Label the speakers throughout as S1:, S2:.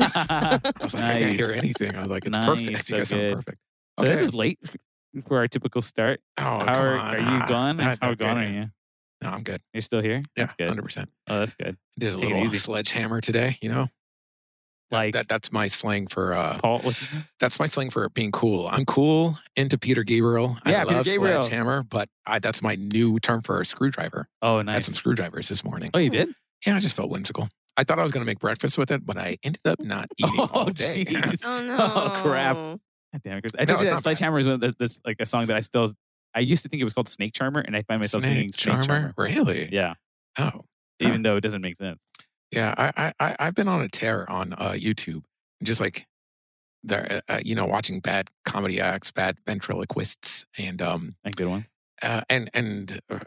S1: I was like, I can't hear
S2: Nice.
S1: anything. I was like, it's
S2: Nice,
S1: perfect. I think
S2: so
S1: I sound
S2: good.
S1: perfect.
S2: So this is late for our typical start.
S1: oh,
S2: how
S1: come on.
S2: are, are
S1: Ah,
S2: you gone?
S1: not-
S2: How
S1: not
S2: gone are
S1: good.
S2: you?
S1: No, I'm good.
S2: You're still here?
S1: Yeah,
S2: That's good.
S1: 100%.
S2: Oh, that's good.
S1: Did a
S2: Take it
S1: little
S2: easy.
S1: sledgehammer today, you know?
S2: Like
S1: That that's my slang for uh
S2: Paul. What's his name?
S1: that's my slang for being cool. I'm cool into Peter Gabriel. I
S2: Yeah, Peter
S1: love
S2: Gabriel.
S1: sledgehammer, but I, that's my new term for a screwdriver.
S2: Oh,
S1: I had some
S2: nice.
S1: screwdrivers this morning.
S2: Oh, you did?
S1: Yeah, I just felt whimsical. I thought I was going to make breakfast with it, but I ended up not eating all
S2: Oh,
S1: day.
S2: jeez.
S3: Oh no.
S2: Oh, crap. God damn it, Chris. I
S1: No,
S2: told
S1: it's
S2: you that
S1: not bad.
S2: Sledgehammer is one of this, this like a song that I still I used to think it was called Snake Charmer, and I find myself singing Snake Charmer.
S1: Really?
S2: Yeah,
S1: Oh, Huh.
S2: even though it doesn't make sense.
S1: yeah. I, I, I, I've been on a tear on uh, YouTube, just like, there, uh, uh, you know, watching bad comedy acts, bad ventriloquists, and um,
S2: Like good ones.
S1: uh, and and uh,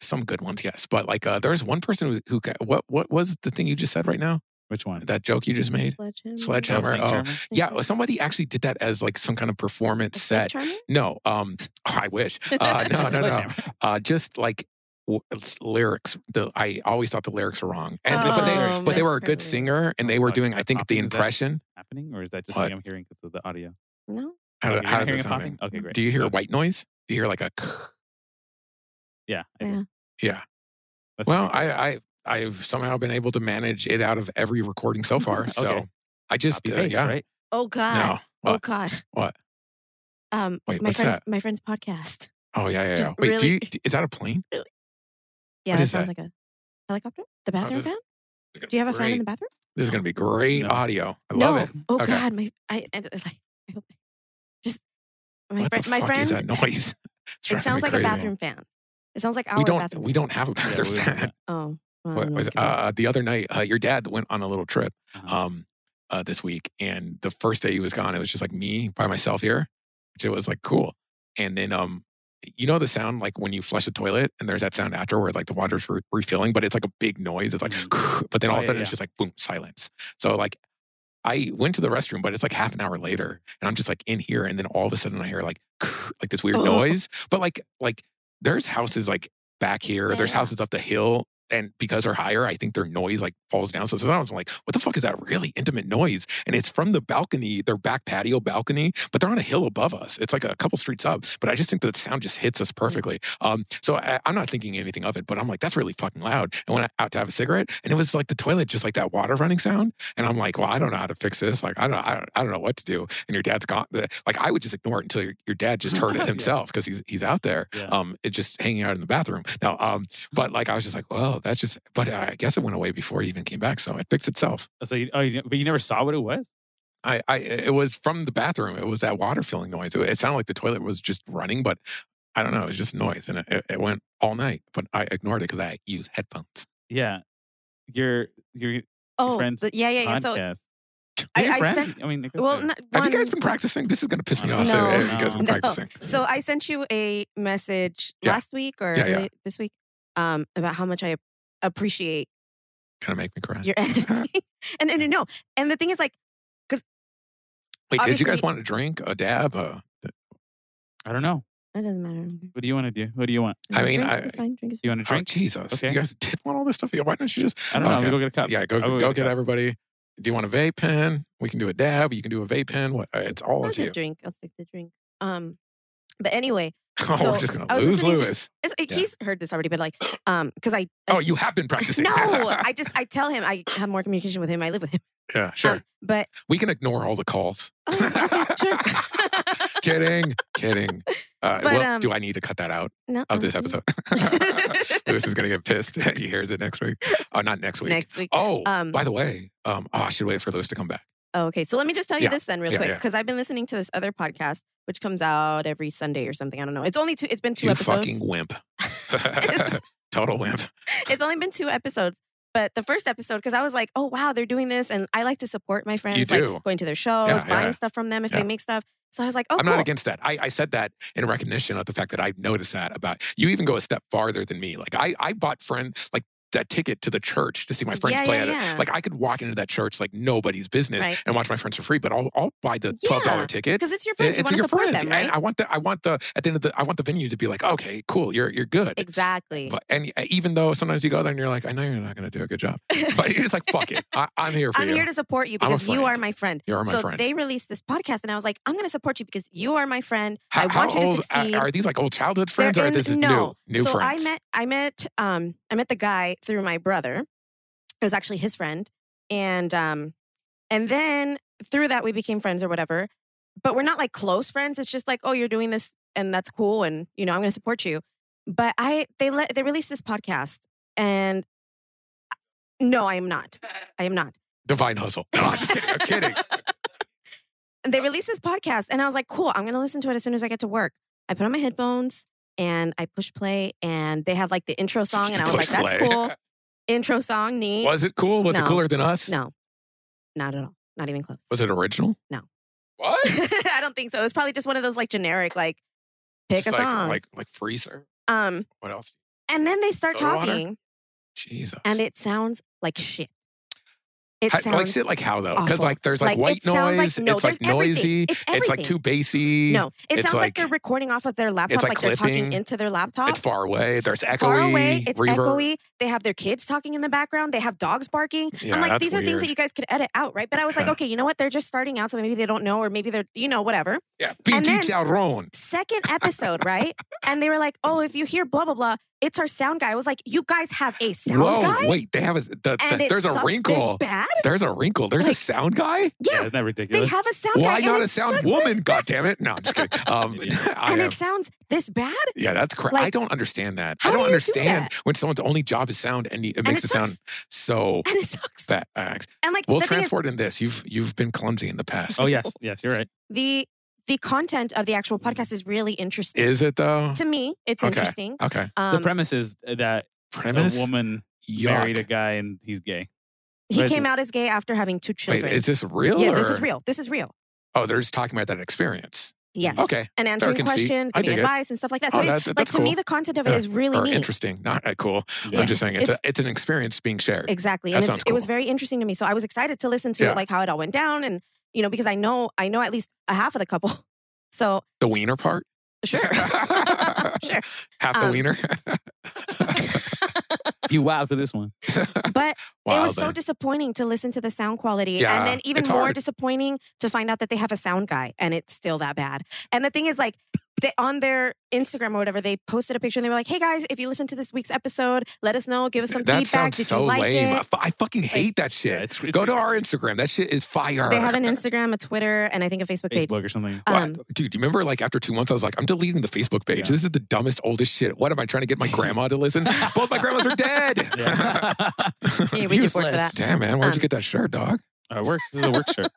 S1: some good ones, yes. But like, uh, there's one person who, who got, what what was the thing you just said right now?
S2: Which one?
S1: That joke you just made?
S3: Sledgehammer.
S1: Sledgehammer.
S2: Snake
S1: oh,
S2: Charmer?
S1: Yeah, somebody actually did that as like some kind of performance set.
S3: Sledgehammer?
S1: No, um, I wish. Uh, no, no, no.
S2: Sledgehammer.
S1: Uh, just like w- it's lyrics. The I always thought the lyrics were wrong, and
S2: Oh,
S1: but, they,
S2: lyrics.
S1: but they were a good
S3: Misheard.
S1: singer, and
S2: Oh,
S1: they were
S2: fuck.
S1: doing, I
S2: That's
S1: think, the
S2: popping, is that-
S1: impression.
S2: Happening, or is that just
S1: What?
S2: what? I'm hearing because of the audio?
S3: No.
S1: How, how
S2: Okay, you're
S1: does it
S2: hearing it
S1: sound?
S2: popping? Okay, great.
S1: Do you hear
S2: Okay.
S1: white noise? Do you hear like a?
S2: Yeah. I do.
S3: Yeah.
S1: Yeah.
S2: That's
S1: Well,
S2: pretty
S1: I, I I've somehow been able to manage it out of every recording so far.
S2: Okay.
S1: So I
S2: good.
S1: just
S2: Copy
S1: uh,
S2: paste,
S1: yeah.
S2: right?
S3: Oh god.
S1: No.
S3: Oh
S1: What?
S3: god.
S1: What?
S3: Um
S1: Wait,
S3: my
S1: what's
S3: friend's
S1: that?
S3: my friend's podcast.
S1: Oh yeah, yeah. yeah.
S3: Just
S1: Wait, do
S3: really-
S1: you, d- is that a plane?
S3: Yeah,
S1: What
S3: that
S1: is
S3: sounds
S1: that? Oh,
S3: like a helicopter. The bathroom
S1: this-
S3: fan? Do you have a fan in the bathroom?
S1: This is gonna be great
S2: No.
S1: audio. I
S3: no.
S1: love it.
S3: Oh
S1: Okay.
S3: god, my I I, like, I hope just my
S1: what
S3: friend
S1: the
S3: my
S1: fuck
S3: friend
S1: is that noise? It's driving
S3: it
S1: me
S3: sounds like a
S1: crazy.
S3: bathroom fan. It sounds like our
S1: We don't.
S3: bathroom.
S1: We don't have a
S2: Yeah,
S1: bathroom.
S2: we would do
S1: fan.
S2: that.
S3: Oh. well,
S1: What
S3: no,
S1: was
S3: okay.
S1: uh, the other night? Uh, your dad went on a little trip
S2: Uh-huh.
S1: um, uh, this week, and the first day he was gone, it was just like me by myself here, which it was like cool. And then, um, you know, the sound like when you flush the toilet, and there's that sound after where like the water's re- refilling, but it's like a big noise. It's like, but then all
S2: Oh,
S1: of a
S2: yeah,
S1: sudden
S2: yeah.
S1: it's just like boom, silence. So like, I went to the restroom, but it's like half an hour later, and I'm just like in here, and then all of a sudden I hear like like this weird
S3: Oh.
S1: noise. But like like there's houses like back here. There's
S3: Yeah.
S1: houses up the hill. And because they're higher, I think their noise like falls down. So sometimes I'm like, what the fuck is that really intimate noise? And it's from the balcony, their back patio balcony, but they're on a hill above us. It's like a couple streets up. But I just think that sound just hits us perfectly. Um, so I, I'm not thinking anything of it, but I'm like, that's really fucking loud. And went out to have a cigarette, and it was like the toilet, just like that water running sound. And I'm like, well, I don't know how to fix this. Like, I don't, I don't, I don't know what to do. And your dad's gone. Like, I would just ignore it until your, your dad just heard
S2: Yeah.
S1: it himself because he's he's out there
S2: Yeah.
S1: um, it just hanging out in the bathroom. Now, um, but like I was just like, well, that's just. But I guess it went away before it even came back, so it fixed itself.
S2: so you, oh, you, but you never saw what it was?
S1: I, I, it was from the bathroom. It was that water filling noise. It, it sounded like the toilet was just running, but I don't know. It was just noise, and it- it, it went all night. But I ignored it because I use headphones.
S2: Yeah. Your your
S3: Oh,
S2: friend's
S3: the- yeah, yeah, yeah. So
S2: podcast.
S3: I,
S2: Your
S3: I
S2: friends?
S3: sent.
S2: I mean, Chris,
S3: Well,
S2: they're-
S3: not,
S1: Have you guys
S3: one-
S1: been practicing? This is gonna piss me
S2: No.
S1: off. so,
S3: No.
S1: have you guys been
S2: No.
S1: practicing?
S3: So I sent you a message
S1: Yeah.
S3: last week or
S1: Yeah, yeah.
S3: early this week um, about how much I appreciate
S1: Gonna make me cry.
S3: your editing. and and no, and the thing is like,
S1: Wait, did you guys
S3: obviously-
S1: want a drink, a dab? Uh,
S2: I don't know.
S3: it doesn't matter.
S2: What do you want to do? What do you want?
S1: I mean,
S3: drink,
S1: I-
S3: it's fine. Drink is
S2: Do you want a
S1: oh,
S2: drink?
S1: Jesus!
S2: Okay.
S1: You guys did want all this stuff. Yeah, Why don't you just?
S2: I don't know.
S1: okay.
S2: We'll go get a cup.
S1: Yeah, go
S2: I will
S1: go,
S2: get a
S1: get
S2: cup.
S1: everybody. Do you want a vape pen? We can do a dab. You can do a vape pen. What? uh, It's all
S3: I'll
S1: up to
S3: take
S1: you.
S3: drink. I'll take the drink. Um, but anyway,
S1: Oh,
S3: So,
S1: we're just gonna
S3: I was
S1: lose
S3: listening-
S1: Lewis.
S3: it's, it,
S1: Yeah.
S3: he's heard this already, but like, um, because I, I
S1: Oh, you have been practicing.
S3: no, I just I tell him I have more communication with him. I live with him.
S1: yeah, sure.
S3: Um, but
S1: we can ignore all the calls.
S3: oh, okay, sure.
S1: kidding, kidding. Uh,
S3: But,
S1: well,
S3: um,
S1: do I need to cut that out
S3: no,
S1: of this
S3: um,
S1: episode? Lewis is gonna get pissed. he hears it next week. Oh, not next week.
S3: next week.
S1: Oh,
S3: um,
S1: by the way, um, oh, I should wait for Lewis to come back.
S3: Oh, okay. So let me just tell you
S1: Yeah.
S3: this then, real
S1: Yeah,
S3: quick,
S1: yeah.
S3: because I've been listening to this other podcast, which comes out every Sunday or something. I don't know. It's only two. It's been two
S1: You
S3: episodes.
S1: fucking wimp. Total wimp.
S3: It's only been two episodes. But the first episode, because I was like, oh wow, they're doing this, and I like to support my friends,
S1: do.
S3: like going to their shows,
S1: Yeah,
S3: buying
S1: yeah.
S3: stuff from them if
S1: Yeah.
S3: they make stuff. So I was like, oh,
S1: I'm
S3: cool.
S1: not against that. I, I said that in recognition of the fact that I noticed that about you. Even go a step farther than me. Like I, I bought friend like that ticket to the church to see my friends
S3: Yeah,
S1: play
S3: yeah,
S1: at
S3: yeah.
S1: it. Like I could walk into that church like nobody's business
S3: Right.
S1: and watch my friends for free, but I'll I'll buy the
S3: Yeah,
S1: twelve dollar ticket.
S3: because it's your
S1: and
S3: friends. you
S1: it's
S3: want to
S1: your
S3: support
S1: friend.
S3: them,
S1: And
S3: right?
S1: I want the I want the at the end of the I want the venue to be like, okay, cool, you're you're good.
S3: exactly.
S1: But and even though sometimes you go there and you're like, I know you're not gonna do a good job. But you're just like, fuck it. I, I'm here for
S3: I'm
S1: you.
S3: here to support you
S1: I'm a
S3: because you are
S1: friend.
S3: my friend.
S1: you're my
S3: so
S1: friend.
S3: they released this podcast, and I was like, I'm going to support you because you are my friend.
S1: how,
S3: I want
S1: how
S3: you
S1: old
S3: to
S1: are-
S3: succeed.
S1: are these like old childhood friends
S3: They're
S1: or
S3: in-
S1: this is
S3: no.
S1: new new
S3: so
S1: friends?
S3: I met I met um I met the guy through my brother. It was actually his friend, and um, and then through that we became friends or whatever. But we're not like close friends. It's just like, oh, you're doing this, and that's cool, and you know, I'm going to support you. But I they let they released this podcast, and no, I am not. I am not.
S1: Divine Hustle. No, I'm just kidding. I'm kidding.
S3: And they released this podcast, and I was like, cool, I'm gonna listen to it as soon as I get to work. I put on my headphones and I push play, and they had like the intro song, and I was
S1: Push
S3: like, that's
S1: play.
S3: cool. Intro song, neat.
S1: Was it cool? Was it
S3: No.
S1: cooler than us?
S3: no, not at all. Not even close.
S1: Was it original?
S3: No.
S1: What?
S3: I don't think so. It was probably just one of those like generic, like pick
S1: Just
S3: a
S1: like,
S3: song.
S1: Like like freezer.
S3: um,
S1: What else?
S3: and then they start
S1: Soda water?
S3: talking,
S1: Jesus.
S3: and it sounds like shit. It
S1: How-
S3: sounds
S1: like shit like how though? Because
S3: awful.
S1: like there's like,
S3: it
S1: white
S3: sounds
S1: noise,
S3: like- no,
S1: it's like
S3: there's everything.
S1: noisy,
S3: It's,
S1: it's like
S3: everything.
S1: too bassy,
S3: No, it
S1: It's
S3: sounds like,
S1: like-
S3: they're recording off of their laptop,
S1: like
S3: like, they're talking
S1: clipping.
S3: into their laptop.
S1: it's far away, there's echoey,
S3: far away, it's
S1: reverb.
S3: echoey. They have their kids talking in the background. They have dogs barking.
S1: Yeah,
S3: I'm like,
S1: that's
S3: these are things
S1: weird.
S3: that you guys could edit out, right? But I was like,
S1: Yeah.
S3: okay, you know what? They're just starting out, so maybe they don't know, or maybe they're, you know, whatever.
S1: Yeah,
S3: And
S1: BT
S3: then-
S1: Chowron.
S3: Second episode, right? And they were like, oh, if you hear blah blah blah, it's our sound guy. I was like, you guys have a sound
S1: Whoa,
S3: guy,
S1: wait, they have a the, the-
S3: and it
S1: there's a
S3: sucks
S1: wrinkle.
S3: This bad?
S1: There's a wrinkle. There's a
S3: Like-
S1: sound guy?
S2: Yeah,
S3: Yeah,
S2: isn't that
S3: they
S2: ridiculous?
S3: have a sound guy.
S1: Why
S3: and
S1: not
S3: it
S1: a sound
S3: sucks
S1: woman?
S3: This,
S1: God damn it. No, I'm just kidding. Um,
S2: Idiot.
S1: I
S3: and
S1: am
S3: it sounds this bad.
S1: Yeah, that's correct. I
S3: Like,
S1: don't understand that. I
S3: how do
S1: don't
S3: you do
S1: understand when someone's only job is sound and it makes
S3: it
S1: it, sound so
S3: And it sucks.
S1: bad. Act.
S3: And like
S1: We'll
S3: the thing is,
S1: transport in this. You've you've been clumsy in the past.
S2: oh yes, yes, you're right.
S3: the the content of the actual podcast is really interesting.
S1: Is it though?
S3: to me, it's
S1: Okay. Uh,
S3: interesting.
S1: Okay.
S2: the
S3: Um,
S2: premise is that
S1: Premise.
S2: a woman married a
S1: Yuck.
S2: guy and he's gay.
S3: he
S2: But-
S3: came out as gay after having two
S1: Wait,
S3: children.
S1: is this real?
S3: yeah, this is
S1: or-
S3: real. This is real.
S1: Oh, they're just talking about that experience.
S3: Yes.
S1: Okay.
S3: And answering
S1: can see.
S3: questions,
S1: I
S3: giving
S1: dig it.
S3: advice, and stuff like that. So,
S1: Oh,
S3: it-
S1: that,
S3: like
S1: that's
S3: to
S1: cool.
S3: me, the content of it
S1: Yeah.
S3: is really
S1: or
S3: neat.
S1: interesting. Not uh, cool.
S3: Yeah.
S1: I'm just saying it's,
S3: It's-
S1: a, it's an experience being shared.
S3: Exactly,
S1: That
S3: and
S1: sounds
S3: it was
S1: cool.
S3: very interesting to me. So I was excited to listen to
S1: Yeah.
S3: it, like how it all went down, and you know, because I know I know at least a half of the couple. So
S1: The wiener part?
S3: sure, sure.
S1: Half the
S3: Um,
S1: wiener?
S2: You wow for this one.
S3: But it
S1: Wow,
S3: was so
S1: then.
S3: disappointing to listen to the sound quality,
S1: Yeah,
S3: and then even
S1: it's
S3: more
S1: hard.
S3: disappointing to find out that they have a sound guy, and it's still that bad. And the thing is, like. They, on their Instagram or whatever, they posted a picture and they were like, "Hey guys, if you listen to this week's episode, let us know. Give us some
S1: that
S3: feedback.
S1: sounds
S3: Did
S1: so
S3: you like
S1: lame. I
S3: it?"
S1: fu- I fucking hate that shit.
S2: Yeah, it's,
S1: Go to our Instagram. That shit is fire.
S3: They have an Instagram, a Twitter, and I think a Facebook, page.
S2: Facebook or something.
S1: What?
S3: Um,
S1: Dude, you remember like after two months, I was like, I'm deleting the Facebook page.
S2: Yeah.
S1: This is the dumbest, oldest shit. What am I trying to get my grandma to listen? Both my grandmas are dead.
S2: Yeah.
S3: Yeah, we get bored for
S2: Useless.
S1: Damn, man. Where'd
S3: Um,
S1: you get that shirt, dog?
S2: Uh, work. This is a work shirt.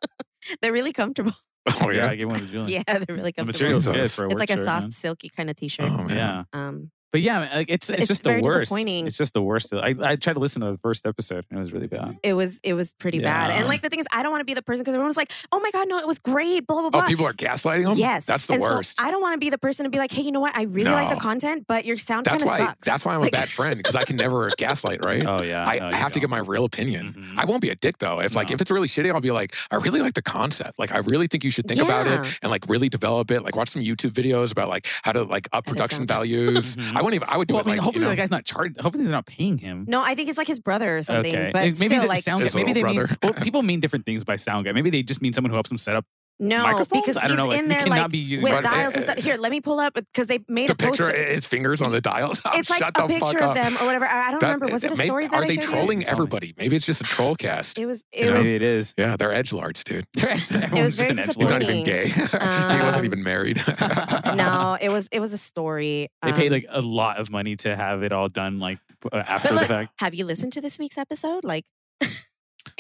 S3: They're really comfortable.
S1: Oh,
S2: yeah,
S1: yeah.
S2: I gave one to Julian.
S3: Yeah, they're really
S2: The
S3: comfortable.
S2: material's
S1: Jesus.
S2: good for a
S3: It's
S2: work
S3: like a
S2: shirt,
S3: soft,
S2: man.
S3: silky kind of t-shirt.
S1: Oh, man.
S2: Yeah,
S3: Um,
S2: but yeah, man, like it's it's,
S3: It's
S2: just
S3: very
S2: the worst.
S3: disappointing.
S2: It's just the worst. I, I tried to listen to the first episode and it was really bad.
S3: it was it was pretty bad. And
S2: Yeah.
S3: like the thing is, I don't want to be the person because everyone's like, "Oh my god, no, it was great." Blah blah blah.
S1: Oh, people are gaslighting them?
S3: yes,
S1: That's the
S3: and
S1: worst.
S3: So I don't want to be the person to be like, "Hey, you know what? I really like the
S1: No.
S3: content, but your sound kind
S1: that's
S3: of
S1: why
S3: sucks."
S1: that's why I'm a
S3: Like-
S1: bad friend, because I can never gaslight, right?
S2: Oh yeah,
S1: I,
S2: no,
S1: I
S2: you
S1: have to
S2: don't.
S1: give my real opinion.
S2: Mhm.
S1: I won't be a dick though. If like
S2: No.
S1: if it's really shitty, I'll be like, I really like the concept. Like I really think you should think about
S3: Yeah.
S1: it and like really develop it. Like watch some YouTube videos about like how to like up
S3: Edit
S1: production
S3: sound.
S1: values.
S2: Mhm.
S1: I wouldn't even I would do
S2: Well,
S1: it
S2: I mean,
S1: like
S2: hopefully
S1: you know,
S2: the guy's not charged. Hopefully they're not paying him.
S3: no, I think it's like his brother or something.
S2: okay,
S3: But
S2: And maybe
S3: still,
S2: the
S3: like,
S2: sound.
S1: His
S2: Maybe they
S1: little
S2: mean
S1: brother.
S2: well, people mean different things by sound guy. Maybe they just mean someone who helps him set up
S3: no,
S2: microphones.
S3: because
S2: I don't
S3: he's
S2: know. Like,
S3: in
S2: he
S3: there
S2: cannot
S3: like
S2: be using
S3: with
S1: But-
S3: dials and stuff. Here, let me pull up because they made
S1: to
S3: a poster.
S1: picture his fingers on the dial.
S3: it's like
S1: Shut
S3: a
S1: the fuck
S3: picture of
S1: up.
S3: them or whatever. I I don't
S1: That-
S3: remember. Was it a
S1: may-
S3: story that
S1: Are
S3: I
S1: they
S3: showed you?
S1: trolling
S2: Tell me.
S1: everybody? Maybe it's just a troll cast.
S3: It was.
S1: you
S3: It
S1: know?
S3: was.
S2: Maybe it is.
S1: yeah, they're edge lards, dude.
S2: Everyone's just
S3: was very
S2: an edgelord.
S1: He's
S3: disappointing.
S1: not even gay. he
S3: Um,
S1: wasn't even married.
S3: no, it was it was a story.
S2: They paid
S3: Um,
S2: like a lot of money to have it all done like p- uh, after
S3: But
S2: the
S3: look,
S2: fact.
S3: have you listened to this week's episode? Like,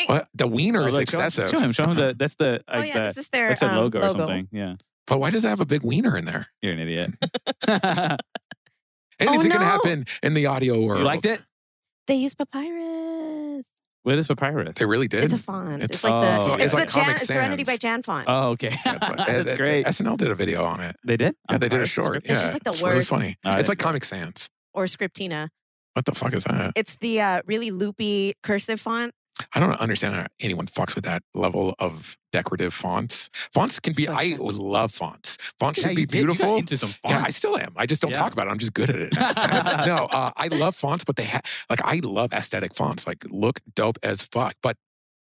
S1: What? The wiener
S2: Oh,
S1: is
S2: like, show-
S1: excessive.
S2: Show him. Show him the. That's the. Like,
S3: oh yeah,
S2: the
S3: this is their
S2: that's a
S3: um,
S2: logo, or something. Yeah,
S1: But why does it have a big wiener in there?
S2: you're an idiot. you
S1: Anything can
S3: Oh, no.
S1: happen in the audio world.
S2: liked it?
S3: They use papyrus.
S2: What is papyrus?
S1: They really did.
S3: It's a font.
S1: It's-
S3: It's, like the
S2: Oh,
S3: it's,
S2: it's
S3: the
S2: like
S3: Jan,
S1: Comic
S3: Serenity by
S1: Sans.
S3: Jan font.
S2: Oh, okay.
S1: Yeah, it's like-
S2: That's
S1: uh,
S2: great.
S1: uh, SNL did a video on it.
S2: They did?
S1: Yeah, they did a
S2: That's
S1: short.
S2: great.
S3: It's just
S1: yeah,
S3: like the
S1: it's really
S3: worst.
S1: funny.
S2: All
S1: It's
S2: right.
S1: like Comic Sans.
S3: or Scriptina.
S1: What the fuck is that?
S3: It's the uh, really loopy cursive font.
S1: I don't understand how anyone fucks with that level of decorative fonts. Fonts can be. I
S3: Structure.
S1: love fonts. Fonts
S2: Yeah,
S1: should
S2: you
S1: be
S2: did- you got
S1: beautiful.
S2: into some
S1: Yeah, I
S2: fonts.
S1: still am. I just don't
S2: Yeah.
S1: talk about it. I'm just good at it. no, uh, I love fonts, but they ha- like I love aesthetic fonts. Like look dope as fuck, but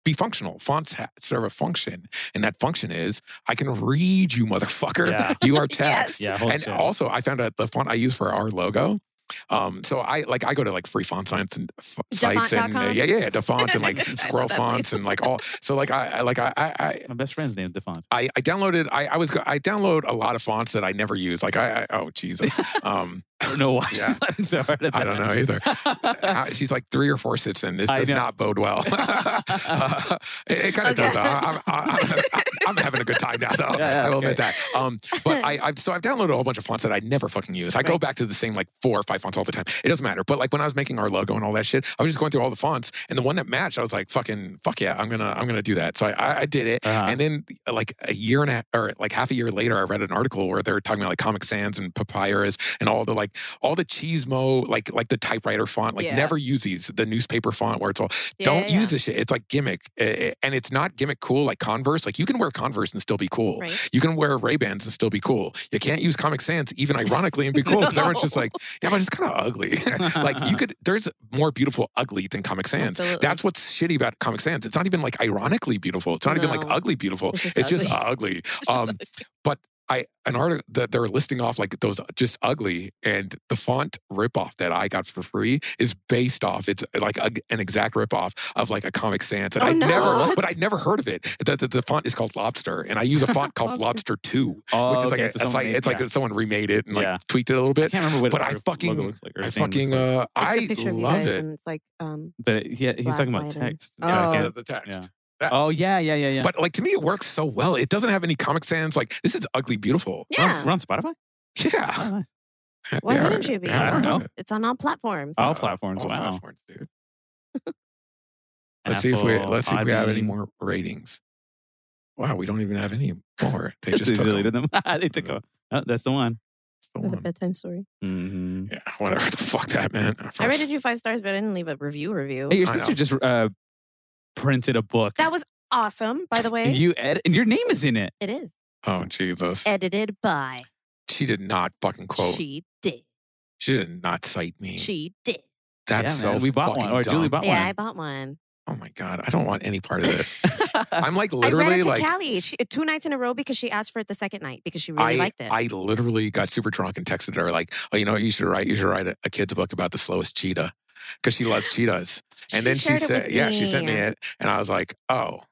S1: be functional. Fonts ha- serve a function, and that function is I can read you, motherfucker.
S2: Yeah.
S1: You are text.
S2: Yeah, holy
S1: and
S2: shit.
S1: also, I found out the font I use for our logo. Um, so I like I go to like free font science and f- sites and uh,
S3: Defont.com?
S1: yeah, yeah, yeah, DeFont and like
S3: I love
S1: squirrel
S3: that
S1: fonts
S3: place.
S1: and like all. So like I, I like I I. I
S2: my best friend's name is Defont.
S1: I, I downloaded I, I was go- I download a lot of fonts that I never use like I, I oh Jesus um
S2: I don't know why she's
S1: Yeah.
S2: laughing so hard at that.
S1: I don't know either Uh, she's like three or four sips in this
S2: I
S1: does
S2: know.
S1: not bode well Uh, it, kind of
S3: Okay.
S1: does though. I'm, I'm, I'm, I'm having a good time now though
S2: Yeah, yeah,
S1: I will
S2: okay.
S1: admit that um but I I've, so I've downloaded a whole bunch of fonts that I never fucking use I go
S3: Right.
S1: back to the same like four or five fonts all the time it doesn't matter but like when I was making our logo and all that shit I was just going through all the fonts and the one that matched I was like fucking fuck yeah I'm gonna I'm gonna do that so I I, I did it
S2: Uh-huh.
S1: and then uh, like a year and a or like half a year later, I read an article where they were talking about like Comic Sans and papyrus and all the like all the cheesemo like like the typewriter font. Like
S3: Yeah.
S1: never use these the newspaper font where it's all
S3: Yeah,
S1: don't
S3: yeah,
S1: use this shit. It's like gimmick Uh, uh, and it's not gimmick cool like Converse. Like you can wear Converse and still be cool.
S3: Right.
S1: You can wear Ray Bans and still be cool. You can't use Comic Sans even ironically and be cool because everyone's just
S3: No.
S1: like yeah, but it's kind of ugly. like you could there's more beautiful ugly than Comic Sans.
S3: Absolutely.
S1: That's what's shitty about Comic Sans. It's not even like ironically beautiful. It's not even like
S3: No.
S1: ugly beautiful.
S3: It's just
S1: It's just ugly. Um, but I an article that they're listing off like those just ugly, and the font ripoff that I got for free is based off. It's like a, an exact ripoff of like a Comic Sans, and
S3: Oh,
S1: I never,
S3: no.
S1: but I never heard of it. The, the, the font is called Lobster, and I use a font called Lobster
S3: Lobster.
S1: Two,
S2: Oh,
S1: which is like
S2: okay,
S1: a, it's
S2: so someone
S1: like
S2: made-
S1: it's like
S2: yeah.
S1: someone remade it and like
S2: Yeah.
S1: tweaked it a little
S2: I
S1: bit.
S2: can't remember what
S1: but
S2: her
S1: I
S2: logo
S1: fucking-
S2: looks like, or
S1: I
S2: his name looks
S1: fucking
S2: like.
S1: uh, I
S3: It's a picture of you
S1: love
S3: guys
S1: it.
S3: And it's like, um,
S2: But he, he's
S3: Black
S2: talking about
S3: lighter.
S2: text.
S3: Oh.
S2: Yeah, I
S1: Yeah,
S2: can't-
S1: the, the text.
S2: yeah. Oh, yeah, yeah, yeah, yeah.
S1: Uh, But like to me, it works so well. It doesn't have any Comic Sans. Like this is ugly, beautiful. Um,
S2: We're on-
S3: yeah.
S2: we're on Spotify.
S1: Yeah.
S2: Oh, nice.
S3: Why
S1: Yeah,
S3: wouldn't you be?
S1: yeah,
S2: I don't know.
S3: It's on all platforms.
S2: All
S1: Uh,
S2: platforms.
S1: all
S2: wow.
S1: platforms, dude. Let's see if we
S2: Apple,
S1: let's see if we have any
S2: Podbean.
S1: more ratings. Wow, we don't even have any more. They
S2: They
S1: just took Mm-hmm.
S2: deleted
S1: them.
S2: them. they took
S1: Yeah.
S2: them. Oh, that's the one.
S1: That's the
S3: With a
S1: one.
S3: bedtime story.
S2: Mm-hmm.
S1: Yeah, whatever the fuck that meant.
S3: I rated you five stars, but I didn't leave a review review.
S2: Hey, your
S1: I
S2: sister
S1: know.
S2: just uh, printed a book.
S3: That was awesome, by the way.
S2: and you ed- and your name is in it.
S3: it is
S1: Oh Jesus!
S3: edited by.
S1: She did not fucking quote. Mm. She,
S3: She did.
S1: did not cite me.
S3: She did.
S1: That's
S2: Yeah, man,
S1: so
S2: we bought one,
S1: fucking
S2: or
S1: dumb.
S2: Julie bought
S3: yeah,
S2: one.
S3: I bought one.
S1: Oh my god, I don't want any part of this. I'm like
S3: I read
S1: literally
S3: it to
S1: like
S3: Callie she, two nights in a row because she asked for it the second night because she really
S1: I,
S3: liked it.
S1: I literally got super drunk and texted her like, "Oh, you know what you should write? You should write a, a kid's book about the slowest cheetah because she loves cheetahs." And then she
S3: shared it
S1: said,
S3: with
S1: "Yeah, she sent me it," and I was like, "Oh,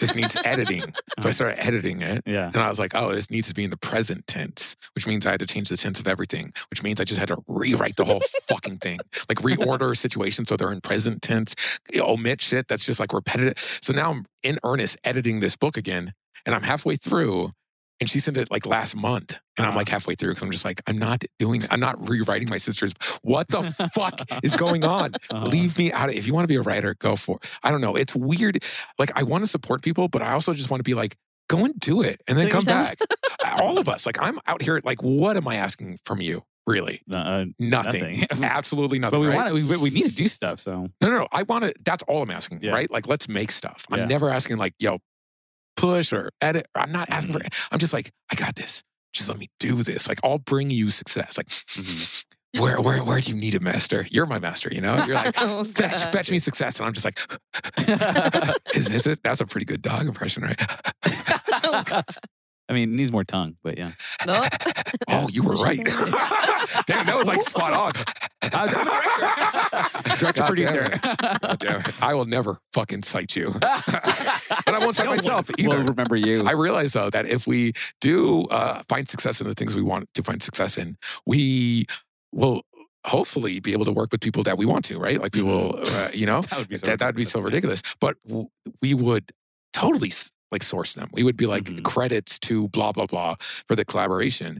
S1: this needs editing." So I
S2: Oh.
S1: started editing it.
S2: yeah.
S1: And I was like, oh, this needs to be in the present tense, which means I had to change the tense of everything, which means I just had to rewrite the whole fucking thing, like reorder situations so they're in present tense, omit shit that's just like repetitive. So now I'm in earnest editing this book again, and I'm halfway through. And she sent it like last month. And I'm
S2: Uh-huh.
S1: like halfway through because I'm just like, I'm not doing, I'm not rewriting my sister's. What the fuck is going on?
S2: Uh-huh.
S1: Leave me out. of If you want to be a writer, go for it. I don't know. It's weird. Like, I want to support people, but I also just want to be like, go and do it and then
S3: Do it
S1: come
S3: yourself.
S1: back. All of us. Like, I'm out here. Like, what am I asking from you? Really?
S2: No, uh,
S1: Nothing.
S2: Nothing.
S1: Absolutely nothing.
S2: but we
S1: right?
S2: want to, we, we need to do stuff. So
S1: No, no, no. I want to. That's all I'm asking,
S2: Yeah.
S1: right? Like, let's make stuff. I'm
S2: Yeah.
S1: never asking, like, yo, push or edit. I'm not asking for.
S2: Mm-hmm.
S1: I'm just like, I got this. Just let me do this. Like, I'll bring you success. Like, Mm-hmm.
S2: Mhm.
S1: where, where, where do you need a master? You're my master. You know. You're like.
S3: Oh,
S1: Fetch,
S3: God.
S1: fetch me success, and I'm just like, is, is it? That's a pretty good dog impression, right?
S3: Oh,
S2: I mean, it needs more tongue, but yeah.
S3: No.
S1: Oh, you were
S3: That's
S1: right.
S3: what she said.
S1: Damn, that was like spot on.
S2: I was Uh, director, director
S1: God
S2: producer.
S1: damn God damn it. I will never fucking cite you. But I won't cite
S2: No one
S1: myself
S2: will
S1: either.
S2: remember you.
S1: I realize though that if we do uh, find success in the things we want to find success in, we will hopefully be able to work with people that we want to, right? Like
S2: Mm-hmm.
S1: people, uh, you know,
S2: that would be so
S1: that that'd be so ridiculous. But w- we would totally s- like source them. We would be like
S2: Mhm.
S1: credits to blah blah blah for the collaboration,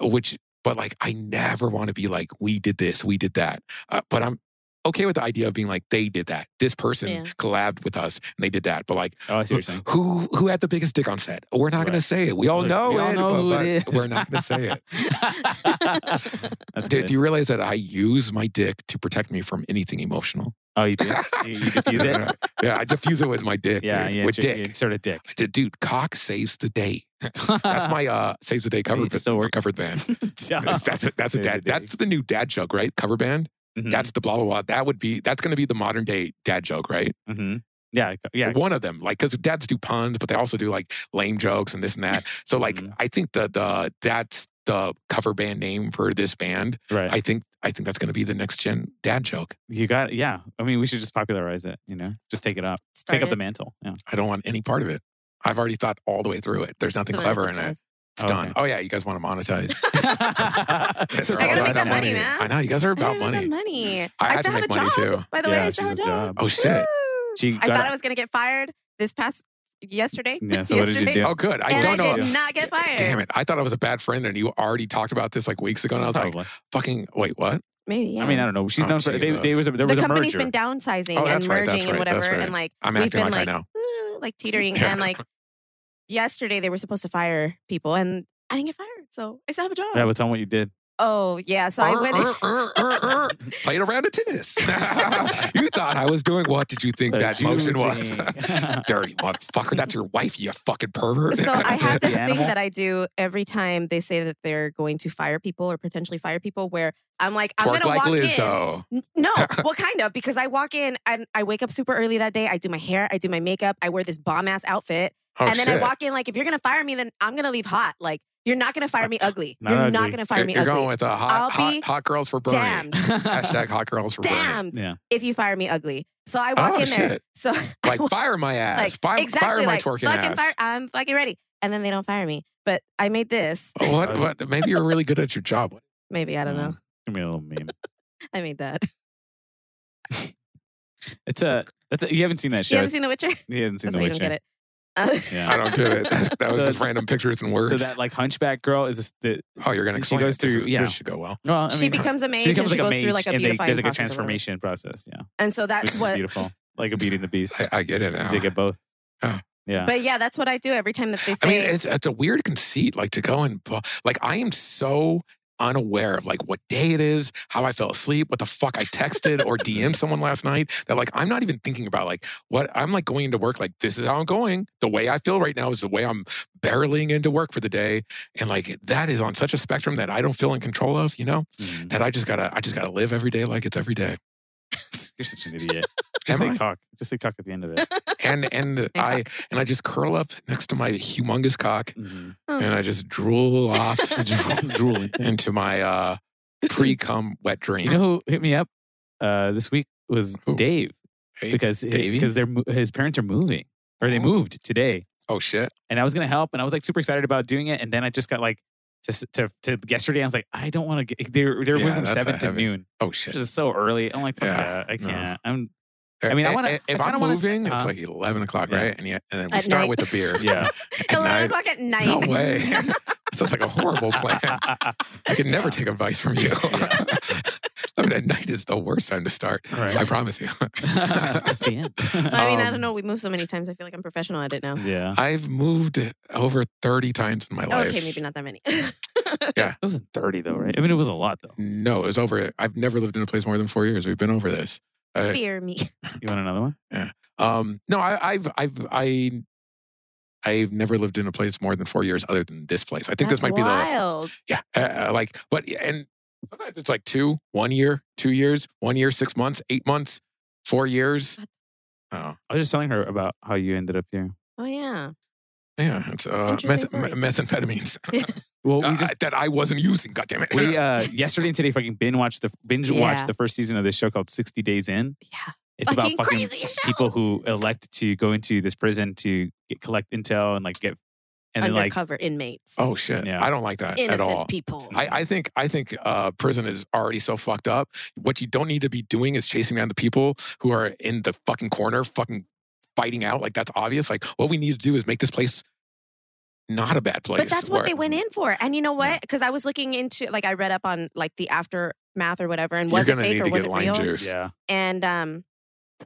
S1: which. But like, I never want to be like, we did this, we did that. Uh, but I'm okay with the idea of being like they did that. This person
S3: Yeah.
S1: collabed with us and they did that. But like
S2: Oh, I see what you're saying.
S1: who who had the biggest dick on set? We're not gonna
S2: Right.
S1: say it. We all
S2: Look,
S1: know
S2: we all
S1: it,
S2: know
S1: but,
S2: who
S1: but
S2: it is.
S1: we're not gonna say it.
S2: That's
S1: Do,
S2: good.
S1: do you realize that I use my dick to protect me from anything emotional?
S2: oh, you do? You, you diffuse it?
S1: yeah, I diffuse it with my dick.
S2: Yeah,
S1: dude,
S2: yeah.
S1: with
S2: it's your-
S1: dick.
S2: it's Sort of dick.
S1: D- Dude, cock saves the day. That's my uh saves the day cover
S2: you can still
S1: ba-
S2: work.
S1: covered band.
S2: Yeah.
S1: That's a, that's a
S2: Saves the
S1: dad.
S2: day.
S1: That's the new dad joke, right? Cover band.
S2: Mhm,
S1: That's the blah blah blah. That would be that's going to be the modern day dad joke, right?
S2: mhm. Yeah. co- Yeah.
S1: One of them, like because dads do puns, but they also do like lame jokes and this and that. So like
S2: Mhm.
S1: I think the the that's the cover band name for this band.
S2: Right.
S1: I think I think that's going to be the next gen dad joke.
S2: you got. Yeah. I mean, we should just popularize it. You know, just take it up.
S3: Started.
S2: Take up the mantle. Yeah.
S1: I don't want any part of it. I've already thought all the way through it. There's nothing
S3: So then
S1: clever
S3: it's
S1: in it.
S3: just-
S1: It's
S2: Oh,
S1: done.
S2: okay.
S1: Oh yeah, you guys want to monetize?
S2: So
S1: They're all
S3: I gotta
S1: about
S3: make
S1: that
S3: that money, man.
S1: I know you guys are
S3: I
S1: about
S3: don't have
S1: money.
S3: the money. I,
S1: I had to
S3: still have
S1: make
S3: a
S1: money
S3: job.
S1: too.
S3: By the way, I
S2: yeah,
S3: still
S2: she's
S3: have
S2: a
S3: a job.
S2: job.
S1: Oh shit.
S3: Woo!
S2: She
S3: I
S2: got-
S3: thought I was gonna get fired this past yesterday.
S2: Yeah, so what did you
S3: yesterday,
S2: do?
S1: Oh good. I
S3: and
S1: don't know.
S3: I did not get fired.
S1: Damn it. I thought I was a bad friend and you already talked about this like weeks ago. And I was like,
S2: Probably.
S1: fucking, wait, what?
S3: Maybe. Yeah.
S2: I mean, I don't know. She's
S1: Oh,
S2: known for they, they
S1: Jesus.
S2: was a, there
S3: the
S2: was a
S3: company's
S2: merger.
S3: been downsizing
S1: Oh,
S3: and
S1: that's right, that's
S3: merging and
S1: right, that's
S3: whatever,
S1: right.
S3: and like
S1: I'm
S3: we've
S1: acting
S3: been
S1: like,
S3: like,
S1: I know.
S3: "Ooh," like teetering,
S1: Yeah.
S3: and like yesterday they were supposed to fire people, and I didn't get fired, so I still have a job.
S2: That was on what you did.
S3: oh yeah, so I
S1: Er,
S3: went.
S1: er, er, er, er. Played a round of tennis. you thought I was doing what did you think
S2: The
S1: that
S2: Jew
S1: motion was?
S2: thing.
S1: Dirty motherfucker. That's your wife, you fucking pervert.
S3: So I have
S2: The
S3: this thing
S2: animal?
S3: that I do every time they say that they're going to fire people or potentially fire people, where I'm like, I'm
S1: Twerk
S3: gonna
S1: like
S3: walk in.
S1: Lizzo. Oh,
S3: N- No, well, kind of, because I walk in and I wake up super early that day. I do my hair, I do my makeup, I wear this bomb ass outfit,
S1: Oh,
S3: and then
S1: shit.
S3: I walk in like, if you're gonna fire me, then I'm gonna leave hot. Like, you're not gonna fire me ugly.
S2: Not
S3: you're not
S2: ugly.
S3: gonna fire
S1: You're,
S3: me
S1: you're
S3: ugly.
S1: going with a
S3: I'll
S1: hot,
S3: be
S1: hot, hot girls for Bernie.
S3: damned,
S1: Hashtag hot girls for Bernie.
S3: damned
S2: yeah.
S3: if you fire me ugly. So I walk
S1: Oh,
S3: in there.
S1: shit.
S3: So
S1: Like, fire my
S3: like,
S1: ass. fire,
S3: exactly
S1: fire my
S3: like,
S1: twerking
S3: fucking
S1: ass.
S3: Fire, I'm fucking ready, and then they don't fire me. But I made this.
S1: Oh, What, what? Maybe you're really good at your job.
S3: Maybe I
S1: Mm.
S3: don't know.
S2: Give me a little meme.
S3: I made that.
S2: It's a. That's a, you haven't seen that show.
S3: You haven't seen The Witcher?
S2: you haven't seen
S3: That's
S2: The
S3: why you
S2: Witcher.
S3: don't get it. Uh,
S2: Yeah.
S1: I don't get it. That, that was
S2: So-
S1: just random pictures and words.
S2: So that like hunchback girl is this, the
S1: oh, you're gonna
S2: she
S1: explain.
S2: goes
S1: it. This
S2: through-
S1: is-
S2: yeah.
S1: This should go well.
S2: well, I
S3: she
S2: mean,
S3: becomes a mage
S2: she becomes like
S3: and she
S2: a
S3: goes
S2: mage,
S3: through like a
S2: and they,
S3: beautifying
S2: there's like a
S3: process or whatever.
S2: transformation process. Yeah,
S3: And so
S2: which
S3: that's
S2: is
S3: what.
S2: beautiful, like a Beauty and the Beast.
S1: I, Oh. I get it now.
S2: They get both.
S1: Yeah.
S2: Yeah.
S3: But yeah, that's what I do every time that they say.
S1: I mean, it's it's a weird conceit, like to go and bu- like I am so unaware of like what day it is, how I fell asleep, what the fuck I texted or DM someone last night. That like I'm not even thinking about like what I'm like going into work. Like this is how I'm going. The way I feel right now is the way I'm barreling into work for the day, and like that is on such a spectrum that I don't feel in control of. You know
S2: Mhm.
S1: that I just gotta I just gotta live every day like it's every day.
S2: You're such an idiot. Just
S1: Am
S2: say
S1: I?
S2: cock. Just say cock at the end of it.
S1: and and I and I just curl up next to my humongous cock
S2: Mhm.
S3: "Oh,
S1: and I just drool off
S2: Drooling.
S1: into my uh, pre cum wet dream.
S2: You know who hit me up uh, this week was
S1: Who?
S2: Dave
S1: Dave?
S2: because
S1: Davey?
S2: because their his parents are moving or they
S1: Oh.
S2: moved today,
S1: oh shit!
S2: and I was gonna help and I was like super excited about doing it, and then I just got like to s- to, to yesterday I was like I don't want to get they're they're
S1: Yeah,
S2: moving
S1: that's a
S2: seven to
S1: heavy-
S2: noon,
S1: Oh
S2: which
S1: shit!
S2: is so early. I'm like fuck
S1: Yeah,
S2: that, I
S1: no.
S2: can't. I'm I mean, I
S1: Eh,
S2: wanna-
S1: eh, If
S2: I
S1: I'm
S2: kinda wanna-
S1: moving, it's
S2: uh,
S1: like eleven o'clock,
S2: yeah.
S1: right? And yeah, and then we
S3: At
S1: start
S3: night.
S1: with a beer.
S2: yeah.
S1: At
S3: Eleven
S1: night?
S3: o'clock at night.
S1: No way. Sounds like a horrible plan. I can never take advice from you.
S2: Yeah.
S1: I mean, at night is the worst time to start.
S2: Right.
S1: I promise you.
S2: That's the end.
S3: I mean, I
S1: Um,
S3: don't know. We moved so many times. I feel like I'm professional at it now.
S2: yeah,
S1: I've moved over thirty times in my life.
S3: Okay, maybe not that many.
S2: it was thirty though, right? I mean, it was a lot though.
S1: No, it was over. I've never lived in a place more than four years. We've been over this. Uh,
S3: Fear me.
S2: You want another one?
S1: um, no, I, I've, I've, I, I've never lived in a place more than four years other than this place. I think
S3: That's
S1: this might
S3: wild.
S1: be the yeah, uh, like, but and sometimes it's like two, one year, two years, one year, six months, eight months, four years. Oh
S2: I was just telling her about how you ended up here.
S3: Oh yeah.
S1: yeah, it's uh,
S3: Interesting
S1: meth-
S3: story.
S1: me- methamphetamines
S2: Well,
S1: Uh,
S2: we just
S1: that I wasn't using. God damn it!
S2: we uh yesterday and today fucking binge watched the binge
S3: Yeah.
S2: watched the first season of this show called 60 Days In.
S3: Yeah.
S2: It's
S3: fucking
S2: about fucking
S3: crazy show.
S2: people who elect to go into this prison to get, collect intel and like get and then like
S3: Undercover inmates.
S1: oh shit!
S2: Yeah.
S1: I don't like that
S3: Innocent
S1: at all.
S3: people.
S1: I, I think I think uh, prison is already so fucked up. What you don't need to be doing is chasing down the people who are in the fucking corner, fucking fighting out. Like that's obvious. Like what we need to do is make this place not a bad place.
S3: But that's what
S1: where-
S3: they went in for. And you know what? Because I was looking into, like, I read up on like the after math or whatever, and
S1: You're
S3: was it
S1: gonna
S3: fake
S1: need
S3: or
S1: to
S3: was
S1: get
S3: it
S1: lime
S3: real?
S1: juice.
S2: Yeah.
S3: And um,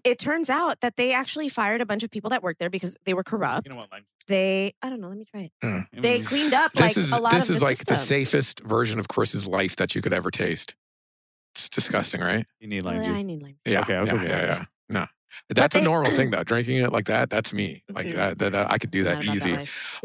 S3: it turns out that they actually fired a bunch of people that worked there because they were corrupt.
S2: You know what? Lime,
S3: They, I don't know, let me try it.
S2: I
S3: They
S2: mean,
S3: cleaned up
S1: This
S3: like
S1: is
S3: a lot
S1: this
S3: of the
S1: is like the
S3: system.
S1: safest version of Chris's life that you could ever taste. It's disgusting, right?
S2: You need
S3: Well,
S2: lime
S3: I
S2: juice.
S3: need lime.
S1: Yeah.
S2: Okay,
S1: yeah,
S2: I'll go
S1: yeah,
S2: with
S1: yeah,
S2: that.
S1: No. That's a
S3: they-
S1: normal thing though. Drinking it like that, that's me. Like
S3: Mhm.
S1: that, that, that- I could do
S3: Not
S1: that
S3: about
S1: easy.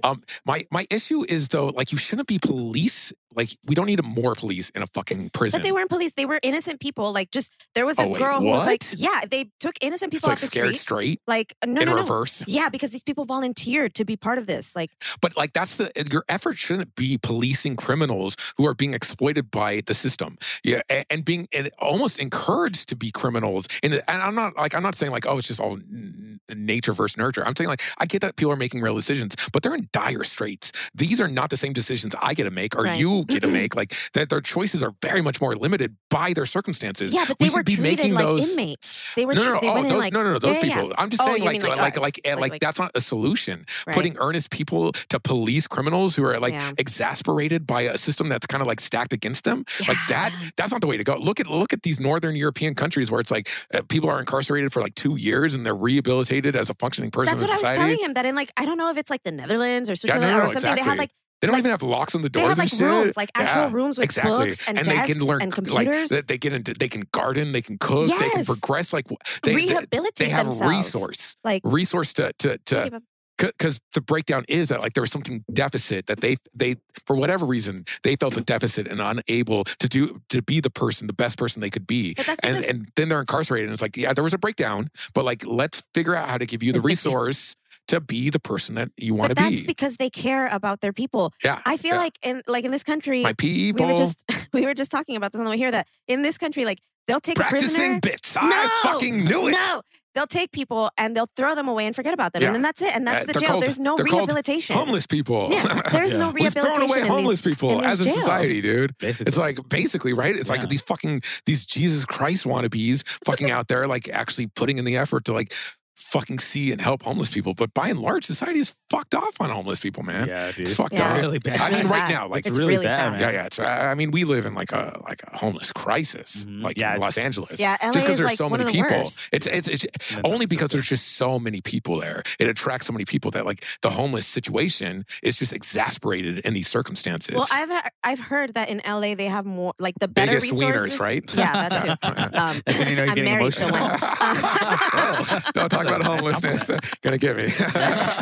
S3: life.
S1: My my issue is though, like you shouldn't be police. Like we don't need more police in a fucking prison.
S3: But they weren't police. They were innocent people. Like just there was
S1: Oh,
S3: this
S1: wait,
S3: girl who was like,
S1: what?
S3: yeah, they took innocent
S1: it's
S3: people
S1: like
S3: off the
S1: scared
S3: street.
S1: straight
S3: Like no,
S1: in
S3: no, no.
S1: reverse.
S3: Yeah, because these people volunteered to be part of this. Like
S1: But like that's the your effort shouldn't be policing criminals who are being exploited by the system. Yeah, and, and being and almost encouraged to be criminals. And, and I'm not like I'm not saying like oh it's just all n- n- nature versus nurture. I'm saying like I get that people are making real decisions, but they're in dire straits. These are not the same decisions I get to make or
S3: Right.
S1: you get to make. Like that their choices are very much more limited by their circumstances.
S3: yeah, but
S1: we
S3: they
S1: should
S3: were
S1: be
S3: treated
S1: making
S3: like
S1: those-
S3: inmates. They were
S1: No, no,
S3: tre-
S1: no,
S3: they
S1: oh,
S3: went in
S1: those,
S3: like
S1: no, no, no, those
S3: yeah, yeah,
S1: people. I'm just
S3: Oh,
S1: saying,
S3: you
S1: like, like,
S3: mean like
S1: like,
S3: us.
S1: like, eh,
S3: Like-
S1: like,
S3: like-
S1: that's not a solution
S3: right.
S1: putting earnest people to police criminals who are like
S3: Yeah.
S1: exasperated by a system that's kind of like stacked against them like that
S3: Yeah.
S1: that's not the way to go look at look at these northern european countries where it's like uh, people are incarcerated for like 2 years and they're rehabilitated as a functioning person
S3: That's what
S1: in
S3: I was
S1: society
S3: telling him. That in like I don't know if it's like the Netherlands or Switzerland
S1: no,
S3: or
S1: no,
S3: something. They
S1: exactly.
S3: had like
S1: they don't
S3: like-
S1: even have locks on the
S3: they
S1: doors
S3: had
S1: and
S3: like
S1: shit
S3: rooms, like actual
S1: Yeah,
S3: rooms with
S1: Exactly,
S3: books and,
S1: they
S3: desks
S1: can learn
S3: and
S1: c- Like,
S3: computers.
S1: they, they get into, they can garden, they can cook, they can
S3: Yes.
S1: progress. Like w- they, they,
S3: rehabilitate
S1: they have
S3: themselves.
S1: resource, uh,
S3: Like
S1: resource to to to
S3: Give up.
S1: because the breakdown is that like there was something deficit that they they for whatever reason they felt a deficit and unable to do to be the person the best person they could be
S3: but that's because
S1: and and then they're incarcerated and it's like yeah there was a breakdown but like let's figure out how to give you the
S3: Let's fix it.
S1: resource to be the person that you want
S3: but
S1: to
S3: that's
S1: be
S3: because they care about their people.
S1: yeah
S3: I feel
S1: yeah.
S3: like in like in this country,
S1: my people
S3: we were just we were just talking about this on the way here that in this country, like they'll take a
S1: practicing
S3: prisoner.
S1: bits
S3: No!
S1: I fucking knew it
S3: No, they'll take people and they'll throw them away and forget about them,
S1: Yeah.
S3: and then that's it, and
S1: Uh,
S3: that's the
S1: they're
S3: jail.
S1: called-
S3: There's no
S1: they're called
S3: rehabilitation.
S1: homeless people
S3: Yeah, there's
S2: Yeah.
S3: no
S1: we've
S3: rehabilitation.
S1: thrown away
S3: in these-
S1: homeless people
S3: in these
S1: as a
S3: jails.
S1: society dude
S2: Basically.
S1: It's like basically, right? It's
S2: Yeah.
S1: like these fucking these Jesus Christ wannabes fucking out there, like actually putting in the effort to like fucking see and help homeless people. But by and large, society is fucked off on homeless people, man.
S2: yeah, dude.
S1: It's
S2: It's
S1: fucked
S3: up.
S2: really bad.
S3: It's
S1: I mean,
S3: really
S1: right
S3: sad.
S1: now, like-
S3: it's,
S2: It's really
S3: really
S2: bad,
S3: sad.
S2: man.
S1: Yeah, yeah. It's, I I mean, we live in like a like a homeless crisis,
S2: Mhm.
S1: like
S2: Yeah,
S1: in
S2: it's-
S1: Los Angeles.
S3: Yeah, LA
S1: just because
S3: is
S1: there's
S3: like
S1: so
S3: one
S1: many
S3: of the
S1: people,
S3: worst.
S1: it's it's, it's only because there's just so many people there. It attracts so many people that like the homeless situation is just exasperated in these circumstances.
S3: Well, I've he- I've heard that in LA they have more like the better
S1: biggest
S3: resources.
S1: wieners, right?
S3: Yeah, that's it. Um,
S2: That's when you know he's
S3: I'm
S2: getting
S3: married to
S2: emotional.
S3: one. Uh,
S1: Oh, don't talk about homelessness. Gonna get me.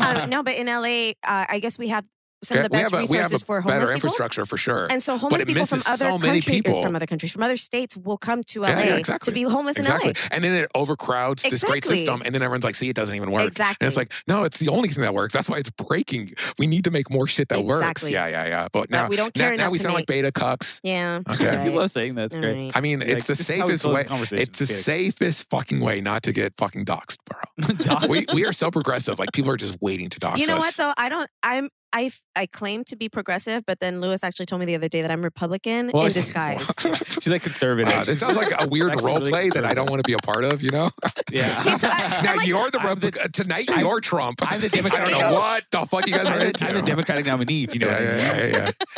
S3: um, no, but in LA, uh, I guess we have some of the
S1: we
S3: best
S1: have a, we have
S3: resources
S1: a
S3: for
S1: better
S3: homeless people.
S1: infrastructure for sure.
S3: And so homeless
S1: it
S3: people from
S1: misses
S3: other
S1: so many
S3: country-
S1: people.
S3: from other countries, from other states will come to LA
S1: Yeah, yeah,
S3: to
S1: exactly.
S3: be homeless
S1: exactly.
S3: in LA.
S1: And then it overcrowds this great
S3: Exactly.
S1: system, and then everyone's like, "See, it doesn't even work."
S3: Exactly.
S1: And it's like, no, it's the only thing that works. That's why it's breaking. We need to make more shit that works.
S3: Exactly.
S1: Yeah, yeah, yeah. But
S3: But
S1: now,
S3: we don't care
S1: now, now
S3: enough
S1: we
S3: to
S1: sound like
S3: make-
S1: beta cucks.
S3: yeah.
S1: Okay.
S3: All
S2: You
S3: right.
S2: love saying that. It's
S3: All
S2: great.
S3: right.
S1: I mean,
S2: Like,
S1: it's the
S2: this is how we
S1: safest
S2: close
S1: way.
S2: the conversation.
S1: It's the
S2: Okay.
S1: safest fucking way not to get fucking doxxed, bro.
S2: Dogs.
S1: we, we are so progressive. Like people are just waiting to dox
S3: You know
S1: us.
S3: what though? I don't. I'm. I, f- I claim to be progressive, but then Lewis actually told me the other day that I'm Republican
S2: Well,
S3: in
S2: it's-
S3: disguise.
S2: She's like conservative.
S1: Wow, Uh, this sounds like a weird
S2: Actually
S1: role
S2: really
S1: play that I don't want to be a part of, you know?
S2: yeah.
S1: now
S3: I'm like-
S1: you're the,
S2: I'm the-
S1: Repli- tonight
S2: I'm-
S1: you're Trump.
S2: I'm the Democratic-
S1: I don't know what the fuck you guys are
S2: I'm, the,
S1: into.
S2: I'm the Democratic nominee, if you know
S1: yeah,
S2: what I mean.
S1: yeah, yeah,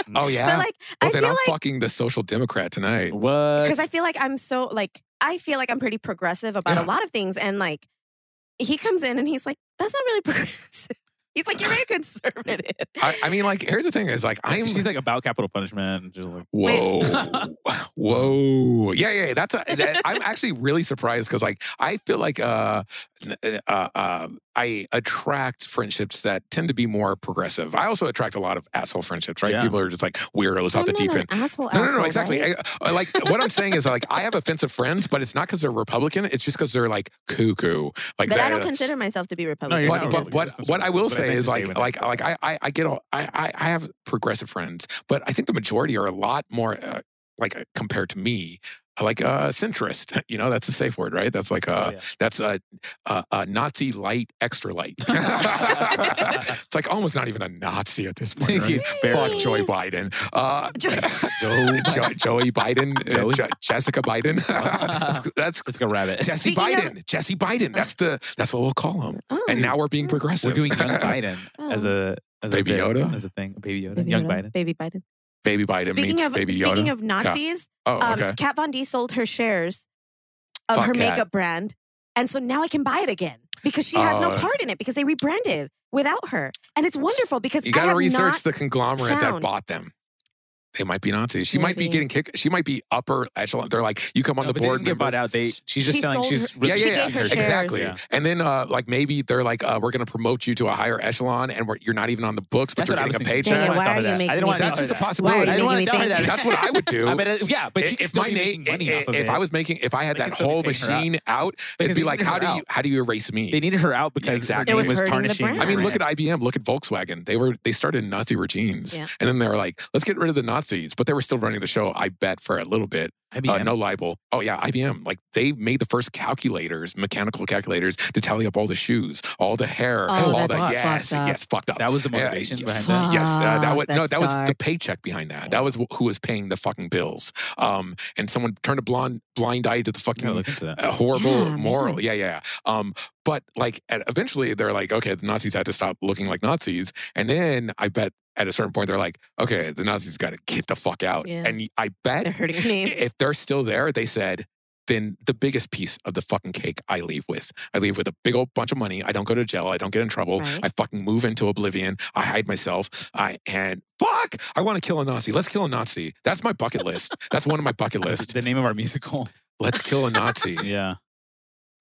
S1: yeah. Oh yeah.
S3: But like,
S1: well
S3: I
S1: then
S3: feel
S1: I'm
S3: like
S1: fucking the social democrat tonight.
S2: What?
S3: because I feel like I'm so like I feel like I'm pretty progressive about
S1: Yeah.
S3: a lot of things, and like he comes in and he's like, "That's not really progressive." He's like, "You're very conservative."
S1: I, I mean, like, here's the thing: is like, I'm.
S2: She's like about capital punishment. And just like,
S1: Whoa, whoa, yeah, yeah. That's a, that, I'm actually really surprised because, like, I feel like uh, n- uh, uh, I attract friendships that tend to be more progressive. I also attract a lot of asshole friendships, right?
S2: Yeah.
S1: People are just like weirdos off the
S3: I'm
S1: deep
S3: not
S1: end.
S3: an asshole,
S1: No, no,
S3: asshole,
S1: no, exactly.
S3: right?
S1: I, I, like what I'm saying is like I have offensive friends, but it's not because they're Republican. It's just because they're like cuckoo. Like
S3: but
S1: that,
S3: I don't consider myself to be Republican.
S2: you're
S1: But,
S2: not
S1: but
S2: Republican,
S1: what
S2: that's
S1: what I will
S2: conservative, but I
S1: say
S2: meant
S1: is like
S2: to say when I
S1: like
S2: said
S1: like I I, I get all, I, I I have progressive friends, but I think the majority are a lot more uh, like uh, compared to me. Like uh, centrist, you know that's a safe word, right? That's like uh,
S2: Oh, yeah.
S1: that's a, uh a Nazi light, extra light. it's like almost not even a Nazi at this point. right? Fuck Joy Biden. Uh,
S2: Joe.
S1: Jo- Joey Biden, uh,
S2: Joey?
S1: Je- Jessica Biden. that's, that's
S2: It's like a rabbit.
S1: Jesse
S3: Speaking of-
S1: Biden. Jesse Biden. That's the that's what we'll call him.
S3: Oh.
S1: And now we're being progressive.
S2: We're doing young Biden as a as
S1: Baby
S2: a bit-
S1: Yoda?
S2: as a thing. Baby Yoda.
S3: Baby
S2: young
S3: Yoda,
S2: Biden.
S3: baby Biden.
S1: Baby Biden
S3: Speaking
S1: meets
S3: of
S1: Baby Yoda.
S3: speaking of Nazis,
S1: oh,
S3: um,
S1: okay.
S3: Kat Von D sold her shares of
S1: Fuck
S3: her
S1: Kat.
S3: makeup brand, and so now I can buy it again because she has no
S1: Oh.
S3: part in it because they rebranded without her, and it's wonderful because
S1: you
S3: I
S1: got to
S3: have
S1: research
S3: not-
S1: the conglomerate that
S3: found-
S1: bought them. They might be Nazis. She might be
S3: Maybe.
S1: getting kicked. She might be upper echelon. They're like, you come on
S2: No,
S1: the
S2: but they
S1: board.
S2: didn't get
S1: members.
S2: bought out. They she's just
S3: She
S2: selling.
S3: sold
S2: She's
S3: her-
S2: re-
S1: yeah, yeah,
S3: She
S1: yeah.
S3: gave her
S1: exactly.
S2: shares.
S1: And then, uh, like maybe they're like, uh, we're going to promote you to a higher echelon, and we're, you're not even on the books, but
S2: That's
S1: you're
S2: what I was
S1: getting a
S2: thinking.
S1: paycheck.
S3: Dang it,
S2: I
S3: why
S2: didn't
S3: are you
S2: want to tell her that. I
S3: making
S2: didn't want
S3: me
S2: to
S1: That's
S2: tell her
S1: just a
S2: that.
S1: possibility.
S2: I
S3: Why are you
S2: didn't want to
S3: making
S2: tell
S3: me
S2: her that.
S3: think?
S1: That's what I would do.
S2: I bet it- yeah, but she
S1: if
S2: could
S1: if
S2: still
S1: my
S2: be
S1: name,
S2: making money
S1: if,
S2: off of
S1: if
S2: it.
S1: I was making, if I had
S2: They could
S1: that
S2: still be
S1: whole
S2: paying her out.
S1: machine out,
S2: Because
S1: it'd be
S2: they
S1: like,
S2: needed
S1: how
S2: her
S1: do
S2: out.
S1: you, how do you erase me?
S2: They needed her out because
S1: exactly.
S2: her
S1: It was
S2: name was
S3: hurting the
S2: tarnishing.
S3: brand.
S1: I mean,
S2: her
S1: look at
S2: brand.
S1: IBM, look at Volkswagen. They were they started Nazi regimes,
S3: Yeah.
S1: and then they were like, let's get rid of the Nazis, but they were still running the show. I bet for a little bit. Uh,
S2: IBM.
S1: no libel. Oh yeah, IBM. Like they made the first calculators, mechanical calculators, to tally up all the shoes, all the hair,
S3: Oh,
S1: all
S3: that's
S1: the
S2: fucked
S1: yes,
S3: up.
S1: yes, fucked up.
S2: That was the
S1: Yeah,
S2: motivation
S1: yeah,
S2: behind
S3: fuck.
S2: that.
S1: Yes, uh, that
S3: Fuck,
S1: was no,
S3: that's
S1: that was the
S3: dark.
S1: paycheck behind that. That was wh- who was paying the fucking bills. Um, and someone turned a blonde blind eye to the
S2: I gotta
S1: fucking
S2: look into that.
S1: uh, horrible
S3: Yeah,
S1: moral. Yeah, yeah. yeah. Um, but like at, eventually they're like, okay, the Nazis had to stop looking like Nazis, and then I bet at a certain point they're like, okay, the Nazis got to get the fuck out.
S3: Yeah.
S1: And I bet
S3: They're hurting her name.
S1: if they're still there, they said, then the biggest piece of the fucking cake I leave with. I leave with a big old bunch of money. I don't go to jail. I don't get in trouble.
S3: Right.
S1: I fucking move into oblivion. I hide myself. I and fuck, I want to kill a Nazi. Let's kill a Nazi. That's my bucket list. That's one of my bucket
S2: That's
S1: list.
S2: the name of our musical.
S1: Let's kill a Nazi.
S2: Yeah.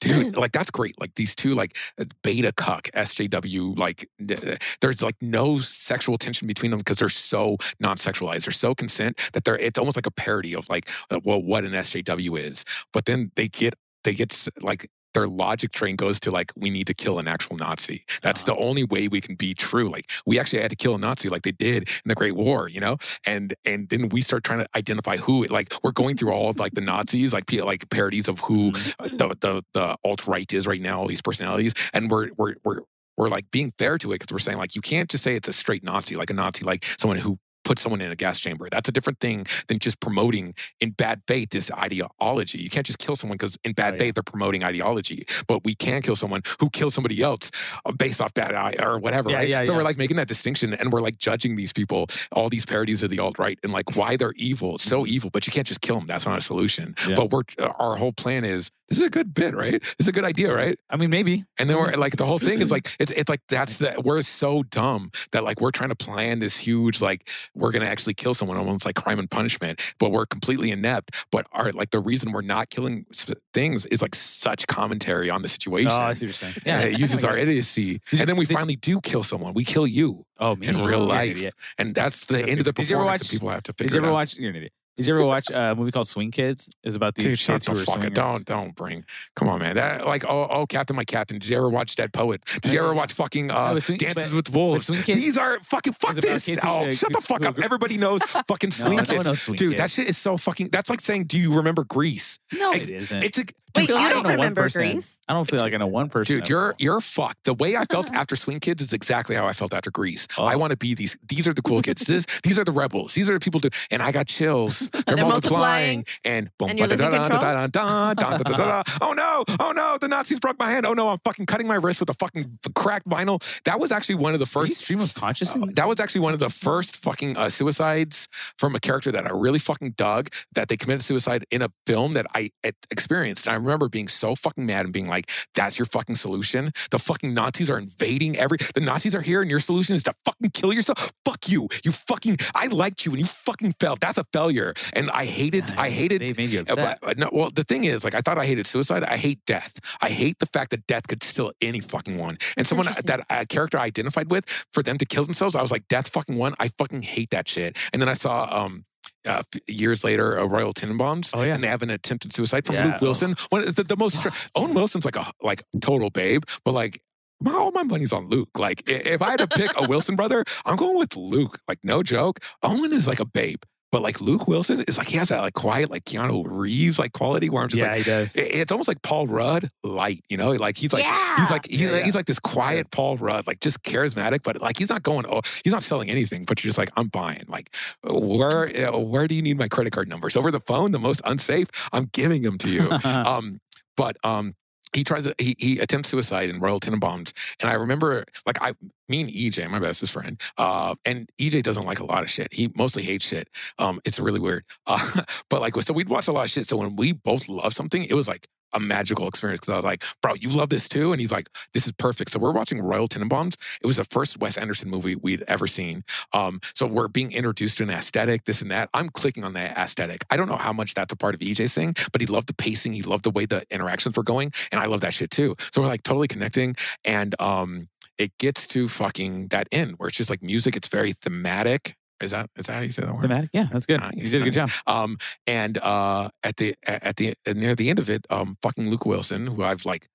S1: Dude, like that's great. Like these two like uh, beta cuck SJW like th- there's like no sexual tension between them because they're so non-sexualized. They're so consent that they're it's almost like a parody of like uh, well what an SJW is. But then they get they get s- like their logic train goes to like we need to kill an actual Nazi. That's
S2: Uh-huh.
S1: the only way we can be true. Like we actually had to kill a Nazi like they did in the Great War, you know? and and then we start trying to identify who it like we're going through all of like the nazis like pe- like parodies of who uh, the the, the alt right is right now all these personalities and we're we're we're we're like being fair to it because we're saying like you can't just say it's a straight nazi like a nazi like someone who put someone in a gas chamber that's a different thing than just promoting in bad faith this ideology you can't just kill someone because in bad
S2: Oh, yeah.
S1: faith they're promoting ideology but we can kill someone who kills somebody else uh, based off that eye or whatever
S2: Yeah,
S1: right
S2: yeah,
S1: so we're
S2: yeah.
S1: like making that distinction and we're like judging these people all these parodies of the alt right and like why they're evil, so evil, but you can't just kill them. That's not a solution.
S2: Mm-hmm. Yeah.
S1: But we're uh, our whole plan is this is a good bit, right? This is a good idea, right?
S2: I mean, maybe.
S1: And then we're like the whole thing is like it's it's like that's the we're so dumb that like we're trying to plan this huge like we're gonna actually kill someone almost like crime and punishment, but we're completely inept. But our like the reason we're not killing sp- things is like such commentary on the
S2: Oh,
S1: situation.
S2: I see what you're saying.
S1: Yeah,
S2: Yeah.
S1: it uses our idiocy, and then we finally do kill someone. We kill you
S2: Oh, man.
S1: in real
S2: You're an
S1: life.
S2: idiot.
S1: and that's the
S2: That's
S1: end of the
S2: good. Did you ever
S1: performance.
S2: watch-
S1: and people have to figure
S2: Did you
S1: it
S2: ever
S1: out.
S2: watch? You're an idiot. Did you ever watch uh, a movie called Swing Kids? It was about these
S1: Dude, shut
S2: kids
S1: the
S2: who were
S1: fuck up!
S2: swingers.
S1: Don't don't bring. Come on, man. That like oh oh, Captain, my Captain. Did you ever watch Dead Poet? Did you
S2: Yeah,
S1: ever
S2: yeah.
S1: watch fucking
S2: I
S1: uh,
S2: was swing-
S1: Dances
S2: but-
S1: with Wolves?
S2: Swing Kids-
S1: These are fucking fuck
S2: is about
S1: this.
S2: kids who,
S1: Oh,
S2: uh,
S1: shut the
S2: who-
S1: fuck
S2: who
S1: up!
S2: gr-
S1: Everybody knows fucking
S2: No,
S1: Swing
S2: no
S1: Kids.
S2: one knows Swing
S1: Dude,
S2: Kids.
S1: that shit is so fucking. That's like saying, "Do you remember Grease?"
S2: no,
S1: it-
S2: it isn't.
S1: It's a
S3: Wait,
S1: dude,
S3: you
S1: I
S3: don't
S2: know one
S3: remember
S2: person.
S3: Greece?
S2: I don't feel like I know one person.
S1: Dude,
S2: that's
S1: you're
S2: cool.
S1: you're fucked. The way I felt after Swing Kids is exactly how I felt after Grease.
S2: Oh.
S1: I want to be these. These are the cool kids. This these are the rebels. These are the people. To, and I got chills. They're,
S3: They're
S1: multiplying.
S3: multiplying.
S1: And boom.
S3: And you're losing
S1: ba-da-da-da,
S3: control?
S1: da-da-da-da, da-da-da-da-da. Oh no! Oh no! The Nazis broke my hand. Oh no! I'm fucking cutting my wrist with a fucking cracked vinyl. That was actually one of the
S2: Are you
S1: first
S2: stream of consciousness.
S1: uh, that was actually one of the first fucking uh, suicides from a character that I really fucking dug. That they committed suicide in a film that I had experienced, and I remember being so fucking mad and being like, "That's your fucking solution. The fucking Nazis are invading every. The Nazis are here, and your solution is to fucking kill yourself. Fuck you. You fucking. I liked you, and you fucking failed. That's a failure. And I hated. I hated
S2: They made you
S1: uh,
S2: upset.
S1: but- but no, well, the thing is, like, I thought I hated suicide. I hate death. I hate the fact that death could steal any fucking one. And someone
S3: interesting.
S1: that a character I identified with, for them to kill themselves, I was like, death fucking one. I fucking hate that shit. And then I saw, um, uh, f- years later, uh, Royal Tenenbaums,
S2: Oh, yeah.
S1: and they have an attempted suicide from
S2: Yeah,
S1: Luke Wilson. One of the, the most Owen Wilson's like a like total babe, but like. My, all my money's on Luke. Like, i- if I had to pick a Wilson brother, I'm going with Luke. Like, no joke. Owen is like a babe. But like Luke Wilson is like he has that like quiet like Keanu Reeves like quality where I'm just
S2: yeah,
S1: like
S2: he does.
S1: it- it's almost like Paul Rudd light, you know? Like he's like
S3: yeah.
S1: he's like he's,
S2: Yeah,
S1: like-
S2: yeah.
S1: he's like this quiet Paul Rudd, like just charismatic, but like he's not going oh he's not selling anything, but you're just like I'm buying. Like where
S2: Mm-hmm.
S1: uh, where do you need my credit card numbers over the phone? The most unsafe, I'm giving them to you. um, but um. he tries to, he, he attempts suicide in Royal Tenenbaums. And I remember, like, I, me and EJ, my bestest friend, uh, and EJ doesn't like a lot of shit. He mostly hates shit. Um, it's really weird. Uh, but like, so we'd watch a lot of shit. So when we both love something, it was like a magical experience because I was like, bro, you love this too? And he's like, this is perfect. So we're watching Royal Tenenbaums. It was the first Wes Anderson movie we'd ever seen. Um, so we're being introduced to an aesthetic, this and that. I'm clicking on that aesthetic. I don't know how much that's a part of EJ's thing, but he loved the pacing. He loved the way the interactions were going. And I love that shit too. So we're like totally connecting. And um, it gets to fucking that end where it's just like music. It's very thematic. Is that is that how you say that word?
S2: Thematic? Yeah, that's good.
S1: Nice,
S2: you did a good
S1: nice.
S2: job.
S1: Um, and uh, at the at the uh, near the end of it, um, fucking Luke Wilson, who I've like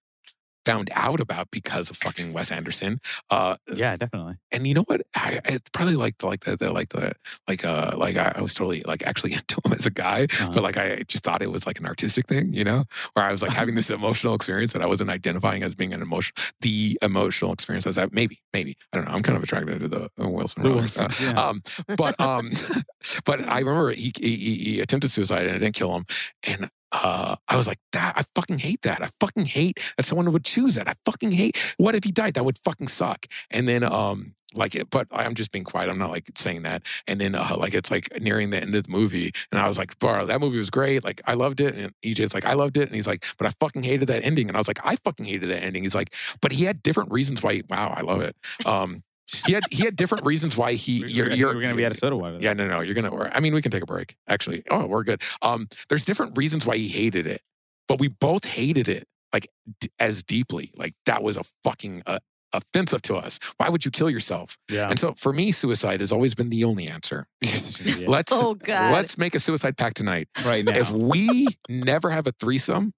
S1: found out about because of fucking Wes Anderson. Uh,
S2: Yeah, definitely.
S1: and you know what? I, I probably like the like the, the like the like uh like I, I was totally like actually into him as a guy,
S2: Uh-huh.
S1: but like I just thought it was like an artistic thing, you know, where I was like having this emotional experience that I wasn't identifying as being an emotion, the emotional experience as that. Maybe, maybe I don't know. I'm kind of attracted to the uh, Wilson.
S2: The
S1: brothers. Uh,
S2: Wilsons, yeah.
S1: um, but um, but I remember he, he he he attempted suicide and it didn't kill him, and uh, I was like that. I fucking hate that. I fucking hate that someone would choose that. I fucking hate. What if he died? That would fucking suck. And then um. Like it, but I'm just being quiet. I'm not like saying that. And then, uh, like, it's like nearing the end of the movie. And I was like, bro, that movie was great. Like, I loved it. And EJ's like, I loved it. And he's like, but I fucking hated that ending. And I was like, I fucking hated that ending. He's like, but he had different reasons why. Wow, I love it. Um, he had he had different reasons why he.
S2: We-
S1: You're,
S2: we-
S1: you're
S2: we're going to be out of soda water.
S1: Yeah, no, no, you're gonna. Or, I mean, we can take a break. Actually, oh, we're good. Um, there's different reasons why he hated it, but we both hated it like d- as deeply. Like that was a fucking uh, offensive to us. Why would you kill yourself?
S2: Yeah.
S1: And so for me, suicide has always been the only answer.
S2: You're such an idiot.
S1: Let's
S3: Oh God.
S1: let's make a suicide pact tonight.
S2: right now.
S1: If we never have a threesome,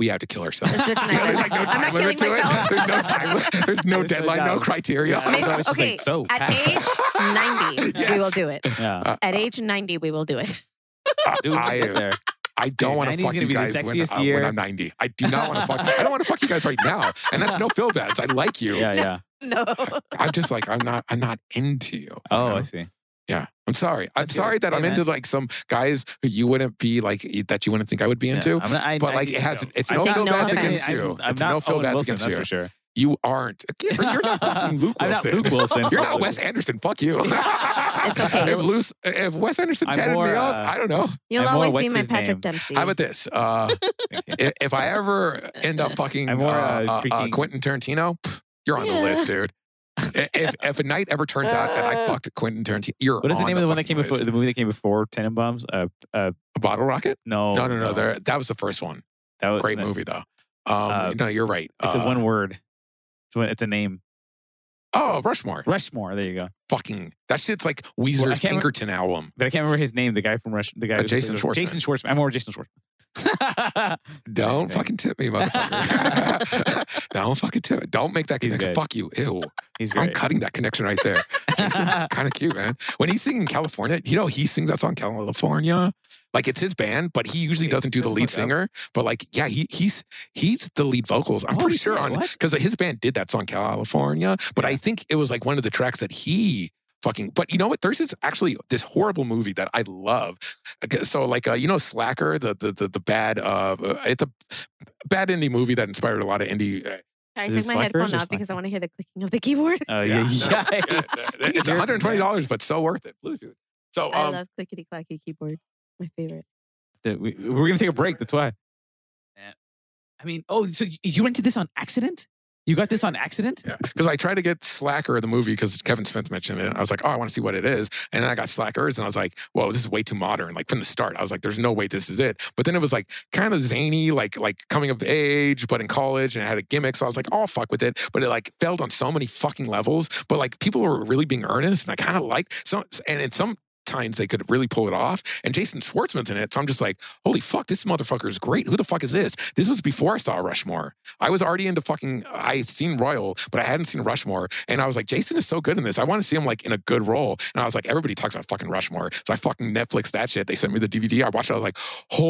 S1: we have to kill ourselves.
S3: Let's do it
S1: You know, there's like no time
S3: tonight. I'm not
S1: limit
S3: killing
S1: to
S3: myself.
S1: it. There's no time. li- There's no
S2: There's no
S1: deadline, no
S2: doubt.
S1: criteria.
S2: Yeah, I was just
S3: okay,
S2: like, so
S3: At
S2: fast.
S3: age 90, we will do it.
S2: yeah.
S3: At age 90, we will do it.
S2: Dude,
S1: Uh, I-
S2: look at there.
S1: I don't
S2: Dude,
S1: want to
S2: 90's
S1: fuck
S2: gonna
S1: you
S2: be the
S1: guys when,
S2: sexiest
S1: uh, when
S2: year.
S1: I'm 90. I do not want to fuck. I don't want to fuck you guys right now. And that's no feel bad. I like you.
S2: Yeah, yeah.
S3: No.
S1: I'm just like I'm not. I'm not into you. you
S2: Oh, I
S1: know?
S2: see.
S1: yeah. I'm sorry. I'm
S2: That's good.
S1: sorry that
S2: Hey,
S1: I'm
S2: man.
S1: into like some guys who you wouldn't be like that. You wouldn't think I would be
S2: Yeah,
S1: into.
S2: I'm not- I-
S1: but
S2: I-
S1: like it has.
S2: no.
S1: It's
S2: I
S1: no
S2: take
S1: feel
S3: no
S1: bad
S3: offense.
S1: against
S2: I'm-
S1: you.
S2: I'm
S1: it's
S2: not
S1: no feel
S2: Owen
S1: bad
S2: Wilson,
S1: against
S2: that's
S1: you.
S2: for sure.
S1: You aren't. You're not fucking Luke Wilson.
S2: I'm not Luke Wilson.
S1: You're not Wes Anderson. Fuck you.
S3: It's okay.
S1: If, Luce, if Wes Anderson
S2: I'm
S1: chatted
S2: more,
S1: me up,
S2: uh,
S1: I don't know.
S3: You'll
S2: And more,
S3: always be
S2: what's
S3: my
S2: his
S3: Patrick
S2: name?
S3: Dempsey.
S1: How about this? Uh,
S2: Anderson.
S1: if, if I ever end up fucking
S2: I'm more,
S1: uh,
S2: uh,
S1: uh, uh,
S2: freaking-
S1: Quentin Tarantino, pff, you're on the
S3: Yeah.
S1: list, dude. if if a night ever turns out that I fucked Quentin Tarantino, you're
S2: What is the
S1: on
S2: name of the one that
S1: fucking
S2: came before
S1: list.
S2: the movie that came before Tenenbaums? Uh, uh,
S1: Bottle Rocket?
S2: Oh, no,
S1: no, no, no. There, that was the first one.
S2: That was,
S1: Great
S2: that-
S1: movie though. Um,
S2: Uh,
S1: no, you're right.
S2: It's
S1: Uh,
S2: a one word. It's a, it's a name.
S1: Oh, Rushmore.
S2: Rushmore. There you go.
S1: Fucking that shit's like
S2: Well, I
S1: Weezer's
S2: can't re-
S1: Pinkerton album.
S2: But I can't remember his name. The guy from Rush. The guy.
S1: Uh,
S2: who was-
S1: Jason Schwartzman.
S2: Jason Schwartzman. I'm more Jason Schwartzman.
S1: Don't
S2: Okay.
S1: fucking tip me, motherfucker. Don't fucking tip. it. Don't make that
S2: He's
S1: connection.
S2: good.
S1: Fuck you. Ew.
S2: He's
S1: I'm
S2: great.
S1: cutting that connection right there. Jason's kind of cute, man. When he's singing California, you know, he sings that song California. Like it's his band, but he usually
S2: Hey,
S1: doesn't do
S2: shut
S1: the
S2: the
S1: lead
S2: fuck up.
S1: singer. But like, yeah, he he's he's the lead vocals. I'm
S2: Oh,
S1: pretty
S2: shit,
S1: sure on
S2: what?
S1: because his band did that song California. But I think it was like one of the tracks that he fucking. But you know what? There's this actually this horrible movie that I love. Okay, So like uh, you know Slacker, the the the, the bad uh, it's a bad indie movie that inspired a lot of indie. Uh,
S3: I
S2: Is
S3: took
S2: it
S3: my
S2: Slackers or
S3: headphone off because I
S2: Slacker?
S3: want to hear the clicking of the keyboard.
S2: Oh yeah, yeah.
S1: no, it's
S2: You're-
S1: 120 dollars, but so worth it. Bluetooth. So
S3: I
S1: um,
S3: love clickety clacky keyboard. My favorite.
S2: That we, we're gonna take a break. That's why. Yeah. I mean, oh, so y- you rented this on accident? You got this on accident?
S1: Yeah, because I tried to get Slacker the movie because Kevin Smith mentioned it. And I was like, oh, I want to see what it is, and then I got Slackers, and I was like, whoa, this is way too modern. Like from the start, I was like, there's no way this is it. But then it was like kind of zany, like like coming of age, but in college, and it had a gimmick. So I was like, oh, fuck with it. But it like failed on so many fucking levels. But like people were really being earnest, and I kind of liked some, and in some. Times they could really pull it off, and Jason Schwartzman's in it. So I'm just like, holy fuck, this motherfucker is great. Who the fuck is this? This was before I saw Rushmore. I was already into fucking. I had seen Royal, but I hadn't seen Rushmore, and I was like, Jason is so good in this. I want to see him like in a good role. And I was like, everybody talks about fucking Rushmore, so I fucking Netflix that shit. They sent me the DVD. I watched it. I was like,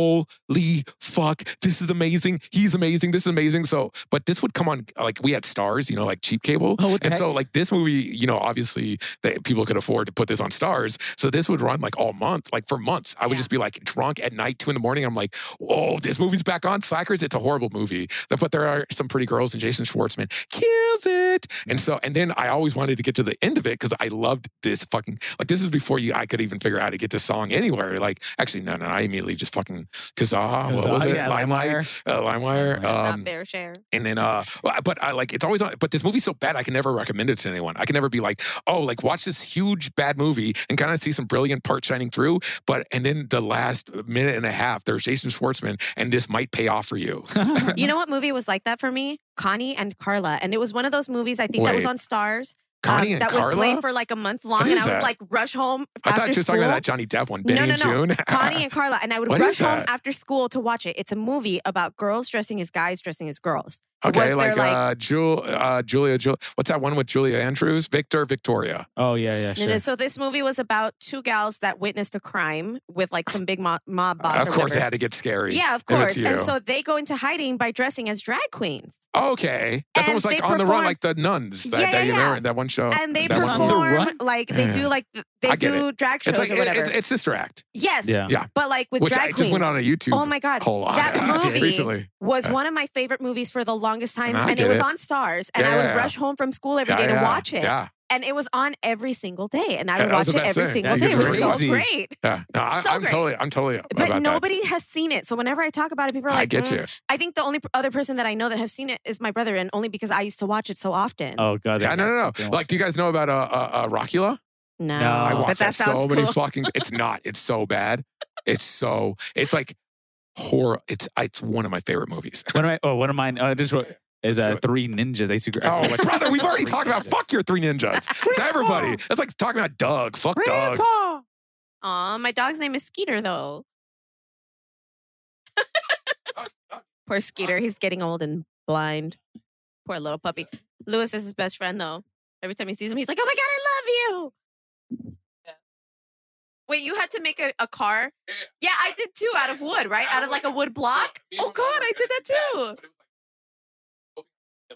S1: holy fuck, this is amazing. He's amazing. This is amazing. So, but this would come on like we had stars, you know, like cheap cable.
S2: Oh, what the
S1: And
S2: heck?
S1: so, like this movie, you know, obviously that people could afford to put this on stars. So this this would run like all month, like for months. I would
S3: Yeah.
S1: just be like drunk at night, two in the morning. I'm like, oh, this movie's back on. Slackers, it's a horrible movie. But there are some pretty girls, and Jason Schwartzman kills it. And so, and then I always wanted to get to the end of it because I loved this fucking, like, this is before you, I could even figure out how to get this song anywhere. Like, actually, no, no, I immediately just fucking, Kazaa, uh, what was
S2: Kazaa,
S1: it?
S2: Oh, yeah,
S1: Limelight,
S2: LimeWire.
S1: uh, LimeWire.
S2: Not
S1: Um,
S3: Not fair share.
S1: and then, uh, well, I- but I like it's always on. But this movie's so bad, I can never recommend it to anyone. I can never be like, oh, like watch this huge bad movie and kind of see some brilliant part shining through. But and then the last minute and a half, there's Jason Schwartzman, and this might pay off for you.
S3: Uh, You know what movie was like that for me? Connie and Carla. And it was one of those movies I think that was
S1: Wait.
S3: on Stars.
S1: Connie
S3: um,
S1: and
S3: that
S1: Carla.
S3: would play for like a month long, and
S1: is
S3: I would
S1: that?
S3: like rush home.
S1: I thought
S3: after
S1: you were talking about
S3: school.
S1: that Johnny Depp one,
S3: No,
S1: Benny
S3: no,
S1: and
S3: no.
S1: June.
S3: Connie and Carla, and I would
S1: What is
S3: rush home
S1: that?
S3: after school to watch it. It's a movie about girls dressing as guys dressing as girls. was
S1: okay,
S3: there,
S1: like,
S3: like-
S1: uh, Jul, uh, Julia, Jul- what's that one with Julia Andrews? Victor, Victoria.
S2: oh yeah, yeah,
S3: No,
S2: sure.
S3: no, so this movie was about two gals that witnessed a crime with like some big mo- mob boss.
S1: of course,
S3: or
S1: it
S3: whatever.
S1: had to get scary.
S3: Yeah, of
S1: Give it
S3: course.
S1: to
S3: And
S1: you.
S3: so they go into hiding by dressing as drag queens.
S1: Okay, that's
S3: And
S1: almost like
S3: they
S1: on the run,
S3: perform-
S1: like the nuns. That, that
S3: Yeah, yeah,
S1: you
S3: yeah.
S1: remember that one show.
S3: And they
S1: Oh, that one-
S2: On the
S3: perform
S2: run?
S3: like they
S1: Yeah.
S3: do like th- they
S1: I get
S3: do drag shows
S1: It's like
S3: or
S1: it-
S3: whatever.
S1: it- it's Sister Act,
S3: yes.
S2: yeah.
S1: Yeah.
S3: But like with
S1: which
S3: drag
S1: I
S3: queens.
S1: just went on a YouTube
S3: oh my god.
S1: whole lot
S3: that movie-
S1: recently.
S3: Was
S1: Uh,
S3: one of my favorite movies for the longest time,
S1: I
S3: and
S1: get
S3: it was
S1: it.
S3: on Stars. And I
S1: Yeah.
S3: would rush home from school every
S1: Yeah,
S3: day to
S1: yeah,
S3: watch it,
S1: Yeah,
S3: and it was on every single day, and I
S1: Yeah,
S3: would
S1: that was
S3: watch
S1: the
S3: it
S1: best
S3: every
S1: thing.
S3: single
S2: That's
S3: day. It was so
S2: crazy.
S3: great,
S1: yeah. No, I,
S3: So
S1: I'm
S3: great.
S1: totally, I'm totally about
S3: but
S1: that.
S3: nobody has seen it. So whenever I talk about it, people are like,
S1: I get
S3: "Mm."
S1: you.
S3: I think the only p- other person that I know that has seen it is my brother, and only because I used to watch it so often.
S2: Oh god.
S1: Yeah,
S2: that
S1: no,
S2: guy-
S1: no, no.
S2: don't-
S1: Like, do you guys know about uh, uh, uh Rockula?
S3: no,
S2: No.
S1: I
S2: Oh.
S1: watched
S3: but that
S1: that, so
S3: sounds
S1: many
S3: cool.
S1: fucking. It's not. It's so bad. It's so. It's like horror. It's it's one of my favorite movies.
S2: one of my oh one of mine uh, just wrote, is
S1: Let's
S2: uh,
S1: do it.
S2: three ninjas. I used to. gr- I
S1: Oh,
S2: collect-
S1: brother, we've already
S2: Three
S1: talked about
S2: Ninjas.
S1: fuck your three ninjas. It's everybody. That's like talking about Doug. Fuck Doug.
S2: Grandpa!
S3: Aw, my dog's name is Skeeter, though. Poor Skeeter. He's getting old and blind. Poor little puppy. Lewis is his best friend, though. Every time he sees him, he's like, oh my God, I love you. Wait, you had to make a, a car?
S1: Yeah.
S3: Yeah, I did too, out of wood, right? Out of like a wood block? Oh God, I did that too.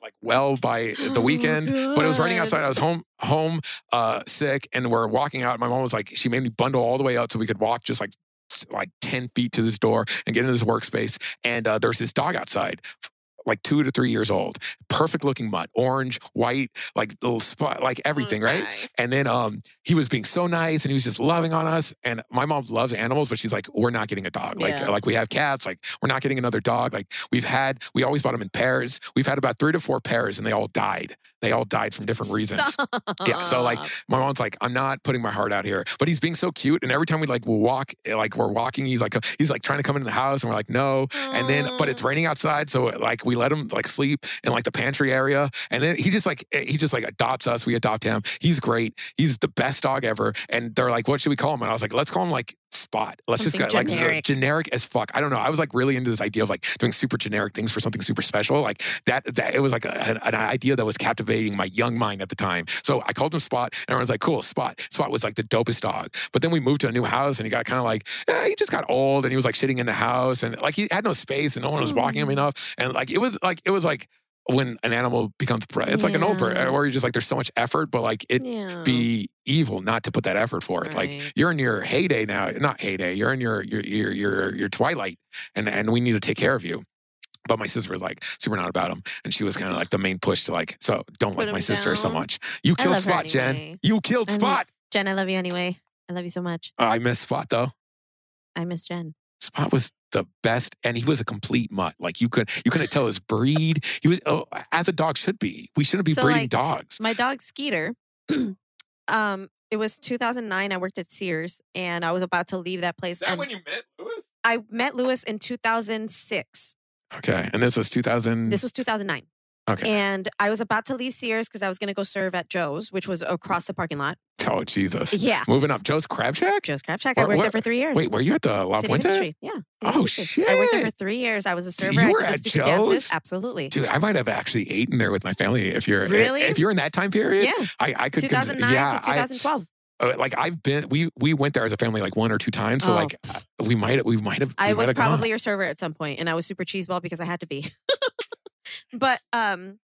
S1: Like well by the
S3: Oh,
S1: weekend, but it was raining
S3: God.
S1: outside. I was home, home, uh, sick, and we're walking out. My mom was like, she made me bundle all the way out so we could walk just like, s- like ten feet to this door and get into this workspace. And uh, there's this dog outside, f- like two to three years old, perfect looking mutt, orange, white, like little spot,
S3: Oh,
S1: like everything, right?
S3: Okay.
S1: And then um, he was being so nice and he was just loving on us. And my mom loves animals, but she's like, we're not getting a dog. Like,
S3: Yeah.
S1: like we have cats, like we're not getting another dog. Like we've had, we always bought them in pairs. We've had about three to four pairs and they all died. They all died from different reasons.
S3: Oh
S1: Yeah, so, like,
S3: Stop.
S1: My mom's like, I'm not putting my heart out here, but he's being so cute. And every time we like walk, eh, like we're walking, he's like, he's like trying to come into the house and we're like, no. And then, but it's
S3: Aw.
S1: raining outside, so uh, like we let him like sleep in like the pantry area, and then he just like he just like adopts us. We adopt him. He's great. He's the best dog ever. And they're like, what should we call him? And I was like, let's call him like Spot. Let's just
S3: Something
S1: get like the-
S3: generic.
S1: generic as fuck. I don't know. I was like really into this idea of like doing super generic things for something super special. Like that. That it was like a, an, an idea that was captivating my young mind at the time. So I called him Spot, and everyone's like, cool. Spot. Spot was like the dopest dog. But then we moved to a new house, and he got kind of like eh, he just got old, and he was like sitting in the house, and like he had no space, and no one was walking him
S3: Mm.
S1: enough, and like it was like it was like when an animal becomes pre- it's like an old bird,
S3: Yeah.
S1: or you're just like there's so much effort, but like it
S3: yeah.
S1: be evil not to put that effort forth.
S3: Right.
S1: Like you're in your heyday now, not heyday. You're in your your your your, your twilight, and and we need to take care of you. But my sister was like super not about him, and she was kind of like the main push to like. So don't
S3: Put
S1: like my
S3: him
S1: sister so
S3: down.
S1: much. You
S3: I
S1: killed
S3: love her
S1: Spot, Jen.
S3: anyway.
S1: You killed
S3: I love-
S1: Spot.
S3: Jen, I love you anyway. I love you so much.
S1: Uh, I miss Spot though.
S3: I miss Jen.
S1: Spot was the best, and he was a complete mutt. Like you could you couldn't tell his breed. He was oh, as a dog should be. We shouldn't be
S3: So,
S1: breeding
S3: like,
S1: dogs.
S3: My dog Skeeter. um, it was 2009. I worked at Sears, and I was about to leave that place. and
S1: you met Lewis?
S3: I met Lewis in 2006.
S1: Okay, and this was 2000.
S3: This was 2009.
S1: Mm. Okay.
S3: And I was about to leave Sears because I was going to go serve at Joe's, which was across the parking lot.
S1: oh Jesus.
S3: Yeah.
S1: Moving up, Joe's Crab Shack.
S3: Joe's Crab Shack.
S1: Wha-
S3: I worked
S1: what-
S3: there for three years.
S1: Wait, were you at the La
S3: City
S1: Puente?
S3: Ministry. Yeah. City
S1: Oh,
S3: Ministry. I worked there for
S1: shit.
S3: three years. I was a server.
S1: You
S3: I did
S1: were
S3: the
S1: at
S3: stupid dances.
S1: Joe's?
S3: Absolutely.
S1: Dude, I might have actually eaten there with my family. If you're
S3: Really?
S1: if you're in that time period,
S3: Yeah.
S1: I, I could. cons-
S3: 2009
S1: yeah,
S3: to 2012.
S1: I, uh, like I've been, we we went there as a family like one or two times. So
S3: Oh,
S1: like uh, we might we might have. we
S3: I
S1: might
S3: was
S1: have gone.
S3: probably your server at some point, and I was super cheeseball because I had to be. but um,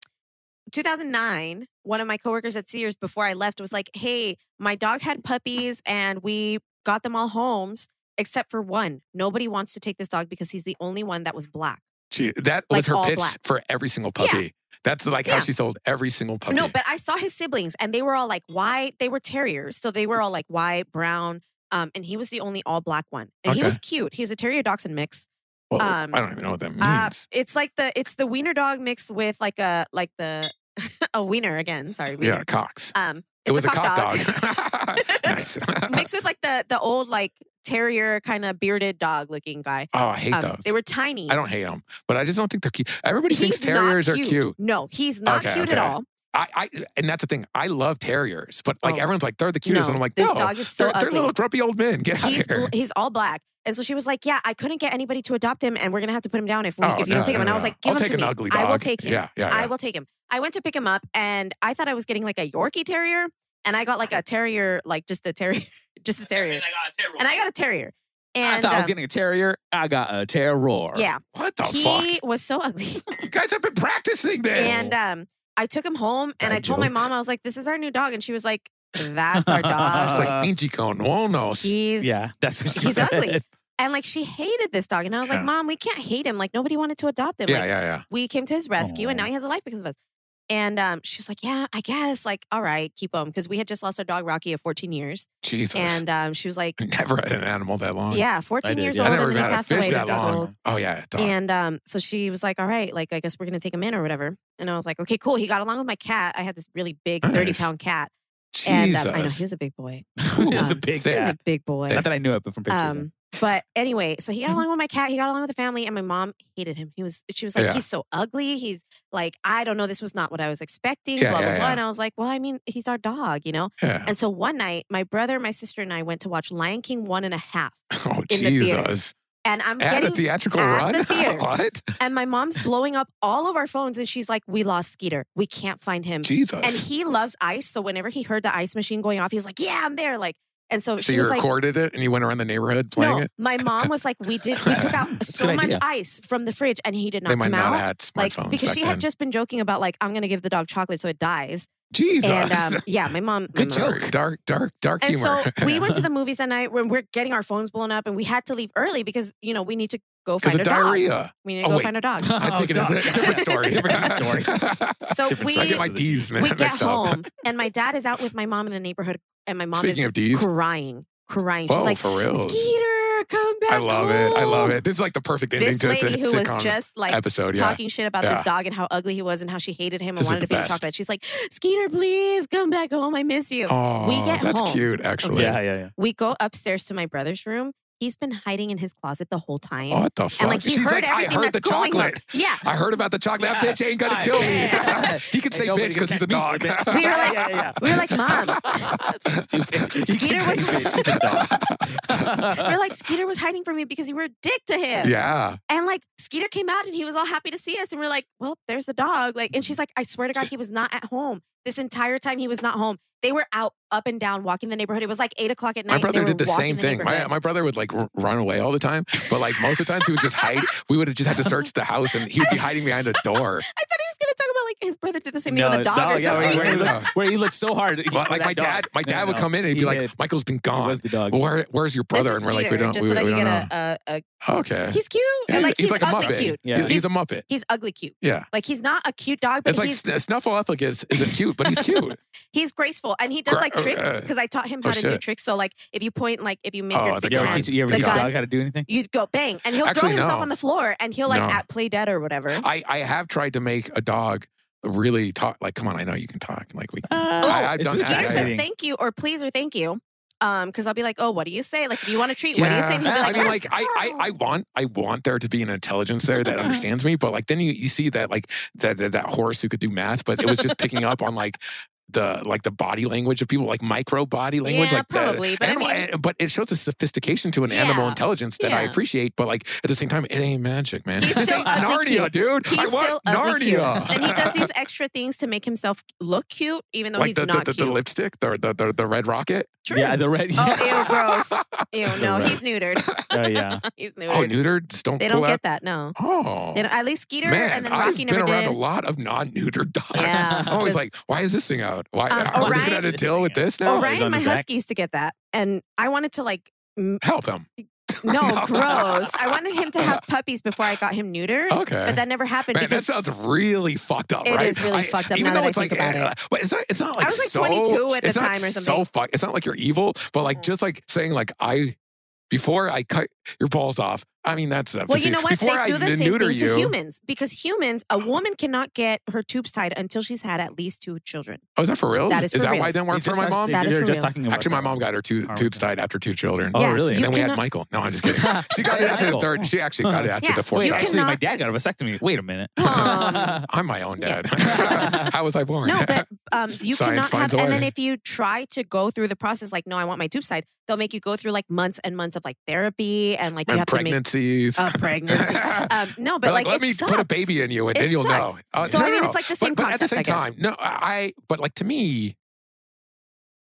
S3: 2009, one of my coworkers at Sears before I left was like, "Hey, my dog had puppies, and we got them all homes except for one. Nobody wants to take this dog because he's the only one that was black.
S1: She, that was
S3: Like
S1: her
S3: all
S1: pitch
S3: black.
S1: for every single puppy. That's like how
S3: Yeah.
S1: she sold every single puppy.
S3: No, but I saw his siblings and they were all like, why? They were terriers. So they were all like, why brown? Um, and he was the only all black one. And he
S1: Okay.
S3: was cute. He's a terrier dachshund mix.
S1: Well,
S3: um,
S1: I don't even know what that means.
S3: Uh, it's like the it's the wiener dog mixed with like a like the a wiener again. Sorry,
S1: yeah,
S3: wiener.
S1: Cox.
S3: Um,
S1: It
S3: it's
S1: was a
S3: cock
S1: cock dog. nice.
S3: mixed with like the the old like terrier kind of bearded dog looking guy.
S1: oh, I hate
S3: Um,
S1: those.
S3: They were tiny.
S1: I don't hate them, but I just don't think they're cute. Everybody thinks
S3: He's not
S1: terriers are cute.
S3: No, he's not
S1: Okay,
S3: cute
S1: okay.
S3: at all.
S1: I, I and that's the thing. I love terriers, but like
S3: Oh.
S1: everyone's like they're the cutest,
S3: No,
S1: and I'm like,
S3: this
S1: no,
S3: dog is so
S1: they're, they're
S3: ugly.
S1: little grumpy old men. Get out
S3: he's
S1: of here.
S3: bl- he's all black. And so she was like, "Yeah, I couldn't get anybody to adopt him, and we're gonna have to put him down if we,
S1: Oh,
S3: if you
S1: no,
S3: don't take him."
S1: no,
S3: And I
S1: no.
S3: was like, "Give
S1: I'll
S3: him
S1: take
S3: to
S1: an
S3: me.
S1: ugly
S3: I will
S1: dog.
S3: take him.
S1: Yeah, yeah,
S3: I
S1: yeah.
S3: will take him." I went to pick him up, and I thought I was getting like a Yorkie Terrier, and I got like a Terrier, like just a Terrier, just a Terrier, and I got a Terrier,
S2: I
S3: and
S2: thought I was
S3: um,
S2: getting a terrier. I got a terror.
S3: yeah,
S1: What the
S3: he
S1: fuck?
S3: was so ugly.
S1: You guys have been practicing this.
S3: and um, I took him home,
S2: Dad
S3: and I told my
S2: jokes.
S3: mom, I was like, "This is our new dog," and she was like, "That's our dog.
S1: it's
S2: Uh,
S1: like Minji Cone, Walnos.
S3: he's
S2: "Oh, Yeah, that's what she
S3: he's
S2: said.
S3: ugly. And like she hated this dog. And I was
S1: Yeah.
S3: like, Mom, we can't hate him. Like nobody wanted to adopt him.
S1: yeah,
S3: like
S1: yeah, yeah.
S3: we came to his rescue and
S2: Aw.
S3: now he has a life because of us. And um, she was like, Yeah, I guess. Like, all right, keep him. Because we had just lost our dog Rocky at 14 years.
S1: Jesus.
S3: And um, she was like,
S1: I never had an animal that long.
S3: Yeah, 14
S2: did,
S3: years
S2: yeah.
S1: I
S3: old.
S1: never
S3: and
S1: even
S3: then
S1: had
S3: he
S1: a
S3: passed
S1: fish
S3: away
S1: that
S3: at six years
S1: long.
S3: old.
S1: Oh yeah, dog.
S3: And um, so she was like, All right, like I guess we're gonna take him in or whatever. And I was like, Okay, cool. He got along with my cat. I had this really big 30
S1: Nice.
S3: pound cat. And
S1: Jesus.
S3: um, I know he was a big boy.
S2: It was a
S3: Um,
S2: big
S1: thick.
S3: He was
S2: cat.
S3: a big boy.
S2: Not that I knew it, but from pictures.
S3: Um, but anyway, so he got
S1: Mm-hmm.
S3: along with my cat. He got along with the family, and my mom hated him. He was, she was like,
S1: Yeah.
S3: he's so ugly. He's like, I don't know. This was not what I was expecting.
S1: Yeah,
S3: blah blah
S1: yeah,
S3: blah.
S1: yeah.
S3: And I was like, well, I mean, he's our dog, you know.
S1: yeah.
S3: And so one night, my brother, my sister, and I went to watch Lion King one and a half.
S1: Oh
S3: in the
S1: Jesus.
S3: And I'm
S1: At a
S3: getting,
S1: theatrical
S3: at
S1: run.
S3: the theaters.
S1: what?
S3: and my mom's blowing up all of our phones, and she's like, we lost Skeeter. We can't find him.
S1: Jesus.
S3: And he loves ice, so whenever he heard the ice machine going off, he was like, yeah, I'm there. Like, and so,
S1: so
S3: she
S1: you
S3: was like.
S1: recorded it and you went around the neighborhood playing
S3: No,
S1: it.
S3: my mom was like, we did. We took out
S2: That's a
S3: so
S2: good
S3: much
S2: idea.
S3: ice from the fridge, and he did not
S1: They might
S3: come
S1: not
S3: out.
S1: have had
S3: like
S1: smartphones
S3: because
S1: back
S3: she
S1: then.
S3: had just been joking about like I'm gonna give the dog chocolate so it dies,
S1: Jesus.
S3: and um, yeah, my mom. my
S2: Good
S3: mom-
S2: joke.
S1: dark, dark, dark, dark
S3: And
S1: humor.
S3: so we went to the movies that night when we're getting our phones blown up, and we had to leave early because you know we need to go
S1: because
S3: find
S1: of
S3: a dog.
S1: diarrhea.
S3: We need
S1: Oh,
S3: to go
S1: wait.
S3: find a dog.
S1: I'm
S2: Oh,
S1: thinking
S2: dog.
S1: of a different story.
S2: Different kind of story.
S3: So
S2: Different
S3: we
S1: I
S2: story.
S1: get my D's
S3: we
S1: mi-
S3: get
S1: mixed up.
S3: home, and my dad is out with my mom in a neighborhood, and my mom
S1: Speaking
S3: is
S1: of D's,
S3: crying, crying. She's
S1: whoa,
S3: like,
S1: for real.
S3: Skeeter, come back.
S1: I love it. I love
S3: home."
S1: it. This is like the perfect ending
S3: This
S1: to a sit-
S3: lady who
S1: sitcom
S3: was just like
S1: episode. Yeah.
S3: talking shit about
S1: Yeah.
S3: this dog and how ugly he was and how she hated him and
S1: This is
S3: wanted
S1: the
S3: to feed him
S1: best.
S3: chocolate. She's like, Skeeter, please come back home. I miss you.
S1: Oh,
S3: We get
S1: that's
S3: home.
S1: cute, actually.
S2: yeah, yeah, yeah.
S3: We go upstairs to my brother's room. He's been hiding in his closet the whole time.
S1: What the fuck?
S3: and like he
S1: She's
S3: heard
S1: like, I
S3: everything
S1: heard the
S3: that's going
S1: chocolate.
S3: on. Yeah.
S1: I heard about the chocolate. That
S2: Yeah.
S1: bitch ain't gonna
S2: I-
S1: kill me.
S2: Yeah.
S1: he could
S2: Ain't
S1: say
S2: nobody
S1: bitch
S2: gonna
S1: because he's a
S2: catch
S1: dog.
S2: me
S3: We were like-
S2: yeah, yeah.
S3: We were like, Mom.
S2: That's so stupid.
S3: Skeeter
S2: He
S3: was-
S2: thinks he's a dog.
S3: We're like, Skeeter was hiding from me because you were a dick to him.
S1: yeah.
S3: And like Skeeter came out and he was all happy to see us. And we're like, Well, there's the dog. Like, and she's like, I swear to God, he was not at home. This entire time he was not home. They were out up and down walking the neighborhood. It was like eight o'clock at night.
S1: My
S3: They
S1: brother
S3: were
S1: did the
S3: walking
S1: same
S3: the
S1: thing. My,
S3: neighborhood.
S1: my brother would like r- run away all the time, but like most of the times he would just hide. We would have just had to search the house and he would be hiding behind a door.
S3: I thought he was gonna talk about like his brother did the same thing with a dog
S2: dog,
S3: or
S2: yeah,
S3: something.
S2: where, he
S1: No, no,
S2: looked, where he looked so hard. he-
S1: But like
S2: that
S1: my
S2: dog.
S1: dad, my
S2: No, no,
S1: dad would
S2: no.
S1: come in and he'd be
S2: He
S1: like,
S2: did.
S1: Michael's been
S2: It
S1: gone.
S2: was the dog.
S1: Where, where's your
S3: This
S1: brother?
S3: is
S1: And we're like, we
S3: Peter,
S1: don't,
S3: just
S1: we,
S3: so that
S1: we
S3: you
S1: don't know.
S3: get a, a,
S1: okay.
S3: a he's cute
S1: Yeah,
S3: and like he's,
S1: like a
S3: ugly
S1: Muppet.
S3: cute.
S1: He-
S2: Yeah.
S1: He's a Muppet.
S3: He's ugly cute.
S1: Yeah.
S3: Like he's not a cute dog, but
S1: It's like
S3: he's
S1: Sn- Snuffleupagus isn't cute, but he's cute.
S3: he's graceful and he does
S1: Gra-
S3: like tricks
S1: uh,
S3: because I taught him
S1: oh,
S3: how to do
S1: shit.
S3: tricks. So like if you point like if you make
S1: Oh,
S3: your
S1: the
S2: You
S3: finger
S2: ever
S1: dog.
S3: on,
S2: teach, you ever
S3: The
S2: teach a
S3: dog.
S2: dog how to do anything?
S3: you go bang and he'll
S1: Actually,
S3: throw himself
S1: no.
S3: on the floor and he'll like
S1: No.
S3: at play dead or whatever.
S1: I, I have tried to make a dog really talk. Like, come on, I know you can talk. Like, we I- I've
S2: It's
S1: done
S2: just
S1: that.
S3: Peter
S1: Yeah,
S3: says
S2: fascinating.
S3: thank you or please or thank you. Um, because I'll be like, oh, what do you say? Like, if you want a treat, what do you say? And he'll be
S1: I
S3: like, "Ah,
S1: mean, like, I, I, I want, I want there to be an intelligence there
S3: Uh-huh.
S1: that understands me, but like, then you, you see that, like, that, that that horse who could do math, but it was just picking up on like the like the body language of people, like micro body language,
S3: yeah,
S1: like the
S3: probably. But I
S1: animal.
S3: mean,
S1: and- but it shows the sophistication to an animal
S3: Yeah.
S1: intelligence that I
S3: Yeah.
S1: appreciate. But like at the same time, it ain't magic, man.
S3: He's
S1: this
S3: still
S1: ain't
S3: ugly
S1: Narnia,
S3: cute.
S1: dude.
S3: He's
S1: I
S3: still
S1: want
S3: ugly cute.
S1: Narnia.
S3: and he does these extra things to make himself look cute, even though
S1: like
S3: he's
S1: the,
S3: not
S1: the, the,
S3: cute.
S1: the lipstick, the, the the the red rocket.
S3: True.
S2: Yeah, the red.
S3: oh, ew, gross. Ew, no,
S2: red.
S3: he's neutered.
S2: Oh, yeah.
S3: He's neutered.
S1: Oh, neutered. Don't
S3: they
S1: pull
S3: don't
S1: out.
S3: get that. No.
S1: Oh.
S3: They don't- at least Skeeter
S1: Man,
S3: and then
S1: I've
S3: Rocky
S1: been
S3: never
S1: around
S3: did.
S1: a lot of non-neutered dogs.
S3: Yeah.
S1: I'm always
S3: Just-
S1: like, why is this thing out? Why
S3: Um,
S1: I'm just
S3: Orion- Oh,
S1: gonna have to deal with this now?
S2: he's
S3: Orion,
S2: on
S3: my
S2: his back.
S3: husky, used to get that, and I wanted to like
S1: Help him.
S3: No, gross. I wanted him to have puppies before I got him neutered,
S1: Oh, Okay.
S3: but that never happened
S1: Man, that
S3: because
S1: sounds really fucked up,
S3: It
S1: right?
S3: is really fucked up
S1: Even
S3: now that
S1: though
S3: I
S1: it's like,
S3: think about
S1: eh,
S3: it.
S1: But it's not, it's not like
S3: I was like
S1: so,
S3: 22 at the
S1: it's not
S3: time or
S1: So
S3: something.
S1: fuck, it's not like you're evil, but like
S3: Mm.
S1: just like saying like I, before I cut your balls off. I mean that's uh,
S3: well, you
S1: see,
S3: know what? They
S1: Before I
S3: do the same
S1: neuter
S3: thing
S1: you,
S3: to humans because humans, a woman cannot get her tubes tied until she's had at least two children.
S1: Oh, is that for real?
S3: That is for
S1: that why
S3: reals.
S1: it didn't work for my mom?
S3: That is for real.
S1: Actually, my mom got her two
S2: Oh,
S1: tubes
S2: okay.
S1: tied after two children.
S2: Oh,
S3: yeah,
S2: really?
S1: and
S3: you
S1: then we had
S3: cannot-
S1: Michael. No, I'm just kidding. She got it after the
S2: Michael.
S1: third. She actually got it after
S3: Yeah,
S1: the fourth.
S2: Wait,
S3: You
S1: child.
S2: actually, my
S3: cannot-
S2: dad got a vasectomy. Wait a minute.
S3: Um,
S1: I'm my own
S3: Yeah.
S1: dad. How was I born?
S3: No, but um, you
S1: Science
S3: cannot have.
S1: finds a
S3: And then
S1: way.
S3: if you try to go through the process, like, no, I want my tubes tied, they'll make you go through like months and months of like therapy and like you
S1: and
S3: have
S1: pregnancies.
S3: to make a pregnancy. Um, no, but
S1: They're
S3: like,
S1: let
S3: it
S1: me
S3: sucks.
S1: put a baby in you, and
S3: It
S1: then you'll
S3: sucks.
S1: know. Uh,
S3: So
S1: no,
S3: I mean,
S1: no,
S3: it's
S1: no.
S3: like the same
S1: but, but at the
S3: concept, I
S1: same
S3: guess.
S1: time, no, I. But like to me,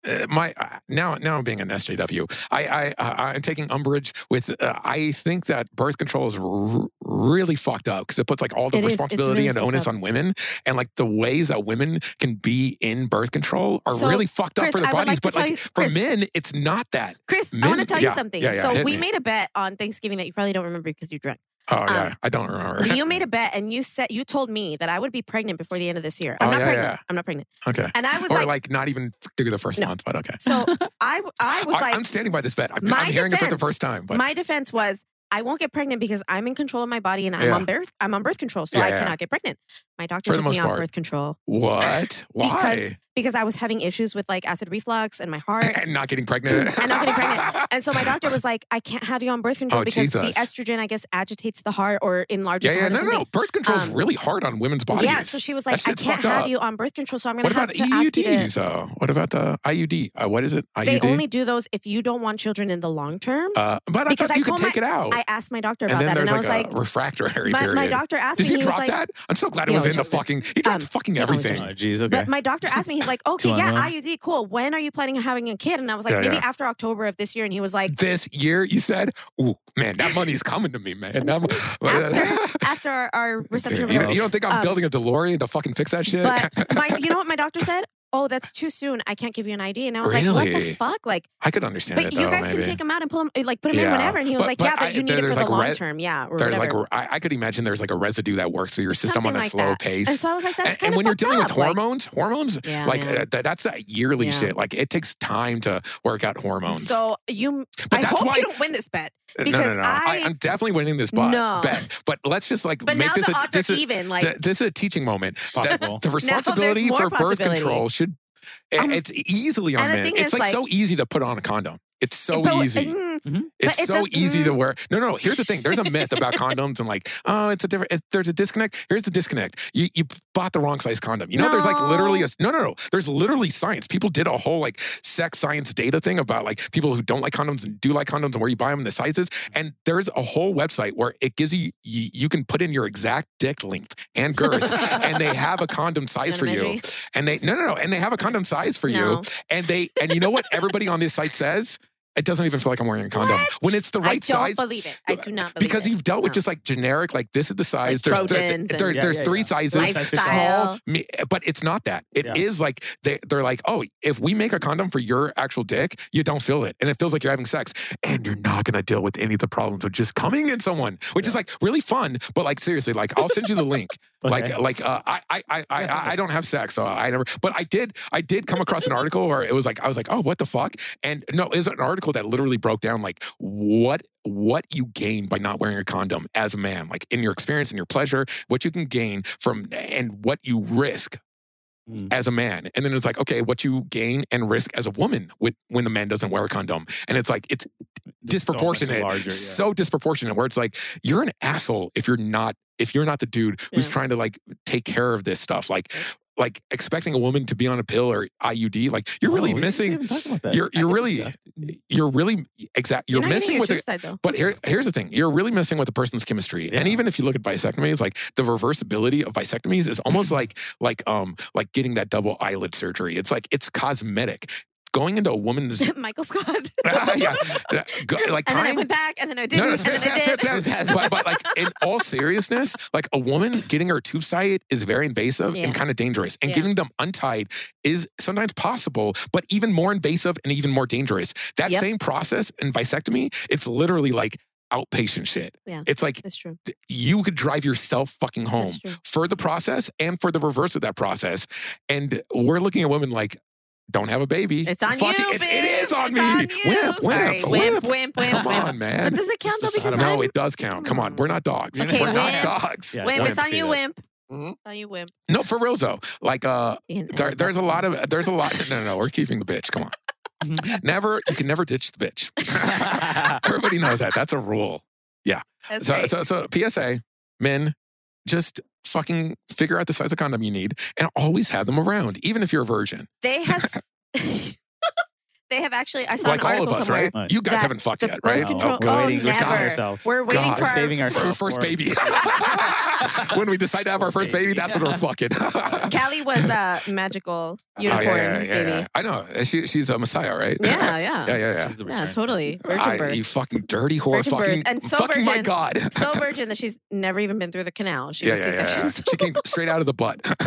S1: uh, my uh, now now I'm being an SJW. I I uh, I'm taking umbrage with. Uh, I think that birth control is r- really fucked up because it puts like all the
S3: It is. It's
S1: responsibility
S3: really
S1: and
S3: fucked
S1: onus
S3: up.
S1: on women, and like the ways that women can be in birth control are
S3: So,
S1: really fucked up
S3: Chris,
S1: for their
S3: I would
S1: bodies.
S3: like to
S1: but
S3: tell
S1: like
S3: you-
S1: for
S3: Chris.
S1: men, it's not that.
S3: Chris, I
S1: Men-
S3: want to tell
S1: yeah,
S3: you something.
S1: yeah, yeah,
S3: so
S1: hit
S3: we
S1: me.
S3: made a bet on Thanksgiving that you probably don't remember because you drank.
S1: Oh
S3: Um,
S1: yeah, I don't remember.
S3: But you made a bet and you said you told me that I would be pregnant before the end of this year. I'm
S1: Oh,
S3: not
S1: yeah,
S3: pregnant.
S1: yeah.
S3: I'm not pregnant.
S1: okay,
S3: And I was
S1: or
S3: like,
S1: like, not even through the first
S3: No.
S1: month, but okay.
S3: so I I was
S1: I,
S3: like,
S1: am standing by this bet. I'm,
S3: my
S1: I'm hearing it for the
S3: defense-
S1: first time, but
S3: my defense was I won't get pregnant because I'm in control of my body and I'm
S1: Yeah.
S3: on birth I'm on birth control, so
S1: Yeah,
S3: I
S1: yeah.
S3: cannot get pregnant. My doctor
S1: For the
S3: took
S1: most
S3: me on
S1: part.
S3: birth control
S1: what? Why?
S3: because I was having issues with like acid reflux and my heart.
S1: and not getting pregnant.
S3: And not getting pregnant. And so my doctor was like, I can't have you on birth control
S1: Oh,
S3: because
S1: Jesus.
S3: the estrogen, I guess, agitates the heart or enlarges
S1: Yeah,
S3: the
S1: yeah,
S3: heart. or
S1: no, no,
S3: something.
S1: no. Birth control is
S3: Um,
S1: really hard on women's bodies.
S3: Yeah, so she was
S1: That
S3: like, I
S1: shit's
S3: can't
S1: fucked
S3: have
S1: up.
S3: you on birth control, so I'm
S1: What
S3: gonna have
S1: about E
S3: to ask you to
S1: EUDs? though? What about the IUD? Uh, what is it? IUD.
S3: they only do those if you don't want children in the long term.
S1: uh, but I
S3: because
S1: thought
S3: I
S1: you could
S3: told
S1: take it out.
S3: I asked my doctor
S1: Oh. and
S3: about
S1: then
S3: that,
S1: there's
S3: and I
S1: like
S3: was
S1: a
S3: like,
S1: refractory
S3: my,
S1: period.
S3: my doctor asked
S1: Did
S3: me,
S1: he
S3: he was
S1: drop
S3: like,
S1: that? I'm so glad it
S3: He
S1: was in the
S3: always drops
S1: fucking. He dropped
S3: Um,
S1: fucking
S3: he always
S1: everything.
S3: drops
S2: Oh, jeez. Okay.
S3: But my doctor asked me, he's like, okay,
S2: on
S3: yeah,
S2: one.
S3: IUD, cool. When are you planning on having a kid? And I was like,
S1: Yeah,
S3: maybe
S1: yeah.
S3: after October of this year. And he was like,
S1: This year, you said, "Ooh, man, that money's coming to me, man." That mo-
S3: after, after our, our reception.
S1: Dude,
S3: of
S1: you,
S3: our-
S1: you don't think I'm
S3: Um,
S1: building a DeLorean to fucking fix that shit?
S3: But my, you know what my doctor said? Oh, that's too soon. I can't give you an ID. And I was like, what
S1: Really?
S3: the fuck? Like,
S1: I could understand
S3: but
S1: it.
S3: you
S1: though,
S3: guys
S1: maybe.
S3: can take them out and pull them, like, put them in
S1: Yeah.
S3: whenever. And he was
S1: But-
S3: like,
S1: but
S3: yeah, but
S1: I-
S3: you need
S1: there-
S3: it for
S1: there's
S3: the
S1: like
S3: long
S1: red-
S3: term. Yeah. Or
S1: there's
S3: whatever.
S1: like I, I could imagine there's like a residue that works through your system on a
S3: Something like
S1: slow
S3: that.
S1: pace.
S3: and so I was like, that's
S1: and, and
S3: kind of
S1: when you're dealing with hormones, hormones
S3: Yeah,
S1: like
S3: man.
S1: uh, th- that's that yearly
S3: Yeah.
S1: shit. Like it takes time to work out hormones.
S3: So you,
S1: But
S3: I
S1: that's
S3: hope
S1: why-
S3: you don't win this bet.
S1: Uh, no, no,
S3: because
S1: no. I,
S3: I-
S1: am definitely winning this bu-
S3: No.
S1: bet. But let's just like
S3: But
S1: make
S3: now
S1: this
S3: the
S1: a, this
S3: odds are
S1: is,
S3: even.
S1: th-
S3: Like,
S1: this is a teaching moment. That
S2: Possible.
S1: the responsibility
S3: more
S1: for birth
S3: possibility.
S1: control should it-
S3: Um,
S1: it's easily on
S3: and the
S1: men.
S3: thing
S1: It's
S3: is,
S1: like,
S3: like-
S1: so easy to put on a condom. It's so
S3: but-
S1: easy.
S3: mm, But
S1: It's
S3: it
S1: so
S3: does-
S1: easy to
S3: mm.
S1: wear. No, no. Here's the thing. There's a myth about condoms and like, oh, it's a different. It, there's a disconnect. Here's the disconnect. You you bought the wrong size condom. You know, there's like literally a s- no, no, no. There's literally science. People did a whole like sex science data thing about like people who don't like condoms and do like condoms and where you buy them and the sizes. And there's a whole website where it gives you you, you can put in your exact dick length and girth, and they have a condom size for you.
S3: Anatomy.
S1: And they no, no, no. And they have a condom size for you.
S3: No.
S1: And they and you know what everybody on this site says? It doesn't even feel like I'm wearing a condom
S3: What?
S1: when it's the right
S3: I don't
S1: size.
S3: believe it. I do not believe
S1: Because
S3: it.
S1: you've dealt with
S3: No.
S1: just like generic, like this is the size. there's there-
S3: Trojans
S1: there-
S3: and-
S2: Yeah,
S1: there's
S2: yeah,
S1: three
S2: yeah.
S1: sizes. Small,
S3: Lifestyle.
S1: me, but it's not that. It is
S2: Yeah.
S1: like they, they're like, oh, if we make a condom for your actual dick, you don't feel it, and it feels like you're having sex, and you're not gonna deal with any of the problems of just coming in someone, which is like really fun. But like seriously, like I'll send you the link.
S2: Okay.
S1: Like, like uh, I, I, I, I,
S2: Yes,
S1: I- I don't have sex, so I never. But I did, I did come across an article where it was like, I was like, oh, what the fuck? And no, it was an article that literally broke down like what what you gain by not wearing a condom as a man, like in your experience and your pleasure, what you can gain from, and what you risk
S2: Mm.
S1: as a man. And then it's like, okay, what you gain and risk as a woman with when the man doesn't wear a condom, and it's like it's
S2: It's so much
S1: disproportionate.
S2: larger, yeah.
S1: so disproportionate where it's like you're an asshole if you're not if you're not the dude who's
S3: Yeah.
S1: trying to like take care of this stuff like like expecting a woman to be on a pill or IUD like you're really
S2: Oh, we didn't
S1: missing
S2: even talk about that.
S1: you're-
S2: I
S1: you're
S2: think
S1: really-
S2: it's stuff.
S1: you're really exact you're,
S3: not getting
S1: missing
S3: your
S1: with the
S3: tube side, though.
S1: but here, here's the thing: you're really messing with the person's chemistry. And
S2: Yeah.
S1: even if you look at bisectomies, like the reversibility of
S2: Mm-hmm.
S1: bisectomies is almost like like um like getting that double eyelid surgery. It's like it's cosmetic. going into a woman's
S3: Michael Scott.
S1: yeah, go- like
S3: and then I
S1: trying-
S3: went back, and then I didn't,
S1: No, no,
S3: and
S1: stop,
S3: then
S1: stop,
S3: I
S1: stop,
S3: did.
S1: stop, stop. But, but like in all seriousness, like a woman getting her tubes tied is very invasive
S3: Yeah.
S1: and kind of dangerous, and
S3: Yeah.
S1: getting them untied is sometimes possible, but even more invasive and even more dangerous. That
S3: Yep.
S1: same process in vasectomy, it's literally like outpatient shit.
S3: Yeah.
S1: It's like
S3: That's true.
S1: you could drive yourself fucking home
S3: That's true.
S1: for the process and for the reverse of that process. And we're looking at women like, don't have a baby.
S3: It's on
S1: Fuck
S3: you,
S1: it, it
S3: bitch.
S1: is on
S3: It's
S1: me.
S3: on you.
S1: Wimp, wimp,
S3: Sorry,
S1: wimp.
S3: wimp, wimp, wimp,
S1: Come
S3: wimp.
S1: on, man.
S3: But does it count though? Because
S1: no,
S3: I'm-
S1: it does count. Come on, we're not dogs.
S3: Okay,
S1: we're not
S3: wimp.
S1: dogs.
S2: Yeah,
S3: wimp,
S2: don't
S3: it's on
S2: say
S3: you,
S2: that.
S3: wimp.
S1: Mhm.
S3: It's on you, wimp.
S1: No, for real though. Like, uh, there, there's a lot of there's a lot. No, no, no, we're keeping the bitch. Come on.
S3: Mm-hmm.
S1: never, you can never ditch the bitch. Everybody knows that. That's a rule.
S3: That's
S1: So,
S3: right.
S1: so, so, PSA, men, just fucking figure out the size of condom you need and always have them around, even if you're a virgin.
S3: They have. s- they have actually. I saw
S1: like
S3: an
S1: all
S3: article
S1: of us,
S3: somewhere.
S1: right?
S2: Right.
S1: You guys
S3: That
S1: haven't fucked
S3: the
S1: yet,
S3: birth
S1: right?
S2: No,
S3: control-
S2: We're
S3: oh,
S2: waiting. We're
S3: never.
S2: saving ourselves.
S3: We're waiting
S1: God.
S3: for our,
S2: saving
S1: For our
S2: ourselves.
S1: first
S2: for-
S1: baby. when we decide to have our first baby, that's when we're fucking.
S3: Callie was a magical
S1: Oh,
S3: unicorn
S1: yeah, yeah, yeah,
S3: baby.
S1: yeah. I know. And She, she's a messiah, right?
S3: Yeah, yeah.
S1: yeah, yeah, yeah.
S2: She's the
S3: Yeah,
S2: return.
S3: totally. Virgin
S1: I-
S3: birth.
S1: you fucking dirty whore.
S3: Virgin birth.
S1: fucking
S3: And so
S1: fucking my
S3: virgin.
S1: God.
S3: So virgin that she's never even been through the canal. She
S1: yeah,
S3: was
S1: yeah, yeah, yeah.
S3: C-sections.
S1: She came straight out of the butt.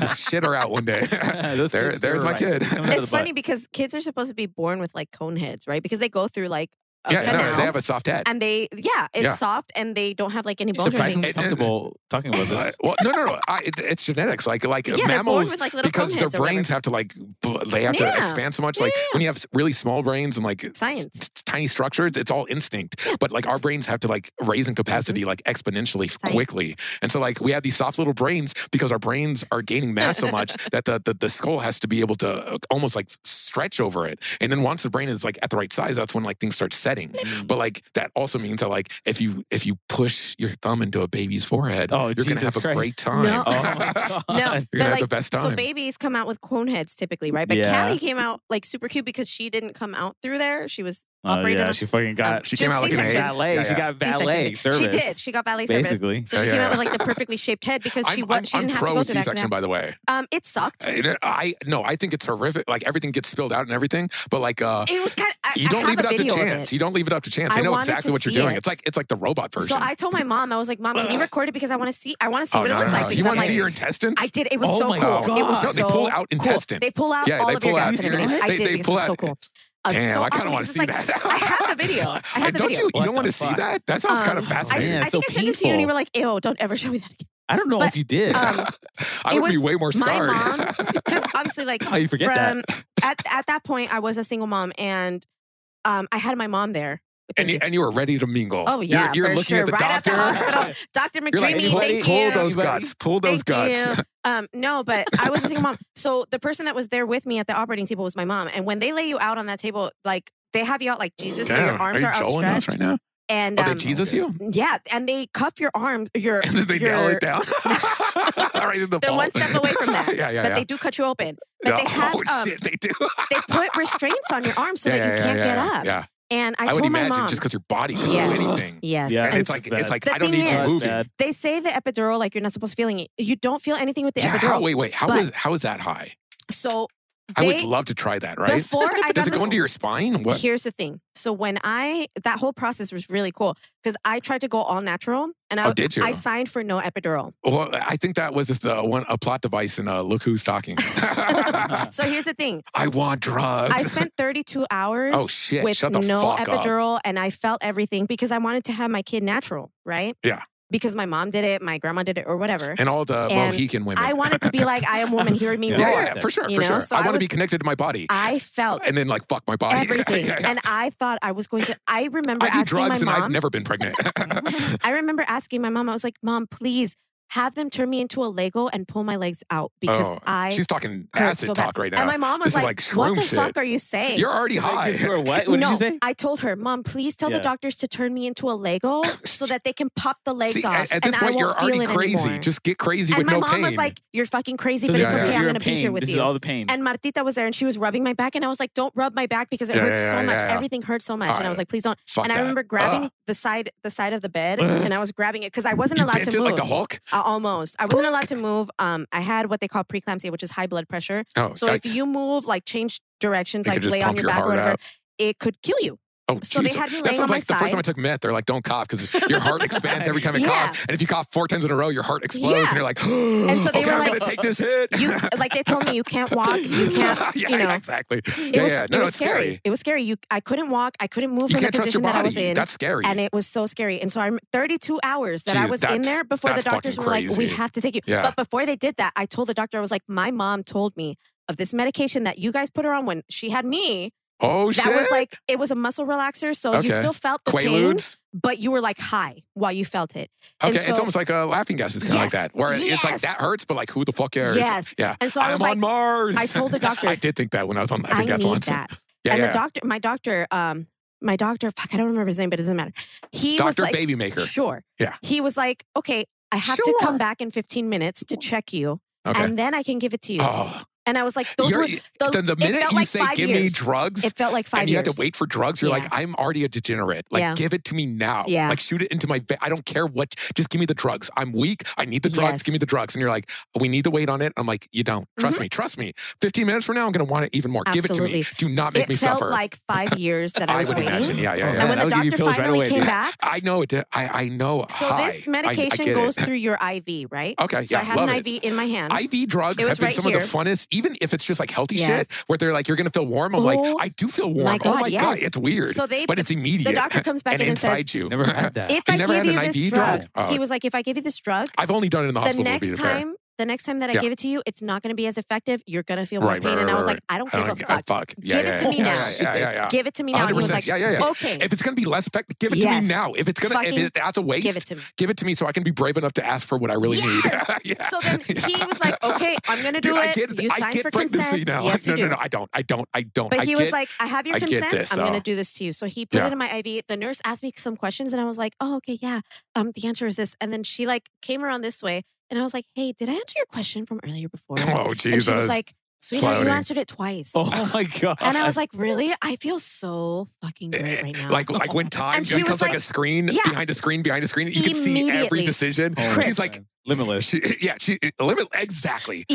S1: Just shit her out one day.
S2: Those
S1: There-
S2: kids, they
S1: there's
S2: were
S1: my
S2: right.
S1: kid.
S2: Coming out of
S3: It's
S2: the butt.
S3: funny because kids are supposed to be born with like cone heads, right? Because they go through like a
S1: yeah,
S3: canal.
S1: no, they have a soft head.
S3: and they, yeah, it's
S1: Yeah.
S3: soft and they don't have like any bones. or anything.
S2: Surprisingly
S1: And- and-
S2: comfortable talking about
S1: Uh,
S2: this.
S1: well, no, no, no. I, it- it's genetics. Like, like
S3: Yeah, they're born
S1: mammals,
S3: with like little cone
S1: because
S3: heads
S1: their
S3: or whatever.
S1: brains have to like, b- they have to
S3: Yeah.
S1: expand so much.
S3: Yeah,
S1: Like
S3: yeah, yeah.
S1: when you have s- really small brains and like s-
S3: Science.
S1: s- tiny structures, it's all instinct. But like our brains have to like raise in capacity like exponentially f-
S3: Mm-hmm. Science.
S1: quickly. And so like we have these soft little brains because our brains are gaining mass so much that the, the the skull has to be able to uh, almost like stretch over it. And then once the brain is like at the right size, that's when like things start setting. But like that also means that like if you if you push your thumb into a baby's forehead,
S2: Oh,
S1: you're gonna
S2: Jesus
S1: have a
S2: Christ.
S1: great time.
S3: No.
S2: Oh my God.
S3: No, but
S1: You're gonna have
S3: like,
S1: the best time.
S3: so babies come out with cone heads typically, right? But
S2: Yeah.
S3: Callie came out like super cute because she didn't come out through there. She was
S2: Oh,
S3: operated
S2: yeah,
S3: on-
S2: she fucking got
S1: She came
S3: Um, Just
S1: out like an
S3: C-section.
S1: egg.
S2: ballet.
S1: Yeah,
S2: She
S1: yeah.
S2: got ballet
S3: C-section.
S2: service.
S3: She did. She got ballet service.
S2: basically.
S3: So she
S1: Yeah,
S3: came
S1: yeah.
S3: out with like the perfectly shaped head because she
S1: I'm,
S3: wa-
S1: I'm-
S3: she didn't
S1: I'm
S3: have
S1: pro
S3: to go through that
S1: C-section,
S3: canal.
S1: by the way.
S3: Um, it sucked. It
S1: I I- no, I think it's horrific. Like everything gets spilled out and everything, but like uh,
S3: was kind of. I,
S1: you
S3: I
S1: don't
S3: have
S1: leave it
S3: a
S1: up to
S3: video of
S1: chance.
S3: it.
S1: You don't leave it up to chance. They
S3: I
S1: know
S3: wanted to
S1: exactly what you're
S3: see
S1: doing.
S3: it.
S1: It's like it's like the robot version.
S3: So I told my mom, I was like, "Mom, can you record it because I want to see? I want to see
S1: oh
S3: what
S1: no,
S3: it
S1: no,
S3: looks
S1: no.
S3: like."
S1: you
S3: Because
S1: want to
S3: I'm
S1: see
S3: like,
S1: your intestines?
S3: I did. It was
S2: Oh
S3: so
S2: my
S3: cool.
S2: God.
S3: It was
S2: No,
S1: they
S3: so
S1: pull out
S3: cool.
S1: intestine.
S3: They pull out
S1: Yeah,
S3: all
S1: they
S3: of your
S1: pull out-
S3: intestine.
S1: Seriously?
S3: I
S1: They-
S3: did
S1: they
S3: because
S1: pull
S3: it was so
S1: out-
S3: cool. Uh,
S1: Damn,
S3: so
S1: I kind
S3: awesome
S1: of want to
S3: because
S1: see
S3: it's like-
S1: that.
S3: I have the video. I have the
S1: don't
S3: video.
S1: you? You
S2: What
S1: don't
S2: the
S1: want to see
S2: fuck?
S1: that? That sounds kind
S3: Um,
S1: of
S3: I-
S1: fascinating.
S2: Man,
S3: I,
S2: it's so
S3: think I sent this to you and you
S2: painful.
S3: were like, ew, don't ever show me that again.
S2: I don't know
S3: But,
S2: if you did.
S3: Um,
S1: I
S3: it
S1: would be
S3: was
S1: way more
S3: my
S1: scarred.
S3: mom, because obviously, like,
S2: oh, you forget that.
S3: from at, at that point, I was a single mom and um, I had my mom there.
S1: and, you, and you were ready to mingle.
S3: Oh, yeah.
S1: you're,
S3: for
S1: you're looking
S3: sure.
S1: at the
S3: right
S1: doctor.
S3: At the hospital. Dr. McDreamy,
S1: you're like, pull,
S3: thank
S1: pull
S3: you.
S1: those
S2: Everybody.
S1: guts. Pull those
S3: Thank
S1: guts.
S3: you. Um, no, but I was a single mom. So the person that was there with me at the operating table was my mom. And when they lay you out on that table, like they have you out like Jesus, so your
S1: Damn,
S3: arms
S1: are
S3: are,
S1: you trolling us
S3: outstretched.
S1: right now?
S3: And
S1: Oh, they
S3: um,
S1: Jesus you?
S3: yeah, and they cuff your arms, your
S1: And then they
S3: your,
S1: nail it down. right in the
S3: They're
S1: ball.
S3: one step away from that.
S1: yeah, yeah,
S3: but
S1: yeah.
S3: they do cut you open. But
S1: Yeah.
S3: they have
S1: oh,
S3: um,
S1: shit, they do.
S3: they put restraints on your arms so
S1: yeah,
S3: that you
S1: yeah,
S3: can't
S1: yeah,
S3: get
S1: yeah,
S3: up.
S1: Yeah.
S3: And I,
S1: I, would
S3: told my
S1: imagine
S3: mom,
S1: just because your body can
S3: Yes.
S1: do anything.
S3: yes,
S2: Yeah.
S1: And
S2: And
S1: it's like,
S2: it's
S1: it's like,
S3: bad.
S1: I
S3: The
S1: don't need
S3: thing
S1: you
S3: is-
S1: moving.
S3: they say the epidural like you're not supposed to feeling it. You don't feel anything with the
S1: Yeah,
S3: epidural.
S1: how, wait, wait. How
S3: But
S1: is how is that high?
S3: So
S1: I
S3: they-
S1: would love to try that, right?
S3: before I
S1: Does
S3: got
S1: it
S3: my-
S1: go into your spine? What?
S3: Here's the thing. So when I that whole process was really cool because I tried to go all natural and I
S1: Oh, did you?
S3: I signed for no epidural.
S1: Well, I think that was just the one a plot device in uh, Look Who's Talking. I
S3: So here's the thing.
S1: want drugs.
S3: I spent 32 hours
S1: oh shit!
S3: with
S1: Shut the
S3: no
S1: fuck up.
S3: epidural and I felt everything because I wanted to have my kid natural, right?
S1: Yeah.
S3: Because my mom did it, my grandma did it, or whatever.
S1: And all the
S3: And
S1: Mohican women.
S3: I wanted to be like, I am woman, hear me
S2: Yeah.
S1: yeah,
S3: roar.
S1: yeah, yeah, for sure,
S3: You
S1: for
S3: know,
S1: sure.
S3: so
S1: I,
S3: I
S1: want to be
S3: was-
S1: connected to my body,
S3: I felt
S1: and then like fuck my body.
S3: everything.
S1: Yeah, yeah.
S3: And I thought I was going to I remember
S1: I do
S3: asking
S1: drugs,
S3: my
S1: and
S3: mom.
S1: I've never been pregnant.
S3: I remember asking my mom, I was like, Mom, please have them turn me into a Lego and pull my legs out because
S1: Oh,
S3: I
S1: She's talking
S3: hurt
S1: acid
S3: so bad.
S1: talk right now.
S3: And my mom
S1: This
S3: was
S1: is
S3: like,
S1: like
S3: What
S1: shroom
S3: the
S1: shit.
S3: fuck are you saying?
S1: You're already high.
S2: You were what? What
S3: no,
S2: did you say?
S3: I told her, Mom, please tell
S2: Yeah.
S3: the doctors to turn me into a Lego so that they can pop the legs
S1: See,
S3: off.
S1: at, at this
S3: and I
S1: point,
S3: won't
S1: you're
S3: feel
S1: already
S3: it
S1: crazy.
S3: Anymore.
S1: Just get crazy
S3: and
S1: with
S3: my
S1: no
S3: mom
S1: pain.
S3: was like, You're fucking crazy,
S2: So
S3: but
S2: this
S3: it's
S2: is-
S1: yeah,
S3: okay.
S1: yeah.
S3: I'm
S2: you're
S3: going to
S2: in
S3: be here
S2: pain.
S3: with
S2: This
S3: you.
S2: is all the pain.
S3: and Martita was there and she was rubbing my back. And I was like, Don't rub my back because it
S1: Yeah,
S3: hurts
S1: yeah,
S3: so
S1: yeah,
S3: much.
S1: yeah.
S3: Everything hurts so much.
S1: All
S3: and I
S1: right.
S3: was like, Please don't.
S1: fuck
S3: and I
S1: that.
S3: remember grabbing
S1: Ugh.
S3: the side the side of the bed
S2: Ugh.
S3: and I was grabbing it because I wasn't
S1: you
S3: allowed
S1: bent
S3: to
S1: it
S3: move.
S1: like the Hulk.
S3: Uh, almost. I wasn't allowed to move. Um, I had what they call preeclampsia, which is high blood pressure.
S1: Oh,
S3: So
S1: I-
S3: if you move, like change directions,
S1: It could
S3: like
S1: just
S3: lay on
S1: pump
S3: your
S1: your
S3: back or
S1: heart
S3: whatever,
S1: out.
S3: it could kill you.
S1: Oh,
S3: So they
S1: Jesus.
S3: had me
S1: That
S3: laying on
S1: sounds
S3: my
S1: like the first time I
S3: side.
S1: took meth. They're like, don't cough because your heart expands every time it
S3: Yeah.
S1: coughs. And if you cough four times in a row, your heart explodes. And
S3: Yeah.
S1: you're like,
S3: so
S1: okay,
S3: they were
S1: I'm going
S3: like-
S1: to take this hit.
S3: You like they told me you can't walk, you can't.
S1: yeah,
S3: you know.
S1: exactly.
S3: It
S1: yeah,
S3: was,
S1: yeah. No,
S3: it was
S1: it's scary.
S3: It was scary. You, I couldn't walk. I couldn't move
S1: You
S3: from the
S1: can't trust your
S3: position that I was
S1: body.
S3: in.
S1: That's scary.
S3: and it was so scary. And so I'm 32 hours that I
S1: Jeez,
S3: was in
S1: that's-
S3: there before the
S1: that's
S3: doctors were
S1: fucking
S3: like, "We
S1: crazy.
S3: have to take you."
S1: Yeah.
S3: But before they did that, I told the doctor I was like, "My mom told me of this medication that you guys put her on when she had me.
S1: oh,
S3: that
S1: shit.
S3: was like it was a muscle relaxer, so you
S1: Okay.
S3: still felt the pain,
S1: Quaaludes.
S3: but you were like high while you felt it. and
S1: Okay,
S3: so-
S1: it's almost like a laughing gas. It's kind of like
S3: Yes,
S1: that, where it's like
S3: yes.
S1: that hurts, but like who the fuck cares?
S3: Yes.
S1: Yeah.
S3: And so I
S1: I'm
S3: was
S1: on
S3: like,
S1: Mars.
S3: I told the
S1: I
S3: doctors-
S1: did think that when I was on
S3: "I
S1: laughing gas
S3: need
S1: once.
S3: that."
S1: Yeah,
S3: and
S1: yeah.
S3: the doctor, my doctor, um, my doctor, fuck, I don't remember his name, but it doesn't matter. He was
S1: Doctor
S3: like,
S1: Baby Maker.
S3: Sure.
S1: Yeah.
S3: He was like, okay, I have to
S1: Sure.
S3: come back in 15 minutes to check you,
S1: Okay.
S3: and then I can give it to you.
S1: Oh,
S3: And I was like, those
S1: You're-
S3: were, those,
S1: the, the
S3: it
S1: minute
S3: felt
S1: you
S3: like
S1: say
S3: five
S1: give me
S3: years.
S1: drugs,
S3: it felt like five
S1: and you
S3: years.
S1: have to wait for drugs. You're
S3: Yeah.
S1: like, I'm already a degenerate. Like,
S3: Yeah.
S1: give it to me now.
S3: Yeah.
S1: Like, shoot it into my. Ve- I don't care what. Just give me the drugs. I'm weak. I need the drugs.
S3: Yes. Mm-hmm.
S1: Give me the drugs. And you're like, we need to wait on it. I'm like, you don't. Trust me. Trust me. 15 minutes from now, I'm gonna want it even more. Give it
S3: Absolutely.
S1: to me. Do not make
S3: it
S1: me
S3: felt
S1: suffer.
S3: like five years that I,
S1: I
S3: was
S1: would
S3: waiting.
S1: imagine. Yeah, yeah,
S2: Oh,
S1: yeah.
S2: man,
S3: And when
S2: I
S3: the
S2: would give you
S3: doctor
S2: pills right
S3: finally
S2: away,
S3: came
S2: dude.
S3: back,
S1: I know it. I I know.
S3: so
S1: Hi.
S3: this
S1: I- I
S3: medication
S1: get it.
S3: goes through your IV, right?
S1: Okay,
S3: So
S1: yeah,
S3: I had
S1: love
S3: an
S1: it.
S3: IV in my hand.
S1: IV drugs
S3: It was
S1: have been
S3: right
S1: some
S3: here.
S1: of the funnest, even if it's just like healthy
S3: Yes.
S1: shit, where they're like, you're gonna feel warm. I'm
S3: Oh,
S1: like, I do feel warm. oh
S3: God,
S1: my
S3: yes.
S1: god, it's weird.
S3: So they-
S1: but it's immediate.
S3: the doctor comes back
S1: and
S3: in and says,
S1: inside you.
S2: Never had that.
S3: if
S1: You
S3: I
S1: never
S3: give
S1: had
S3: you
S1: an
S3: this
S1: IV
S3: drug,
S1: drug? Oh.
S3: he was like, if I give you this drug,
S1: I've only done it in the
S3: the
S1: hospital. would be
S3: next
S1: fair.
S3: time, the next time that I
S1: Yeah.
S3: give it to you, it's not going to be as effective. You're going to feel more
S1: Right,
S3: pain.
S1: right,
S3: and I
S1: right,
S3: was
S1: right.
S3: like, I don't
S1: I
S3: give
S1: don't
S3: a
S1: gi-
S3: fuck.
S1: fuck. Yeah,
S3: give
S1: yeah,
S3: it to me
S1: yeah,
S3: now.
S1: yeah, yeah, yeah, yeah.
S3: Give it to me now. And he was
S1: 100%.
S3: like,
S1: Yeah, yeah, yeah.
S3: okay,
S1: If it's gonna be less effective, give it to
S3: Yes.
S1: me now. If it's gonna, if
S3: Fucking
S1: it, that's a waste,
S3: give it to me.
S1: give it to me so I can be brave enough to ask for what I really
S3: Yes!
S1: need. yeah.
S3: So then he was like, okay, I'm going to do
S1: Dude,
S3: it.
S1: I get,
S3: you
S1: I
S3: signed
S1: get
S3: for
S1: pregnancy
S3: consent.
S1: now.
S3: Yes, you
S1: no,
S3: do.
S1: no, no, I don't. I don't. I don't.
S3: But
S1: I
S3: he
S1: get,
S3: was like, I have your
S1: I get
S3: consent.
S1: this,
S3: I'm going
S1: though.
S3: to do this to you. So he put
S1: Yeah.
S3: it in my IV. The nurse asked me some questions and I was like, oh, okay, yeah. Um, the answer is this. And then she like came around this way and I was like, hey, did I answer your question from earlier before?
S1: oh
S3: and
S1: Jesus.
S3: she was like, sweetheart,
S1: Slowly.
S3: you answered it twice.
S2: Oh my god.
S3: And I was like, really? I feel so fucking great right now.
S1: Eh, Like like when time
S3: And she was
S1: becomes like,
S3: like-
S1: a screen
S3: Yeah.
S1: behind a screen behind a screen, you can see every
S3: Immediately.
S1: decision.
S2: Oh,
S3: Chris.
S1: She's like,
S2: limitless.
S1: she, yeah, she limit exactly. Uh,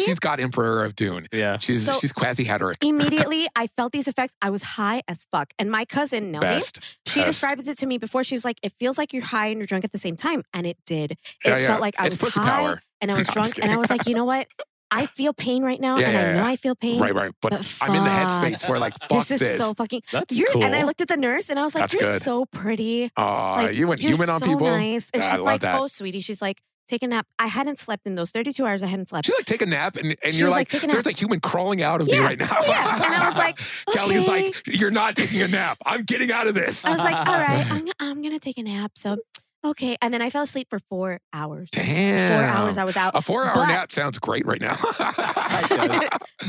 S1: she, she's got Emperor of Dune.
S2: yeah.
S1: She's
S3: So-
S1: she's quasi Hatterack.
S3: immediately, I felt these effects. I was high as fuck. And my cousin Nelly,
S1: Best.
S3: she
S1: best.
S3: described it to me before. She was like, "It feels like you're high and you're drunk at the same time," and it did. It
S1: Yeah, yeah.
S3: felt like I
S1: It's
S3: was
S1: pussy
S3: high
S1: power.
S3: and I was
S1: No, I'm
S3: drunk,
S1: just
S3: and I
S1: kidding.
S3: was like, "You know what? I feel pain right now,
S1: Yeah,
S3: and I
S1: yeah,
S3: know
S1: yeah.
S3: I feel pain.
S1: Right, right. But,
S3: But
S1: I'm in the
S3: uh, fuck.
S1: headspace where like fuck this.
S3: This is so fucking."
S2: That's
S3: You're,
S2: cool.
S3: And I looked at the nurse, and I was like,
S1: That's
S3: "You're
S1: good.
S3: so pretty.
S1: Aw,
S3: Like,
S1: you went
S3: you're
S1: human on
S3: so
S1: people.
S3: nice." And
S1: Ah, I
S3: she's
S1: love
S3: like,
S1: that.
S3: "Oh, sweetie," she's like, "Take a nap. I hadn't slept in those 32 hours. I hadn't slept."
S1: She's like, take a nap, and, and
S3: She
S1: you're
S3: was
S1: like,
S3: like, "Take a
S1: there's a
S3: nap."
S1: human crawling out of me
S3: Yeah,
S1: right now.
S3: yeah. And I was like,
S1: Kelly's
S3: "Okay."
S1: like, you're not taking a nap. I'm getting out of this.
S3: I was like, all right, I'm, gonna- I'm going to take a nap. So, okay. And then I fell asleep for four hours.
S1: Damn.
S3: Four hours I was out.
S1: A four hour
S3: But-
S1: nap sounds great right now.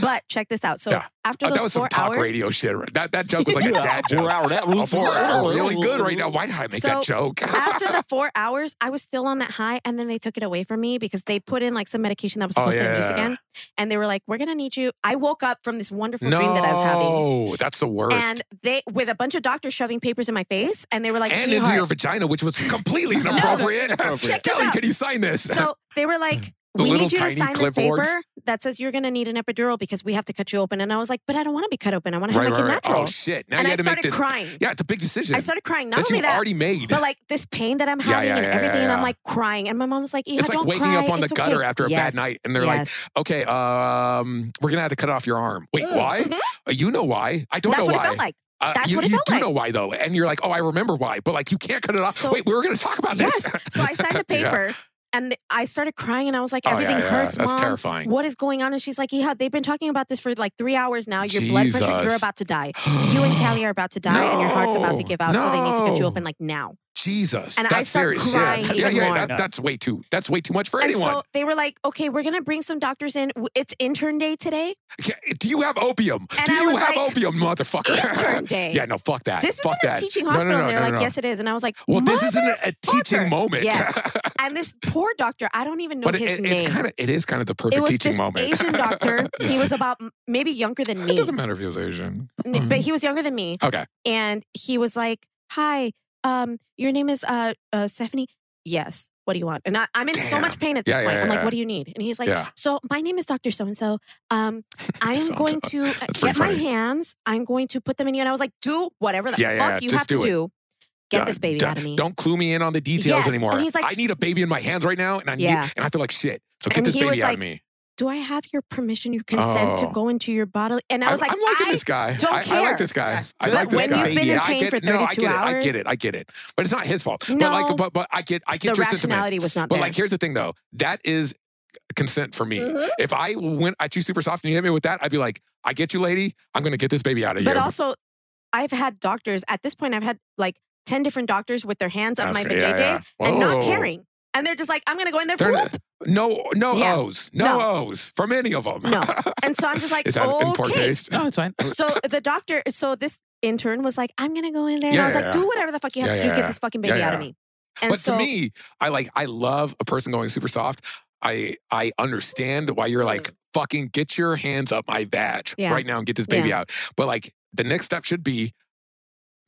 S3: but check this out. So
S1: Yeah.
S3: after
S1: Oh,
S3: those
S1: that was
S3: four
S1: some talk
S3: hours,
S1: radio shit. right- That that joke was like a dad
S2: Four
S1: joke.
S2: hour. That
S1: A
S2: was
S1: four hour really good right now. Why did I make
S3: So,
S1: that joke?
S3: after the four hours, I was still on that high. And then they took it away from me because they put in like some medication that was
S1: Oh,
S3: supposed to induce
S1: yeah.
S3: again. And they were like, we're going to need you. I woke up from this wonderful
S1: no,
S3: dream that I was having.
S1: that's the worst.
S3: And they, with a bunch of doctors shoving papers in my face, and they were like,
S1: and into
S3: "Sweetheart,
S1: your vagina, which was completely inappropriate.
S2: Inappropriate.
S3: Check this
S1: Kelly,
S3: out.
S1: can you sign this?
S3: So they were like,
S1: Mm. The
S3: we
S1: little
S3: need you to
S1: tiny
S3: sign this paper
S1: clipboards.
S3: that says you're going to need an epidural because we have to cut you open. And I was like, but I don't want to be cut open. I want to
S1: right,
S3: have my
S1: right,
S3: kid
S1: right.
S3: natural.
S1: Oh shit! Now you
S3: and I
S1: had to make
S3: started
S1: this.
S3: crying.
S1: Yeah, it's a big decision.
S3: I started crying. Not
S1: that
S3: only
S1: you
S3: that,
S1: already made.
S3: but like this pain that I'm
S1: Yeah,
S3: having
S1: yeah,
S3: and
S1: yeah,
S3: everything. And
S1: yeah.
S3: I'm like crying. And my mom was like, yeah,
S1: it's like
S3: don't
S1: waking
S3: cry.
S1: up on the
S3: It's okay."
S1: gutter after a
S3: Yes.
S1: bad night, and they're like,
S3: Yes.
S1: "Okay, um, we're gonna have to cut off your arm." Wait,
S3: Mm.
S1: why?
S3: Mhm.
S1: Uh, You know why? I don't
S3: That's
S1: know
S3: what
S1: why.
S3: it felt like.
S1: Uh,
S3: That's
S1: you
S3: what it
S1: you
S3: felt
S1: do
S3: like.
S1: know why though, and you're like, "Oh, I remember why," but like you can't cut it off.
S3: So-
S1: Wait, we were gonna talk about
S3: Yes.
S1: this.
S3: So I signed the
S1: Yeah.
S3: paper and th- I started crying and I was like,
S1: Oh, yeah,
S3: everything
S1: yeah,
S3: hurts,
S1: that's
S3: mom.
S1: terrifying.
S3: What is going on? And she's like, yeah, they've been talking about this for like three hours now. Your blood pressure, you're
S1: Jesus.
S3: about to die. You and Callie are about to die, and your heart's about to
S1: No,
S3: give out, so they need to cut you
S1: no.
S3: open like now.
S1: Jesus,
S3: And I
S1: that's
S3: start
S1: serious.
S3: crying
S1: yeah, yeah,
S3: even
S1: yeah.
S3: more.
S1: That, that's way too. That's way too much for
S3: And
S1: anyone.
S3: so they were like, "Okay, we're gonna bring some doctors in. W- It's intern day today.
S1: Okay, Do you have opium?
S3: And
S1: do
S3: I
S1: you
S3: was
S1: have
S3: like,
S1: opium, motherfucker?
S3: Intern day.
S1: yeah, no, fuck that.
S3: This
S1: fuck
S3: isn't
S1: that.
S3: a teaching
S1: No, no,
S3: hospital."
S1: no,
S3: and they were
S1: no,
S3: like,
S1: no.
S3: "Yes, it is." And I was like,
S1: Well, this isn't a, a
S3: motherfucker.
S1: teaching moment.
S3: Yes. And this poor doctor, I don't even know
S1: but it,
S3: his
S1: it-
S3: name.
S1: it's kind of it is kind of the
S3: it
S1: perfect
S3: was
S1: teaching
S3: this
S1: moment.
S3: Asian doctor. He was about m- maybe younger than
S1: it
S3: me,
S1: doesn't matter if he was Asian.
S3: N- but he was younger than me.
S1: Okay.
S3: And he was like, "Hi, um, your name is uh, uh Stephanie." Yes. what do you want? And I, I'm in so much
S1: Damn.
S3: pain at this
S1: Yeah, yeah,
S3: point. I'm like,
S1: yeah.
S3: what do you need? And he's like,
S1: yeah.
S3: so my name is Dr. So and so. Um, I'm
S1: So-and-so.
S3: going to uh,
S1: That's
S3: get
S1: pretty
S3: my
S1: funny.
S3: hands. I'm going to put them in you. And I was like, do whatever the
S1: Yeah, yeah,
S3: fuck
S1: yeah.
S3: you
S1: Just
S3: have to
S1: do it.
S3: do. Get
S1: Yeah,
S3: this baby
S1: d-
S3: out of me.
S1: Don't clue me in on the details
S3: Yes,
S1: anymore.
S3: and he's like-
S1: I need a baby in my hands right now, and I need,
S3: Yeah.
S1: and I feel like shit. So get
S3: And
S1: this
S3: he was
S1: baby out
S3: like,
S1: of me.
S3: Do I have your permission, your consent
S1: Oh.
S3: to go into your body? And I was
S1: I'm-
S3: like,
S1: I'm liking
S3: I-
S1: this guy.
S3: don't
S1: I, I
S3: care.
S1: like this guy.
S2: Yes,
S1: I
S2: just
S1: like this
S2: when
S1: guy.
S2: you've been in
S1: yeah, I
S3: pain
S1: get
S3: for
S1: it. no, I
S3: 32
S1: get it. I
S3: hours.
S1: get it. I get it. But it's not his fault. but
S3: No.
S1: like, but but I get I
S3: the
S1: get your sentiment.
S3: rationality was not
S1: But
S3: there.
S1: like, here's the thing though. That is consent for me.
S3: Mhm.
S1: If I went at you super soft and you hit me with that, I'd be like, I get you, lady. I'm gonna get this baby out of
S3: But
S1: you.
S3: also, I've had doctors at this point. I've had like ten different doctors with their hands up
S1: That's
S3: my
S1: great.
S3: vajayjay
S1: Yeah, yeah.
S3: and not
S1: Whoa.
S3: caring, and they're just like, "I'm gonna go in there for
S1: They're
S3: a
S1: not-
S3: whoop."
S1: no, no
S3: Yeah.
S1: O's, no, O's from any of them.
S3: No. And so I'm just like,
S1: is that in poor
S3: "Okay."
S1: taste?
S2: No, it's fine.
S3: So the doctor, so this intern was like, "I'm gonna go in there," and
S1: Yeah,
S3: I was
S1: yeah,
S3: like,
S1: yeah.
S3: "Do whatever the fuck you have
S1: Yeah,
S3: to do,
S1: yeah,
S3: get
S1: yeah.
S3: this fucking
S1: Yeah,
S3: baby out of
S1: yeah.
S3: me." And
S1: but
S3: so
S1: to me, I like I love a person going super soft. I I understand why you're like fucking get your hands up my badge
S3: Mm. Yeah.
S1: right now and get this baby out. But like the next step should be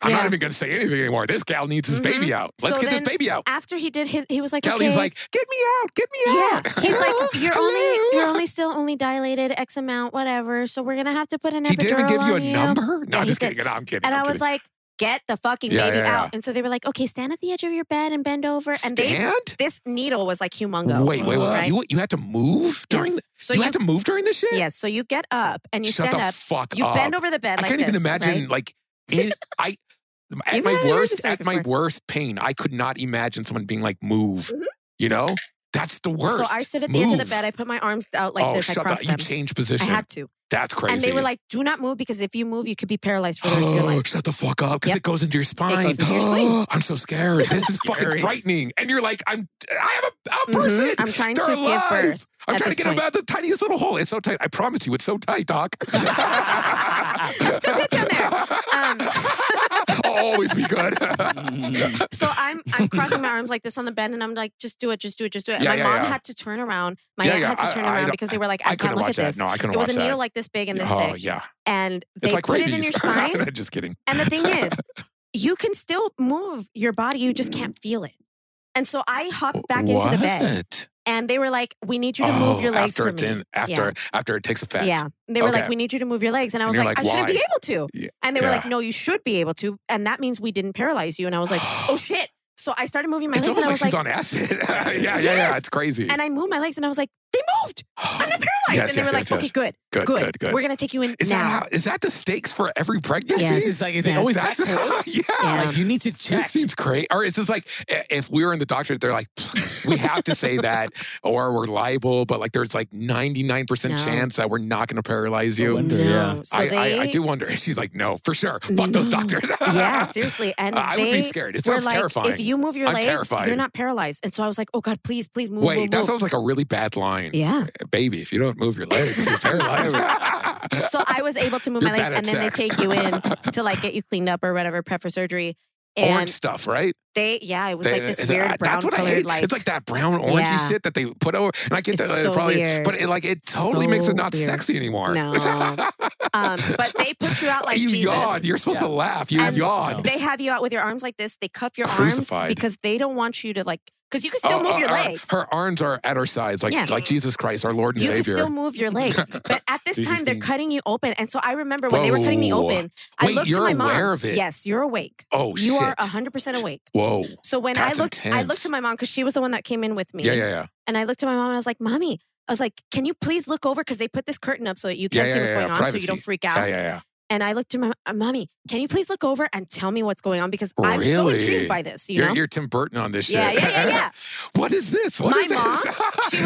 S1: I'm
S3: Yeah. Mm-hmm.
S1: not even gonna say anything anymore. This gal needs this baby out. Let's
S3: So
S1: get
S3: then-
S1: this baby out.
S3: after he did his, he was like,
S1: Kelly's
S3: okay.
S1: like, get me out, get me
S3: Yeah,
S1: out.
S3: he's like, you're only
S1: Hello?"
S3: you're only still only dilated X amount, whatever. So we're gonna have to put an
S1: He didn't
S3: epidural
S1: give you a
S3: on
S1: number? No,
S3: Yeah,
S1: I'm
S3: he
S1: just
S3: did.
S1: kidding. No, I'm kidding.
S3: And
S1: I'm
S3: I was
S1: kidding.
S3: like, get the fucking
S1: Yeah,
S3: baby
S1: yeah, yeah.
S3: out. And so they were like, okay, stand at the edge of your bed and bend over. And they,
S1: Stand?
S3: this needle was like humongous.
S1: Wait, wait, wait.
S3: Right?
S1: You you had to move during the,
S3: Yes. so
S1: you,
S3: you,
S1: had to move during this shit?
S3: yes, so you get up and you
S1: Shut
S3: stand
S1: the
S3: up.
S1: fuck
S3: You
S1: up.
S3: bend over the bed.
S1: I
S3: like
S1: can't even
S3: this,
S1: imagine
S3: right?
S1: like in, I at
S3: You've
S1: my
S3: had a nervous
S1: worst
S3: attack
S1: at my
S3: before.
S1: worst pain, I could not imagine someone being like move.
S3: Mhm.
S1: You know? That's the worst.
S3: So I stood at the end of the
S1: Move.
S3: bed. I put my arms out like
S1: oh,
S3: this. I
S1: shut up.
S3: crossed
S1: You
S3: them.
S1: changed
S3: I
S1: position.
S3: had to.
S1: That's crazy.
S3: And they were like, do not move because if you move, you could be paralyzed for the rest of your life.
S1: shut the fuck up because
S3: Yep.
S1: it goes into your spine.
S3: into your spine.
S1: I'm so scared. This is fucking
S2: Scary.
S1: frightening. And you're like, I'm I have a, a
S3: Mhm.
S1: person.
S3: I'm trying
S1: They're
S3: to
S1: alive.
S3: give birth.
S1: I'm
S3: at
S1: trying
S3: this
S1: to get them
S3: point.
S1: out of the tiniest little hole. It's so tight. I promise you, it's so tight, Doc.
S3: Still get down there. Um,
S1: I'll always be good.
S2: Mm.
S3: So I'm I'm crossing my arms like this on the bed, and I'm like, just do it, just do it, just do it. And
S1: Oh, Yeah,
S3: my
S1: yeah,
S3: mom
S1: yeah.
S3: had to turn around. My
S1: Yeah,
S3: aunt
S1: yeah,
S3: had to
S1: I-
S3: turn
S1: I
S3: around
S1: don't-
S3: because they were like, I,
S1: I, couldn't
S3: can't look at
S1: watch
S3: this.
S1: that. No, I couldn't
S3: it was
S1: watch
S3: a needle
S1: that.
S3: like this big and this
S1: oh
S3: thick,
S1: yeah,
S3: and they
S1: it's like
S3: put
S1: rabies.
S3: it in your spine.
S1: Just kidding.
S3: and the thing is, you can still move your body, you just can't feel it. And so I hopped back into the bed,
S1: What?
S3: and they were like, "We need you to
S1: Oh,
S3: move your legs
S1: after
S3: for
S1: it's
S3: me."
S1: in- after after it takes effect.
S3: Yeah, they were like,
S1: Okay.
S3: "We need you to move your legs," and I
S1: And
S3: was
S1: you're
S3: like,
S1: like,
S3: "I shouldn't
S1: why?
S3: be able to."
S1: Yeah.
S3: And they were
S1: Yeah.
S3: like, "No, you should be able to," and that means we didn't paralyze you. And I was like, "Oh shit!" So I started moving my
S1: It's
S3: legs, and
S1: almost
S3: I
S1: like
S3: was
S1: she's
S3: like,
S1: on acid. yeah, yeah, yeah.
S3: Yes.
S1: It's crazy.
S3: And I moved my legs and I was like, they moved. I'm not paralyzed.
S1: Yes,
S3: and they
S1: yes,
S3: were like,
S1: yes, yes.
S3: okay, good,
S1: good,
S3: good,
S1: good, good.
S3: We're going to take you in
S1: is that
S3: now.
S1: how, is that the stakes for every pregnancy?
S3: Yes.
S2: This is like, is it
S3: Yes.
S2: always that
S1: That's
S2: close?
S1: yeah.
S3: Yeah.
S2: Like, you need to
S1: This
S2: check.
S1: seems great. Or is this like i- if we were in the doctor, they're like, we have to say that, or we're liable, but like there's like 99%
S3: No.
S1: chance that we're not going to paralyze
S2: I
S1: you.
S2: wonder, yeah.
S3: No. So
S1: I,
S3: they,
S1: I, I do wonder. And she's like, no, for sure. Fuck those
S3: No.
S1: doctors.
S3: Yeah, seriously. And
S1: I
S3: they
S1: would be scared. It
S3: were
S1: sounds
S3: like,
S1: terrifying.
S3: if you move your
S1: I'm
S3: legs,
S1: terrified.
S3: you're not paralyzed. And so I was like, oh God, please, please move.
S1: Wait,
S3: move,
S1: that
S3: move.
S1: sounds like a really bad line.
S3: yeah.
S1: Baby, if you don't move your legs, you're paralyzed.
S3: So I was able to move
S1: You're
S3: my legs
S1: bad at
S3: and then
S1: sex.
S3: they take you in to like get you cleaned up or whatever, prep for surgery. And
S1: orange stuff, right?
S3: they, yeah, it was
S1: They-
S3: like this
S1: it's- I-
S3: weird
S1: that's
S3: brown
S1: what I
S3: colored
S1: hate.
S3: like,
S1: it's like that brown orangey
S3: Yeah.
S1: shit that they put over. And I get
S3: It's
S1: that uh,
S3: so
S1: probably,
S3: weird.
S1: but it like it totally makes
S3: So
S1: it not
S3: weird.
S1: sexy anymore.
S3: No. um, but they put you out like
S1: you
S3: Jesus.
S1: yawn. You're supposed
S2: Yeah.
S1: to laugh. You
S3: And-
S1: yawn.
S3: they have you out with your arms like this. They cuff your
S1: Crucified.
S3: arms because they don't want you to like because you can still
S1: Oh,
S3: move
S1: uh,
S3: your
S1: uh,
S3: legs.
S1: Her arms are at her sides, like
S3: Yeah.
S1: like Jesus Christ, our Lord and
S3: you
S1: Savior.
S3: can still move your legs, but at this
S2: Jesus
S3: time they're
S2: name.
S3: cutting you open. And so I remember when they were cutting me
S1: Whoa.
S3: open, I
S1: Wait,
S3: looked
S1: you're
S3: to my mom.
S1: aware of it.
S3: Yes, you're awake.
S1: oh
S3: you
S1: shit!
S3: are hundred percent awake.
S1: Whoa.
S3: So when
S1: That's
S3: I looked, I
S1: intense.
S3: looked to my mom because she was the one that came in with me.
S1: Yeah, yeah, yeah.
S3: And I looked to my mom and I was like, "Mommy." I was like, can you please look over? Because they put this curtain up so that you
S1: Yeah,
S3: can't see
S1: yeah,
S3: what's
S1: yeah,
S3: going on, so
S1: privacy.
S3: you don't freak out.
S1: Yeah, yeah,
S3: And I looked to my uh, mommy, can you please look over and tell me what's going on? Because I'm so
S1: Really?
S3: intrigued by this, you
S1: yeah.
S3: know?
S1: You're, you're Tim Burton on this shit.
S3: yeah, yeah, yeah, yeah.
S1: what is this? What
S3: My
S1: is this?
S3: she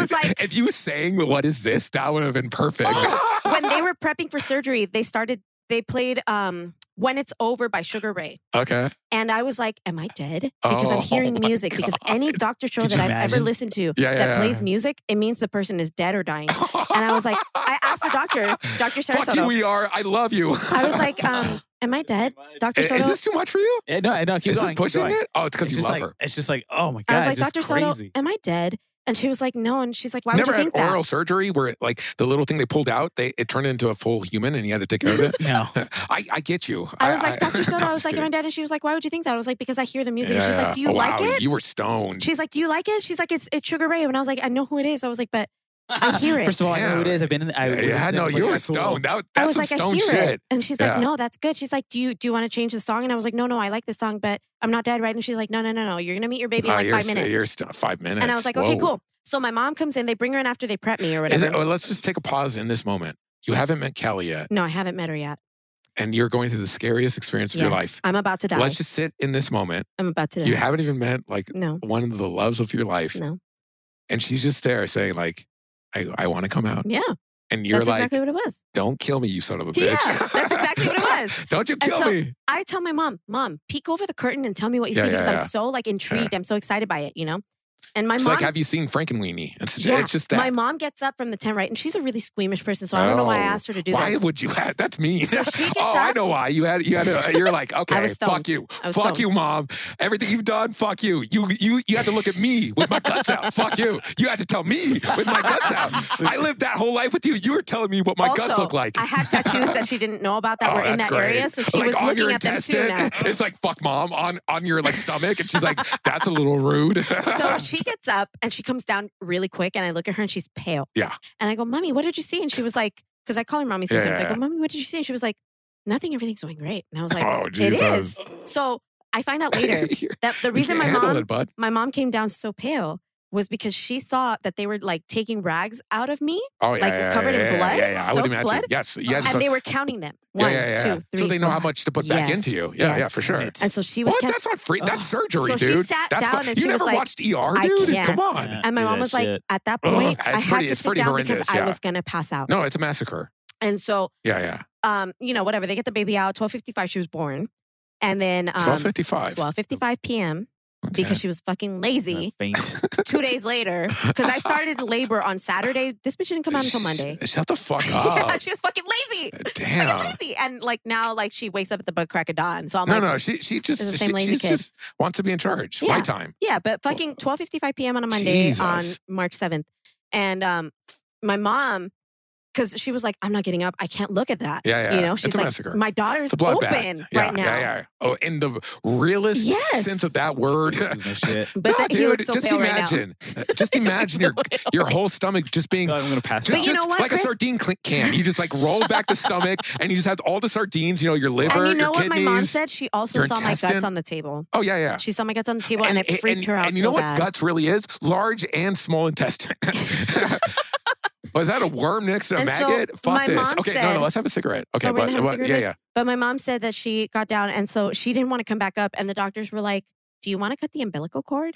S3: was like-
S1: if you sang "What is this," that would have been perfect.
S3: Oh, when they were prepping for surgery, they started they played um When It's Over by Sugar Ray.
S1: okay.
S3: And I was like, Am I dead? Because
S1: Oh,
S3: I'm hearing
S1: my
S3: music. Because any doctor show
S2: Could
S3: that
S2: you
S3: I've ever
S2: imagine?
S3: listened to
S1: Yeah, yeah.
S3: that
S1: yeah.
S3: plays music, it means the person is dead or dying. And I was like, I asked the doctor, Dr.
S1: Fuck you,
S3: Sarasoto.
S1: we are. I love you.
S3: I was like, um, am I dead? Dr.
S1: is,
S3: Soto?
S1: this too much for you?
S2: Yeah, no, no, keep
S1: is
S2: going.
S1: this
S2: keep
S1: pushing
S2: going.
S1: it? Oh, it's because
S2: It's
S1: you
S2: just
S1: love
S2: like
S1: her.
S2: it's just like oh my god.
S3: I was like,
S2: this
S3: Dr.
S2: is
S3: Soto,
S2: crazy.
S3: am I dead? And she was like, no. And she's like, why
S1: Never
S3: would you
S1: had
S3: think that?
S1: oral surgery where it, like the little thing they pulled out, they it turned into a full human and he had to take care of it.
S2: No.
S1: I, I get you.
S3: I was like, Dr. Soto,
S1: no,
S3: I
S1: I'm
S3: was
S1: just
S3: like,
S1: kidding.
S3: my dad. And she was like, why would you think that? I was like, because I hear the music. And she's like, do you
S1: Oh,
S3: like
S1: wow,
S3: it?
S1: You were stoned.
S3: She's like, do you like it? She's like, it's, it's Sugar Ray. And I was like, I know who it is. I was like, but I hear it.
S2: First of all, I know who it
S1: Damn.
S2: is. I've been in. I
S1: Yeah,
S2: was
S1: yeah,
S2: listening,
S1: no,
S2: I'm like,
S1: you
S2: "Ah,
S1: were
S2: cool."
S1: stoned. That,
S3: I
S1: that's
S3: was
S1: some
S3: like, I
S1: stone
S3: hear
S1: shit.
S3: it. And she's
S1: Yeah.
S3: like, no, that's good. She's like, do you do you want to change the song? And I was like, no, no, I like this song, but I'm not dead, right? And she's like, no, no, no, no, you're gonna meet your baby in
S1: Oh,
S3: like
S1: you're
S3: five
S1: st-
S3: minutes.
S1: you're st- five minutes.
S3: and I was like, okay,
S1: Whoa.
S3: cool. So my mom comes in. They bring her in after they prep me or
S1: Is
S3: whatever.
S1: it, well, let's just take a pause in this moment. You haven't met Kelly yet,
S3: no, I haven't met her yet.
S1: and you're going through the scariest experience of your
S3: Yes.
S1: life.
S3: I'm about to die.
S1: Let's just sit in this moment.
S3: I'm about to die.
S1: You haven't even met like
S3: no,
S1: one of the loves of your life,
S3: no.
S1: and she's just there saying like, "I, I want to come out,"
S3: Yeah,
S1: and you're
S3: that's
S1: like,
S3: exactly what it was.
S1: "Don't kill me, you son of a
S3: Yeah,
S1: bitch."
S3: that's exactly what it was.
S1: Don't you
S3: And
S1: kill
S3: so-
S1: me.
S3: I tell my mom, mom, peek over the curtain and tell me what you
S1: Yeah,
S3: see
S1: yeah,
S3: because
S1: yeah.
S3: I'm so like intrigued. I'm so excited by it, you know. And my
S1: It's
S3: mom
S1: like, have you seen Frankenweenie? It's,
S3: Yeah,
S1: it's just that.
S3: My mom gets up from the tent, right? And she's a really squeamish person, so I don't know why I
S1: Oh,
S3: asked her to do
S1: why
S3: this.
S1: would you have? That's mean.
S3: So she gets
S1: oh, I
S3: up-
S1: know why. You had you had a, you're like, okay,
S3: was
S1: fuck
S3: stoned.
S1: you.
S3: I
S1: Fuck
S3: was stoned.
S1: you, mom. Everything you've done, fuck you. You you you had to look at me with my guts out. fuck you. You had to tell me with my guts out. I lived that whole life with you. You were telling me what my guts
S3: Also,
S1: look like.
S3: I had tattoos that she didn't know about that
S1: Oh,
S3: were in that
S1: that's great.
S3: area, so she
S1: like
S3: was
S1: on your
S3: looking at them too
S1: intestine,
S3: now.
S1: it's like fuck mom on on your like stomach, and she's like, that's a little rude.
S3: So she gets up and she comes down really quick, and I look at her and she's pale.
S1: Yeah.
S3: And I go, "Mommy, what did you see?" And she was like, "Because I call her mommy
S1: Yeah,
S3: sometimes."
S1: yeah,
S3: I
S1: yeah.
S3: go, "Mommy, what did you see?" And she was like, "Nothing. Everything's going great." And I was like,
S1: oh
S3: "It
S1: Jesus.
S3: is." So I find out later
S1: You're-
S3: that the
S1: you
S3: reason
S1: can't
S3: my
S1: handle
S3: mom
S1: it, bud.
S3: my mom came down so pale was because she saw that they were like taking rags out of me
S1: Oh yeah,
S3: like,
S1: yeah,
S3: covered in
S1: yeah, yeah,
S3: blood,
S1: Yeah, yeah. I would
S3: soaked
S1: imagine.
S3: blood,
S1: Yes, yes.
S3: and they were counting them.
S1: Yeah,
S3: One, two,
S1: yeah,
S3: three, four.
S1: yeah. So they know how much to put back
S3: Yes,
S1: into you. Yeah,
S3: yes.
S1: yeah, for sure.
S2: Right.
S3: And so she was
S1: What?
S3: count-
S1: That's not free. That's
S2: Ugh.
S1: surgery,
S3: So she
S1: dude.
S3: sat
S1: That's
S3: down
S1: fu-
S3: and
S1: you
S3: she was
S1: never
S3: like,
S1: watched ER,
S3: "I
S1: dude.
S3: can't."
S1: Come on.
S2: Yeah.
S3: and my
S2: do
S3: mom
S2: that
S3: was like,
S2: shit.
S3: at that
S1: Ugh.
S3: point,
S1: It's
S3: I had
S1: pretty-
S3: to
S1: it's
S3: sit
S1: pretty
S3: down because
S1: horrendous, yeah.
S3: I was gonna pass out.
S1: No, it's a massacre.
S3: And so,
S1: Yeah, yeah.
S3: um, you know, whatever. They get the baby out. Twelve fifty five, she was born, and then
S1: Twelve
S3: um,
S1: fifty five.
S3: twelve fifty five p.m. because she was fucking lazy.
S2: faint.
S3: Two days later, because I started labor on Saturday. This bitch didn't come out until Monday.
S1: Shut the fuck
S3: Yeah, Oh
S1: up.
S3: she was fucking lazy.
S1: Damn.
S3: Fucking lazy. And like now, like she wakes up at the butt crack of dawn. So I'm
S1: No,
S3: like,
S1: no. She she just
S3: It's the
S1: she
S3: same lazy
S1: she's
S3: kid.
S1: just wants to be in charge.
S3: Yeah.
S1: My time.
S3: Yeah, but fucking twelve fifty five p.m. on a Monday on
S1: Jesus.
S3: March seventh, and um, my mom, because she was like, "I'm not getting up. I can't look at that."
S1: Yeah, yeah.
S3: You know,
S1: It's
S3: she's
S1: a
S3: like,
S1: massacre.
S3: "My daughter's
S1: It's a
S3: open
S1: bloodbath. yeah,
S3: right now."
S1: yeah, yeah. Oh, in the realest
S3: Yes.
S1: sense of that word.
S2: Lose my shit.
S3: But
S1: no,
S3: that,
S1: dude,
S3: he looks so
S1: just
S3: pale right
S1: imagine. Just imagine your your whole stomach just being
S2: I'm gonna pass
S1: Ju-
S3: But
S2: out.
S1: just
S3: you know what,
S1: like a
S3: Chris?
S1: sardine cl- can. You just like roll back the stomach and you just have all the sardines, you know, your
S3: now.
S1: liver,
S3: and you know
S1: your
S3: what
S1: kidneys.
S3: my mom said? She also
S1: your
S3: saw my
S1: intestine.
S3: guts on the table.
S1: Oh, yeah, yeah.
S3: She saw my guts on the table, and, it freaked
S1: and-
S3: her out.
S1: And you
S3: so
S1: know what
S3: bad.
S1: guts really is? Large and small intestine. Was that a worm next to a
S3: And so
S1: maggot? Fuck
S3: my
S1: this.
S3: mom
S1: okay, no,
S3: said-
S1: no, let's have a cigarette. Okay,
S3: Oh, we're
S1: but,
S3: gonna have a
S1: but- yeah,
S3: cigarette?
S1: yeah.
S3: But my mom said that she got down, and so she didn't want to come back up. And the doctors were like, "Do you want to cut the umbilical cord?"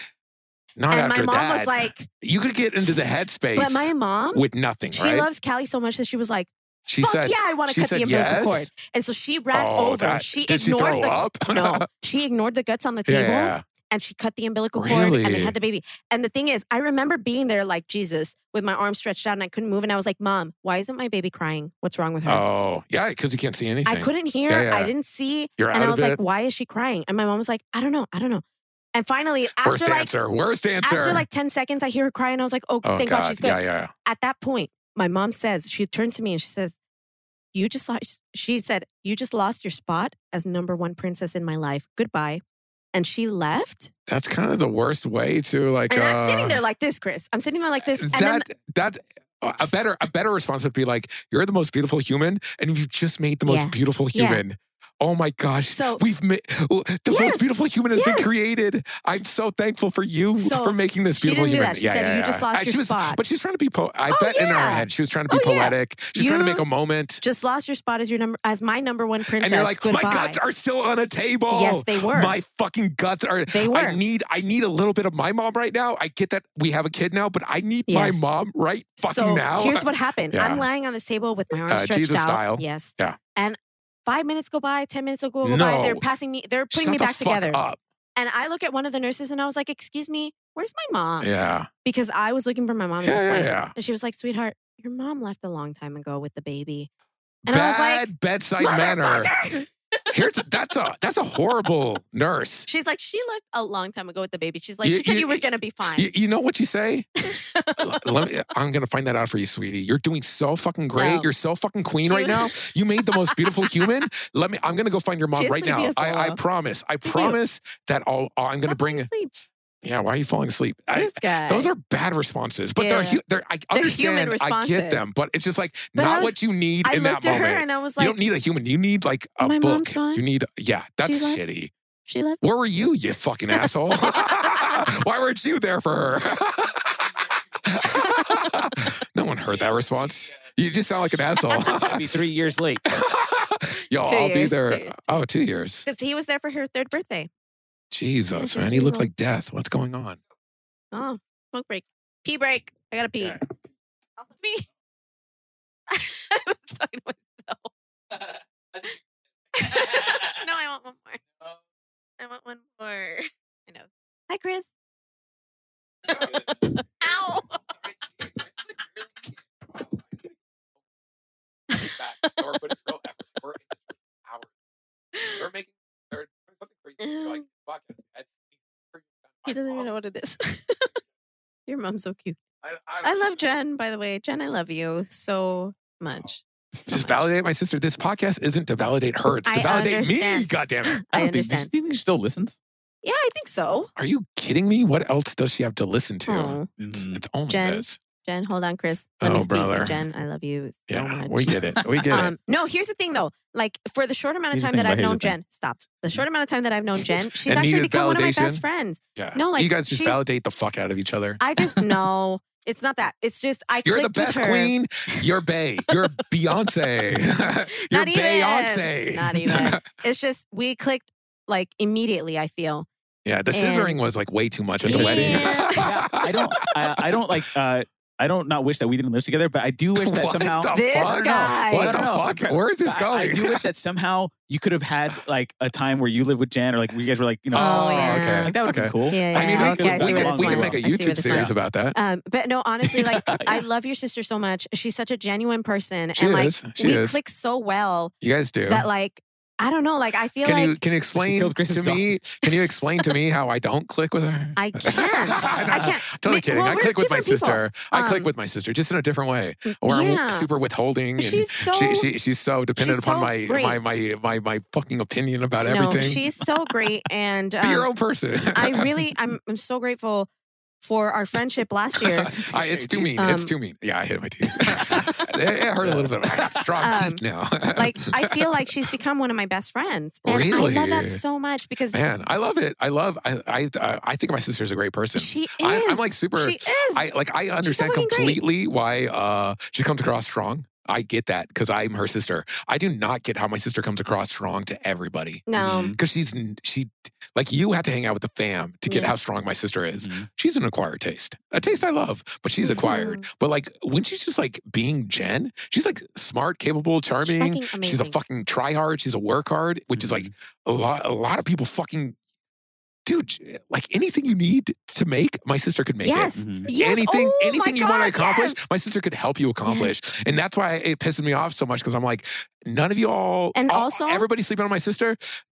S1: Not
S3: and my
S1: after
S3: mom
S1: that.
S3: was like,
S1: you could get into the headspace
S3: "But my mom,
S1: with nothing,
S3: she
S1: right?
S3: loves Callie so much that she was like."
S1: she
S3: Fuck
S1: said,
S3: yeah, I want to
S1: she
S3: cut the
S1: said
S3: umbilical
S1: yes?
S3: cord. And so she ran
S1: oh,
S3: over.
S1: that,
S3: she
S1: did
S3: ignored
S1: she throw
S3: the
S1: up?
S3: no. She ignored the guts on the table
S1: yeah.
S3: and she cut the umbilical cord and they
S1: Really?
S3: had the baby. And the thing is, I remember being there like Jesus with my arms stretched out and I couldn't move. And I was like, Mom, why isn't my baby crying? What's wrong with her?
S1: Oh, yeah, because you can't see anything.
S3: I couldn't hear.
S1: Yeah, yeah.
S3: I didn't see.
S1: You're
S3: And
S1: out
S3: I
S1: of
S3: was like,
S1: it.
S3: Why is she crying? And my mom was like, I don't know. I don't know. And finally, after
S1: Worst
S3: like
S1: answer. Worst answer.
S3: after like 10 seconds, I hear her cry and I was like, Oh,
S1: Oh
S3: thank
S1: God!
S3: God, she's good.
S1: Yeah, yeah.
S3: at that point, my mom says, she turns to me and she says, You just lost, she said, You just lost your spot as number one princess in my life. Goodbye. And she left.
S1: That's kind of the worst way to like.
S3: And
S1: uh,
S3: I'm sitting there like this, Chris. I'm sitting there like this. And then,
S1: That that uh, a better a better response would be like, "You're the most beautiful human, and you've just made the most
S3: Yeah.
S1: beautiful
S3: Yeah.
S1: human." Oh my gosh!
S3: So-
S1: We've made the most
S3: Yes.
S1: beautiful human has been
S3: Yes.
S1: created. I'm so thankful for you
S3: So,
S1: for making this
S3: she
S1: beautiful
S3: didn't do
S1: human.
S3: that. She said, "You just lost
S1: And
S3: your
S1: she was,
S3: spot."
S1: But she's trying to be. Po- I
S3: Oh,
S1: bet in her
S3: yeah.
S1: head she was trying to be
S3: Oh, yeah.
S1: poetic. She's trying to make
S3: You
S1: a moment,
S3: just lost your spot as your number as my number one princess.
S1: and you're like,
S3: Goodbye.
S1: "My guts are still on a table."
S3: yes, they were.
S1: My fucking guts are.
S3: they were.
S1: I need I need a little bit of my mom right now. I get that we have a kid now, but I need
S3: Yes.
S1: my mom right fucking
S3: so
S1: now.
S3: here's what happened.
S1: Yeah.
S3: I'm lying on this table with my arms
S1: Uh,
S3: stretched
S1: Jesus
S3: out.
S1: style.
S3: Yes.
S1: Yeah.
S3: And five minutes go by, ten minutes go, go by. They're
S1: No.
S3: passing me. They're putting
S1: Shut
S3: me
S1: the
S3: back
S1: fuck
S3: together.
S1: Up.
S3: And I look at one of the nurses and I was like, "Excuse me, where's my mom?"
S1: Yeah.
S3: Because I was looking for my mom. at
S1: Yeah,
S3: Um, this
S1: yeah,
S3: point.
S1: yeah.
S3: And she was like, "Sweetheart, your mom left a long time ago with the baby." And I was
S1: Bad
S3: like,
S1: bedside manner.
S3: "Motherfucker!"
S1: Here's that's a that's a horrible nurse.
S3: She's like, she left a long time ago with the baby. She's like,
S1: You-
S3: she said
S1: you-
S3: you were gonna be fine.
S1: You, you know what you say? L- Let me, I'm gonna find that out for you, sweetie. You're doing so fucking great.
S3: No.
S1: You're so fucking queen
S3: She
S1: right now.
S3: was-
S1: You made the most beautiful human. Let me. I'm gonna go find your mom
S3: is
S1: right
S3: pretty
S1: now. I, I
S3: beautiful.
S1: promise. I
S3: you.
S1: promise that I'll. I'm gonna
S3: Stop falling
S1: bring.
S3: asleep.
S1: Yeah. Why are you falling asleep? I,
S3: this guy.
S1: those are bad responses, but they're,
S3: Yeah.
S1: hu- they're I
S3: human
S1: understand. I get
S3: responses.
S1: them, but it's just like
S3: But I
S1: not
S3: was-
S1: what you need
S3: I
S1: in
S3: looked
S1: that
S3: at her
S1: moment.
S3: and I was
S1: you
S3: like,
S1: don't need a human. You need like a
S3: My
S1: book.
S3: mom's gone.
S1: You need yeah. That's
S3: She's like-
S1: shitty.
S3: she left.
S1: Where were you, you fucking asshole? Why weren't you there for her? no one heard that response. You just sound like an asshole.
S2: I'd be three years late.
S1: Yo,
S3: Two
S1: I'll be
S3: years,
S1: there.
S3: two years.
S1: Oh, two years.
S3: Because he was there for her third birthday.
S1: Jesus,
S3: Two
S1: man.
S3: years
S1: He
S3: too
S1: looked
S3: long.
S1: like death. What's going on?
S3: Oh, smoke break. Pee break. I gotta pee.
S1: Okay.
S3: Off of me. I was talking to myself. no, I want one more. I want one more. I know. Hi, Chris. Ow. He doesn't even know what it is. Your mom's so cute. I love Jen, by the way. Jen, I love you so much. So
S1: Just
S3: much.
S1: validate my sister. This podcast isn't to validate her. It's to
S3: I
S1: validate me.
S3: understand.
S1: Goddamn it!
S3: I
S2: don't think-
S3: understand.
S2: Do you think she still listens?
S3: Yeah, I think so.
S1: Are you kidding me? What else does she have to listen to?
S3: Oh.
S1: It's,
S2: Mm.
S1: it's only
S3: Jen?
S1: this.
S3: Jen, hold on, Chris. Let
S1: Oh,
S3: me speak.
S1: brother.
S3: Jen, I love you so
S1: Yeah,
S3: much.
S1: we did it. We did it.
S3: Um, no, here's the thing though. Like for the short amount
S2: Here's
S3: of
S2: the
S3: time
S2: thing,
S3: that
S2: but
S3: I've
S2: here's
S3: known
S2: the thing.
S3: Jen, stopped. The short amount of time that I've known Jen, she's
S1: Mm-hmm. And
S3: actually
S1: needed
S3: become one of my
S1: validation?
S3: best friends.
S1: Yeah.
S3: no, like,
S1: you guys just
S3: she's-
S1: validate the fuck out of each other.
S3: I just know it's not that. It's just I.
S1: You're the
S3: clicked with
S1: best
S3: her.
S1: queen. You're Bay. You're Beyonce. You're
S3: Not even.
S1: Beyonce.
S3: Not even. It's just we clicked like immediately. I feel
S1: yeah, the
S3: And-
S1: scissoring was like way too much at the wedding.
S3: Yeah.
S2: Yeah, I don't. I, I don't like. Uh, I don't not wish that we didn't live together, but I do wish that
S1: what
S2: somehow.
S1: the
S3: This
S1: fuck?
S3: guy.
S1: What
S2: No,
S1: the
S2: no, no.
S1: fuck? Where is this
S2: I-
S1: going?
S2: I, do wish that somehow you could have had like a time where you lived with Jan or like where you guys were like you know
S3: Oh,
S2: like,
S3: yeah.
S2: like that would have
S1: Okay.
S2: been cool.
S3: Yeah,
S1: I mean, we,
S2: yeah, okay, I
S1: could,
S2: see
S1: we,
S2: where
S1: could,
S2: this
S1: we
S2: is
S1: could
S2: going.
S1: make a
S3: I see where
S1: YouTube
S3: this is
S1: series
S3: going.
S1: about that.
S3: Um, but no, honestly, like
S2: Yeah.
S3: I love your sister so much. She's such a genuine person,
S1: She
S3: and like
S1: is. She
S3: we
S1: is.
S3: click so well
S1: You guys do.
S3: that like I don't know. Like I feel
S1: Can
S3: like
S1: you can you explain
S2: killed Chris's
S1: to me? Can you explain to me how I don't click with her?
S3: I can't. I can't.
S1: Totally
S3: We-
S1: kidding.
S3: well,
S1: I
S3: we're
S1: click with my
S3: different people.
S1: sister. I click
S3: Um,
S1: with my sister, just in a different way, where
S3: yeah.
S1: I'm super withholding. And
S3: She's so
S1: she, she, she's so dependent
S3: Oh, she's
S1: upon
S3: so
S1: my,
S3: great.
S1: my my my my fucking opinion about
S3: no,
S1: everything.
S3: she's so great, and
S1: Be your
S3: um,
S1: own person.
S3: I really, I'm, I'm so grateful for our friendship last year.
S1: I- it's too mean. it's
S3: Um,
S1: too mean. Yeah, I hit my teeth. it, it hurt a little bit. I got strong teeth now.
S3: Um, Like I feel like she's become one of my best friends, and I
S1: Really?
S3: love that so much because
S1: man, I love it. I love. I I I- I think my sister's a great person.
S3: she is.
S1: I, I'm like super.
S3: she is.
S1: I like I understand
S3: fucking great.
S1: completely why uh she comes across strong. I get that because I'm her sister. I do not get how my sister comes across strong to everybody
S3: no,
S1: because she's n- she like you have to hang out with the fam to get
S3: Yeah. Mm-hmm.
S1: how strong my sister Mm-hmm. is.
S2: Mhm.
S1: She's an acquired taste, a taste I love, but she's acquired.
S3: Mhm.
S1: But like when she's just like being Jen, she's like smart, capable,
S3: she's
S1: charming.
S3: fucking
S1: She's a
S3: amazing. Mm-hmm.
S1: fucking tryhard. She's a work hard, which is like a lot. A lot of people fucking, dude. j- Like anything you need to make, my sister could make it.
S3: Yes,
S2: Mhm.
S3: yes.
S1: anything,
S3: Oh my
S1: anything you want to
S3: God,
S1: accomplish,
S3: yes.
S1: my sister could help you accomplish. And that's why it pisses me off so much because I'm like, none of you all,
S3: And
S1: all-
S3: also-
S1: everybody's sleeping on my sister.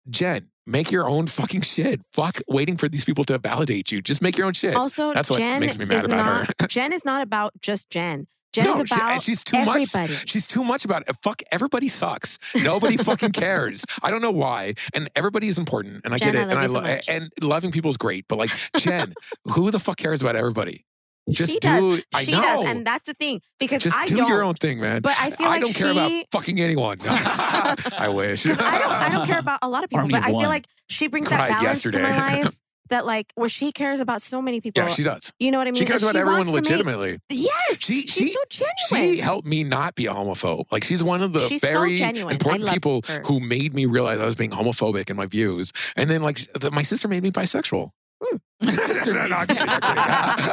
S1: Jen, make your own fucking shit. Fuck waiting for these people to validate you. Just make your own shit.
S3: Also,
S1: eh, That's what
S3: Jen
S1: makes me mad
S3: is
S1: about her.
S3: not. Jen is not about just Jen. Jen
S1: no,
S3: is
S1: she-
S3: about
S1: she's too much.
S3: everybody.
S1: She's too much about it. Fuck, everybody sucks. Nobody fucking cares. I don't know why. And everybody is important. And I
S3: Jen,
S1: get
S3: I
S1: it. and
S3: love you so
S1: lo-
S3: much.
S1: and loving people is great. But like, Jen, who the fuck cares about everybody? Just
S3: She does.
S1: do. I
S3: she
S1: know.
S3: does, and that's the thing because
S1: Just
S3: I
S1: do
S3: don't.
S1: your own thing, man.
S3: But I feel
S1: I
S3: like
S1: don't care about
S3: she-
S1: fucking anyone. I wish.
S3: Because I don't, I don't care about a lot of people,
S2: Harmony
S3: but I
S2: won.
S3: feel like she brings that
S1: Cried
S3: balance to my
S1: yesterday.
S3: life that like where she cares about so many people.
S1: yeah, she does.
S3: you know what I mean?
S1: She cares
S3: And
S1: about everyone
S3: wants to make-
S1: legitimately.
S3: yes,
S1: She she
S3: she's so genuine.
S1: she helped me not be a homophobe. Like she's one of the
S3: She's so
S1: very
S3: genuine. I
S1: important
S3: love
S1: people
S3: her.
S1: who made me realize I was being homophobic in my views. And then like sh- th- my sister made me bisexual.
S2: sister
S1: No, no,
S2: made
S1: no, I'm
S2: me-
S1: kidding, I'm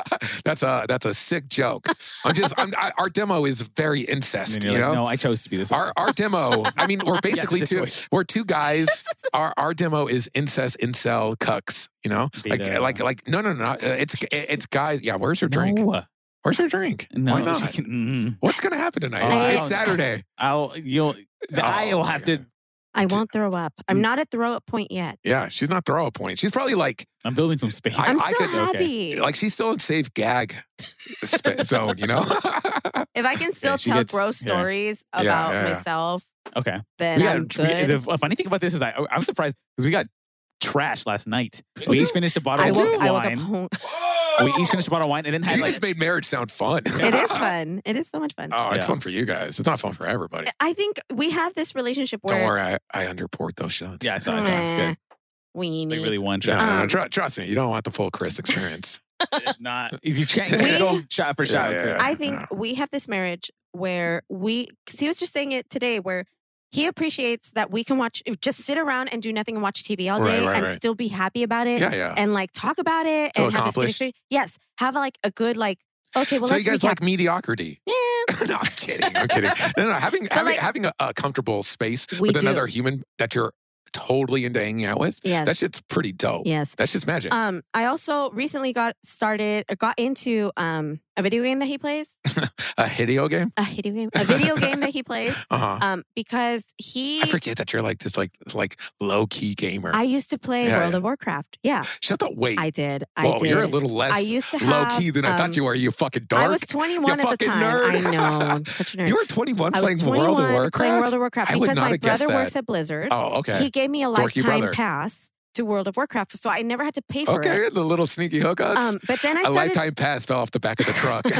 S1: kidding. that's a that's a sick joke. I'm just I'm, I, our demo is very
S2: And
S1: incest.
S2: then
S1: You
S2: you're like,
S1: know.
S2: no, I chose to be this.
S1: our, our demo, I mean, we're basically
S2: this
S1: two,
S2: way.
S1: we're two guys. our, our demo is incest, incel, cucks, you know,
S2: Beta.
S1: like, like, like, no, no, no, uh, it's, it's guys. Yeah. Where's your drink?
S2: No, uh,
S1: Where's your drink?
S2: no
S1: Why not?
S2: she can- mm.
S1: What's going to happen tonight?
S2: Oh,
S1: It's-
S2: I
S1: it's
S2: don't know.
S1: Saturday.
S2: I'll you'll.
S1: Oh,
S2: I will have
S1: yeah.
S2: to
S3: I won't throw up. I'm not at throw up point yet.
S1: Yeah, she's not throw up point. She's probably like
S2: Oh. I'm building some space.
S1: I-
S3: I'm
S1: I
S3: still
S1: could-
S2: okay.
S3: happy.
S1: like she's still in safe gag sp- zone, you know?
S3: If I can still
S2: she
S3: tell
S2: gets-
S3: gross
S2: yeah.
S3: stories
S1: Yeah,
S3: about
S1: yeah, yeah.
S3: myself,
S2: okay.
S3: then
S2: We got-
S3: I'm
S2: we-
S3: good.
S2: the funny thing about this is I I'm surprised because we got trash last night. We each finished a bottle
S3: I
S2: of
S1: do.
S3: woke,
S2: wine.
S3: I woke up home.
S2: we each finished a bottle of wine and then had
S1: you
S2: like
S1: just made marriage sound fun.
S3: It is fun. It is so much fun.
S1: Oh, it's
S2: Yeah.
S1: fun for you guys. It's not fun for everybody.
S3: I think we have this relationship where
S1: Don't worry, I, I underpoured those shots.
S2: yeah, I saw, I saw it. it's good.
S3: we
S2: Like
S3: need.
S2: really one
S1: No,
S2: shot.
S1: no, no,
S3: Um,
S1: tru- trust me, you don't want the full Chris experience.
S2: It's not. If you can't, you
S1: We-
S2: can't go shot for shot.
S1: Yeah,
S2: with
S1: yeah,
S2: it.
S1: yeah.
S3: I think we have this marriage where we. 'cause he was just saying it today, where he appreciates that we can watch, just sit around and do nothing and watch TV all
S1: Right,
S3: day
S1: right,
S3: and
S1: right.
S3: still be happy about it.
S1: yeah, yeah.
S3: and like talk about it
S1: Feel
S3: and have this good
S1: accomplished.
S3: experience. Yes, have like a good like. Okay, well
S1: so you
S3: let's
S1: guys
S3: recap.
S1: like mediocrity?
S3: Yeah.
S1: no, I'm kidding. I'm kidding. No, no, having having,
S3: like-
S1: having a, a comfortable space
S3: We
S1: with
S3: do.
S1: another human that you're totally into hanging out with,
S3: Yes.
S1: that shit's pretty dope.
S3: yes.
S1: That shit's magic.
S3: Um, I also recently got started, or got into um a video game that he plays,
S1: a video game?
S3: a video game, a video game that he plays,
S1: Uh huh.
S3: um, because he.
S1: I forget that you're like this, like like low key gamer.
S3: I used to play
S1: Yeah,
S3: World
S1: yeah.
S3: of Warcraft. Yeah,
S1: Shut the wait.
S3: I did. I
S1: Whoa,
S3: did.
S1: you're a little less
S3: I used to
S1: low
S3: have
S1: key than I thought you were. You fucking
S3: um,
S1: dark.
S3: I was 21
S1: You
S3: at the
S1: fucking
S3: time.
S1: nerd.
S3: I know, I'm such a nerd.
S1: you were 21
S3: I
S1: playing
S3: was 21
S1: World of Warcraft.
S3: playing World of Warcraft
S1: I would
S3: because
S1: not
S3: my
S1: have guessed
S3: brother
S1: that.
S3: works at Blizzard.
S1: oh, okay.
S3: He gave me a
S1: Dorky
S3: lifetime
S1: brother.
S3: pass to World of Warcraft, so I never had to pay for
S1: Okay,
S3: it.
S1: the little sneaky hookups.
S3: Um, but then I
S1: a
S3: started.
S1: lifetime pass fell off the back of the truck.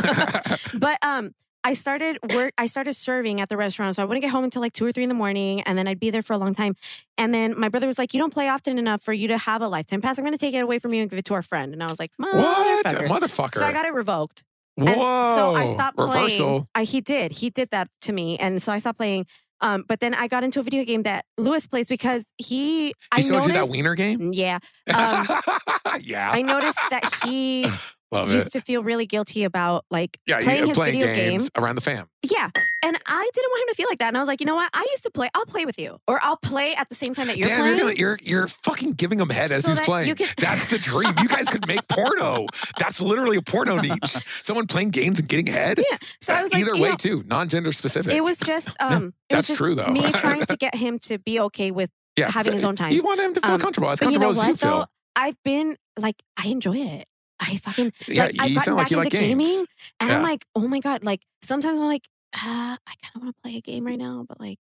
S3: But um, I started work. I started serving at the restaurant, so I wouldn't get home until like two or three in the morning, and then I'd be there for a long time. And then my brother was like, "You don't play often enough for you to have a lifetime pass. I'm going to take it away from you and give it to our friend." And I was like,
S1: what?
S3: "Motherfucker!"
S1: Motherfucker.
S3: Oh, So I got it revoked.
S1: Whoa.
S3: And so I stopped playing.
S1: Reversal.
S3: I, he did. He did that to me, and so I stopped playing. Um, but then I got into a video game that Lewis plays because he. I
S1: He showed
S3: noticed, Mm,
S1: you that wiener game?
S3: Yeah, um,
S1: yeah.
S3: I noticed that he
S1: Love
S3: used
S1: it.
S3: to feel really guilty about like
S1: Yeah, you-
S3: playing his
S1: playing
S3: video game.
S1: games around the fam.
S3: Yeah. And I didn't want him to feel like that. And I was like, you know what? I used to play. I'll play with you. Or I'll play at the same time that you're
S1: Damn,
S3: playing.
S1: you're, gonna, you're you're fucking giving him head as
S3: So
S1: he's
S3: that
S1: playing.
S3: you can-
S1: That's the dream. You guys could make porno. That's literally a porno niche. Someone playing games and getting head.
S3: Yeah, so I was like,
S1: Either
S3: you
S1: way,
S3: know,
S1: too, non-gender specific.
S3: it was just um it was
S1: That's
S3: just
S1: true, though.
S3: me trying to get him to be okay with
S1: yeah,
S3: having his own time.
S1: You want him to feel
S3: Um,
S1: comfortable, as
S3: but you know
S1: comfortable as you
S3: what though?
S1: feel.
S3: I've been like I enjoy it. I fucking
S1: Yeah,
S3: like, I've
S1: you
S3: gotten
S1: sound like
S3: back
S1: you like
S3: into
S1: games.
S3: gaming and I'm
S1: Yeah.
S3: like, oh my God. Like sometimes I'm like, ah, I kinda wanna play a game right now, but like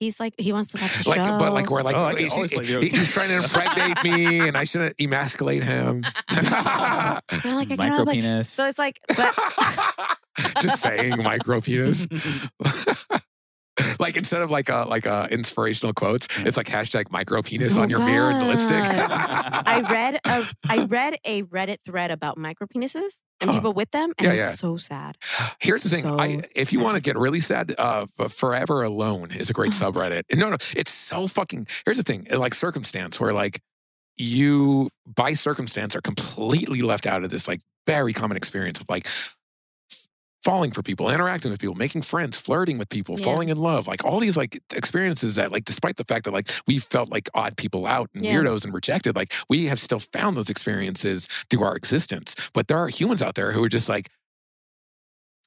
S3: he's like he wants to watch a
S1: Like,
S3: show.
S1: but like we're like,
S2: Oh, I can
S1: he's,
S2: always play video
S1: he- he's trying to impregnate me, and I shouldn't emasculate him.
S3: And I'm like,
S2: Micro
S3: I kinda like
S2: penis.
S3: so um, it's like but
S1: Just saying, micro penis.
S2: Mm-hmm.
S1: like instead of like a like a inspirational quotes, it's like hashtag micro penis
S3: Oh,
S1: on your mirror and lipstick.
S2: God.
S3: I read a I read a Reddit thread about micropenises and
S1: Huh.
S3: people with them, and
S1: Yeah,
S3: it's
S1: yeah.
S3: so sad.
S1: Here's the thing: I,
S3: So
S1: if you
S3: sad.
S1: want to get really sad, uh, f- "Forever Alone" is a great
S3: Uh-huh.
S1: subreddit. No, no, it's so fucking. Here's the thing: uh, like circumstance, where like you by circumstance are completely left out of this like very common experience of like f- falling for people, interacting with people, making friends, flirting with people,
S3: Yeah.
S1: falling in love, like all these like experiences that like despite the fact that like we felt like odd people out and
S3: Yeah.
S1: weirdos and rejected, like we have still found those experiences through our existence. But there are humans out there who are just like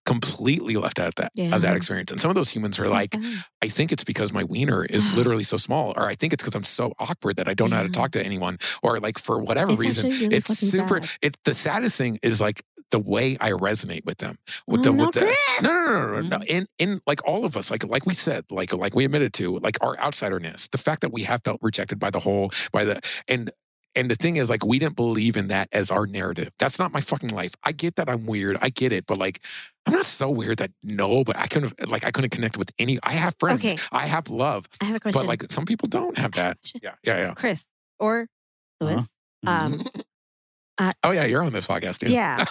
S1: completely left out of that
S3: Yeah.
S1: of that experience. And some of those humans are
S3: So
S1: like,
S3: sad.
S1: I think it's because my wiener is literally so small, or I think it's because I'm so awkward that I don't know how to
S3: Yeah.
S1: talk to anyone, or like for whatever
S3: It's
S1: reason.
S3: actually really
S1: It's
S3: fucking
S1: super.
S3: sad.
S1: It's the saddest thing is like the way I resonate with them. With
S3: Oh,
S1: the
S3: no,
S1: with the,
S3: Chris! Mm.
S1: no, no, no, no, no, no. In in like all of us, like like we said, like like we admitted to, like our outsiderness, the fact that we have felt rejected by the whole, by the and and the thing is, like we didn't believe in that as our narrative. That's not my fucking life. I get that I'm weird. I get it, but like. I'm not so weird that no, but I couldn't like I couldn't connect with any. I have friends.
S3: Okay.
S1: I have love,
S3: I have a question.
S1: but like uh some people don't have
S3: I have a
S1: that.
S3: question.
S1: Yeah, yeah, yeah.
S3: Chris or Louis. Um,
S1: oh yeah, you're on this podcast, dude.
S3: yeah.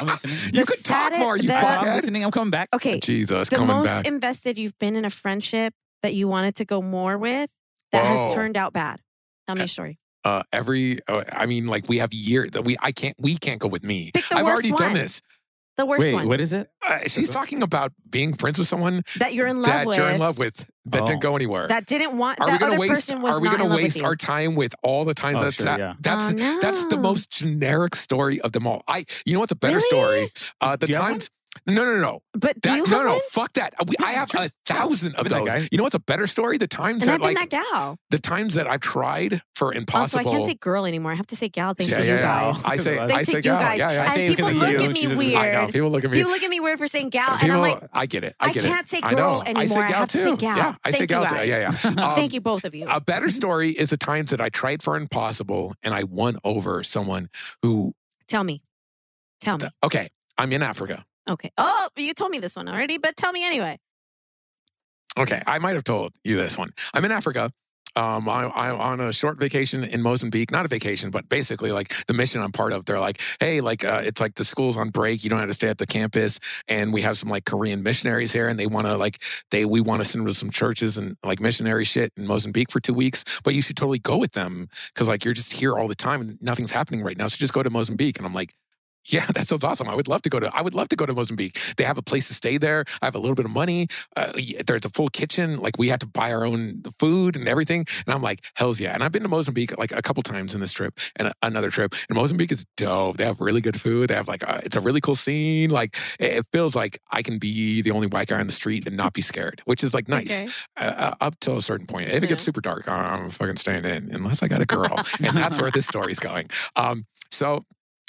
S2: I'm listening.
S1: you
S3: The
S1: could talk
S3: saddest-
S1: more. You
S3: the-
S2: I'm
S1: fuckhead.
S2: listening. I'm coming back.
S3: Okay.
S1: Jesus,
S3: the
S1: coming
S3: most
S1: back.
S3: invested you've been in a friendship that you wanted to go more with that
S1: Whoa.
S3: has turned out bad. Tell me a story.
S1: uh, every, uh, I mean, like we have years that we, I can't, we can't go with me.
S3: Pick the
S1: I've
S3: worst
S1: already
S3: one.
S1: done this.
S3: The worst
S2: Wait,
S3: one
S2: what is it?
S1: Uh, she's talking about being friends with someone
S3: that you're in love
S1: that
S3: with.
S1: you're in love with that didn't
S2: Oh.
S1: go anywhere.
S3: That didn't want
S1: are we
S3: that
S1: gonna
S3: other
S1: waste?
S3: person was
S1: Are we
S3: not
S1: gonna
S3: in love with
S1: waste
S3: you.
S1: our time with all the times
S2: Oh,
S1: that's
S2: sure,
S1: that,
S2: yeah.
S1: that's
S3: Oh,
S1: That's the
S3: no.
S1: most generic story of them all. I, you know what's a better
S3: Really?
S1: story? Uh, the
S2: Do you have
S1: times No, no, no.
S3: But do
S1: That,
S3: you have
S1: no, no.
S3: one?
S1: Fuck that. We, I
S2: Yeah,
S1: have
S2: sure.
S1: a thousand of
S2: I've been that
S1: those.
S2: guy.
S1: You know what's a better story? The times
S3: And I've
S1: that
S3: been
S1: like
S3: that gal.
S1: the times that I've tried for
S3: Also,
S1: impossible.
S3: I can't say girl anymore. I have to say gal thanks
S1: yeah,
S3: to
S1: yeah,
S3: you
S1: yeah.
S3: guys.
S1: I say,
S2: Thanks
S1: I
S3: to
S1: say,
S3: you
S1: gal.
S3: guys.
S1: Yeah, yeah.
S3: And
S2: say it
S3: people
S2: because of
S3: look
S2: you.
S3: at me
S2: She's a- I
S1: I know.
S3: weird.
S1: People look at me.
S3: People look at me weird for saying gal, and
S1: People,
S3: I'm like,
S1: I get it. I
S3: I
S1: get it.
S3: can't say
S1: I know.
S3: girl
S1: I
S3: anymore.
S1: say
S3: I
S1: gal
S3: have to
S1: too.
S3: say gal.
S1: Yeah, I say
S3: Thank
S1: gal
S3: you
S1: too.
S3: guys.
S1: Yeah, yeah. Um,
S3: Thank you Mm-hmm. both of you.
S1: A better story is the times that I tried for impossible and I won over someone who,
S3: Tell me. Tell me.
S1: th- okay, I'm in Africa.
S3: Okay. Oh, you told me this one already, but tell me anyway.
S1: Okay, I might have told you this one. I'm in Africa. Um, I, I'm on a short vacation in Mozambique. Not a vacation, but basically like the mission I'm part of. They're like, hey, like uh, it's like the school's on break. You don't have to stay at the campus, and we have some like Korean missionaries here, and they want to like they we want to send them to some churches and like missionary shit in Mozambique for two weeks. But you should totally go with them because like you're just here all the time and nothing's happening right now. So just go to Mozambique. And I'm like. Yeah, that sounds awesome. I would love to go to. I would love to go to Mozambique. They have a place to stay there. I have a little bit of money uh, y- there's a full kitchen. Like we had to buy our own food and everything. And I'm like, hell's yeah. And I've been to Mozambique like a couple times in this trip and a- another trip. And Mozambique is dope. They have really good food. They have like, uh, it's a really cool scene. Like it, it feels like I can be the only white guy on the street and not be scared, which is like nice
S3: Okay.
S1: uh, uh, up till a certain point. If it
S3: Yeah.
S1: gets super dark, I- I'm fucking staying in unless I got a girl, and that's where this story's going. Um, so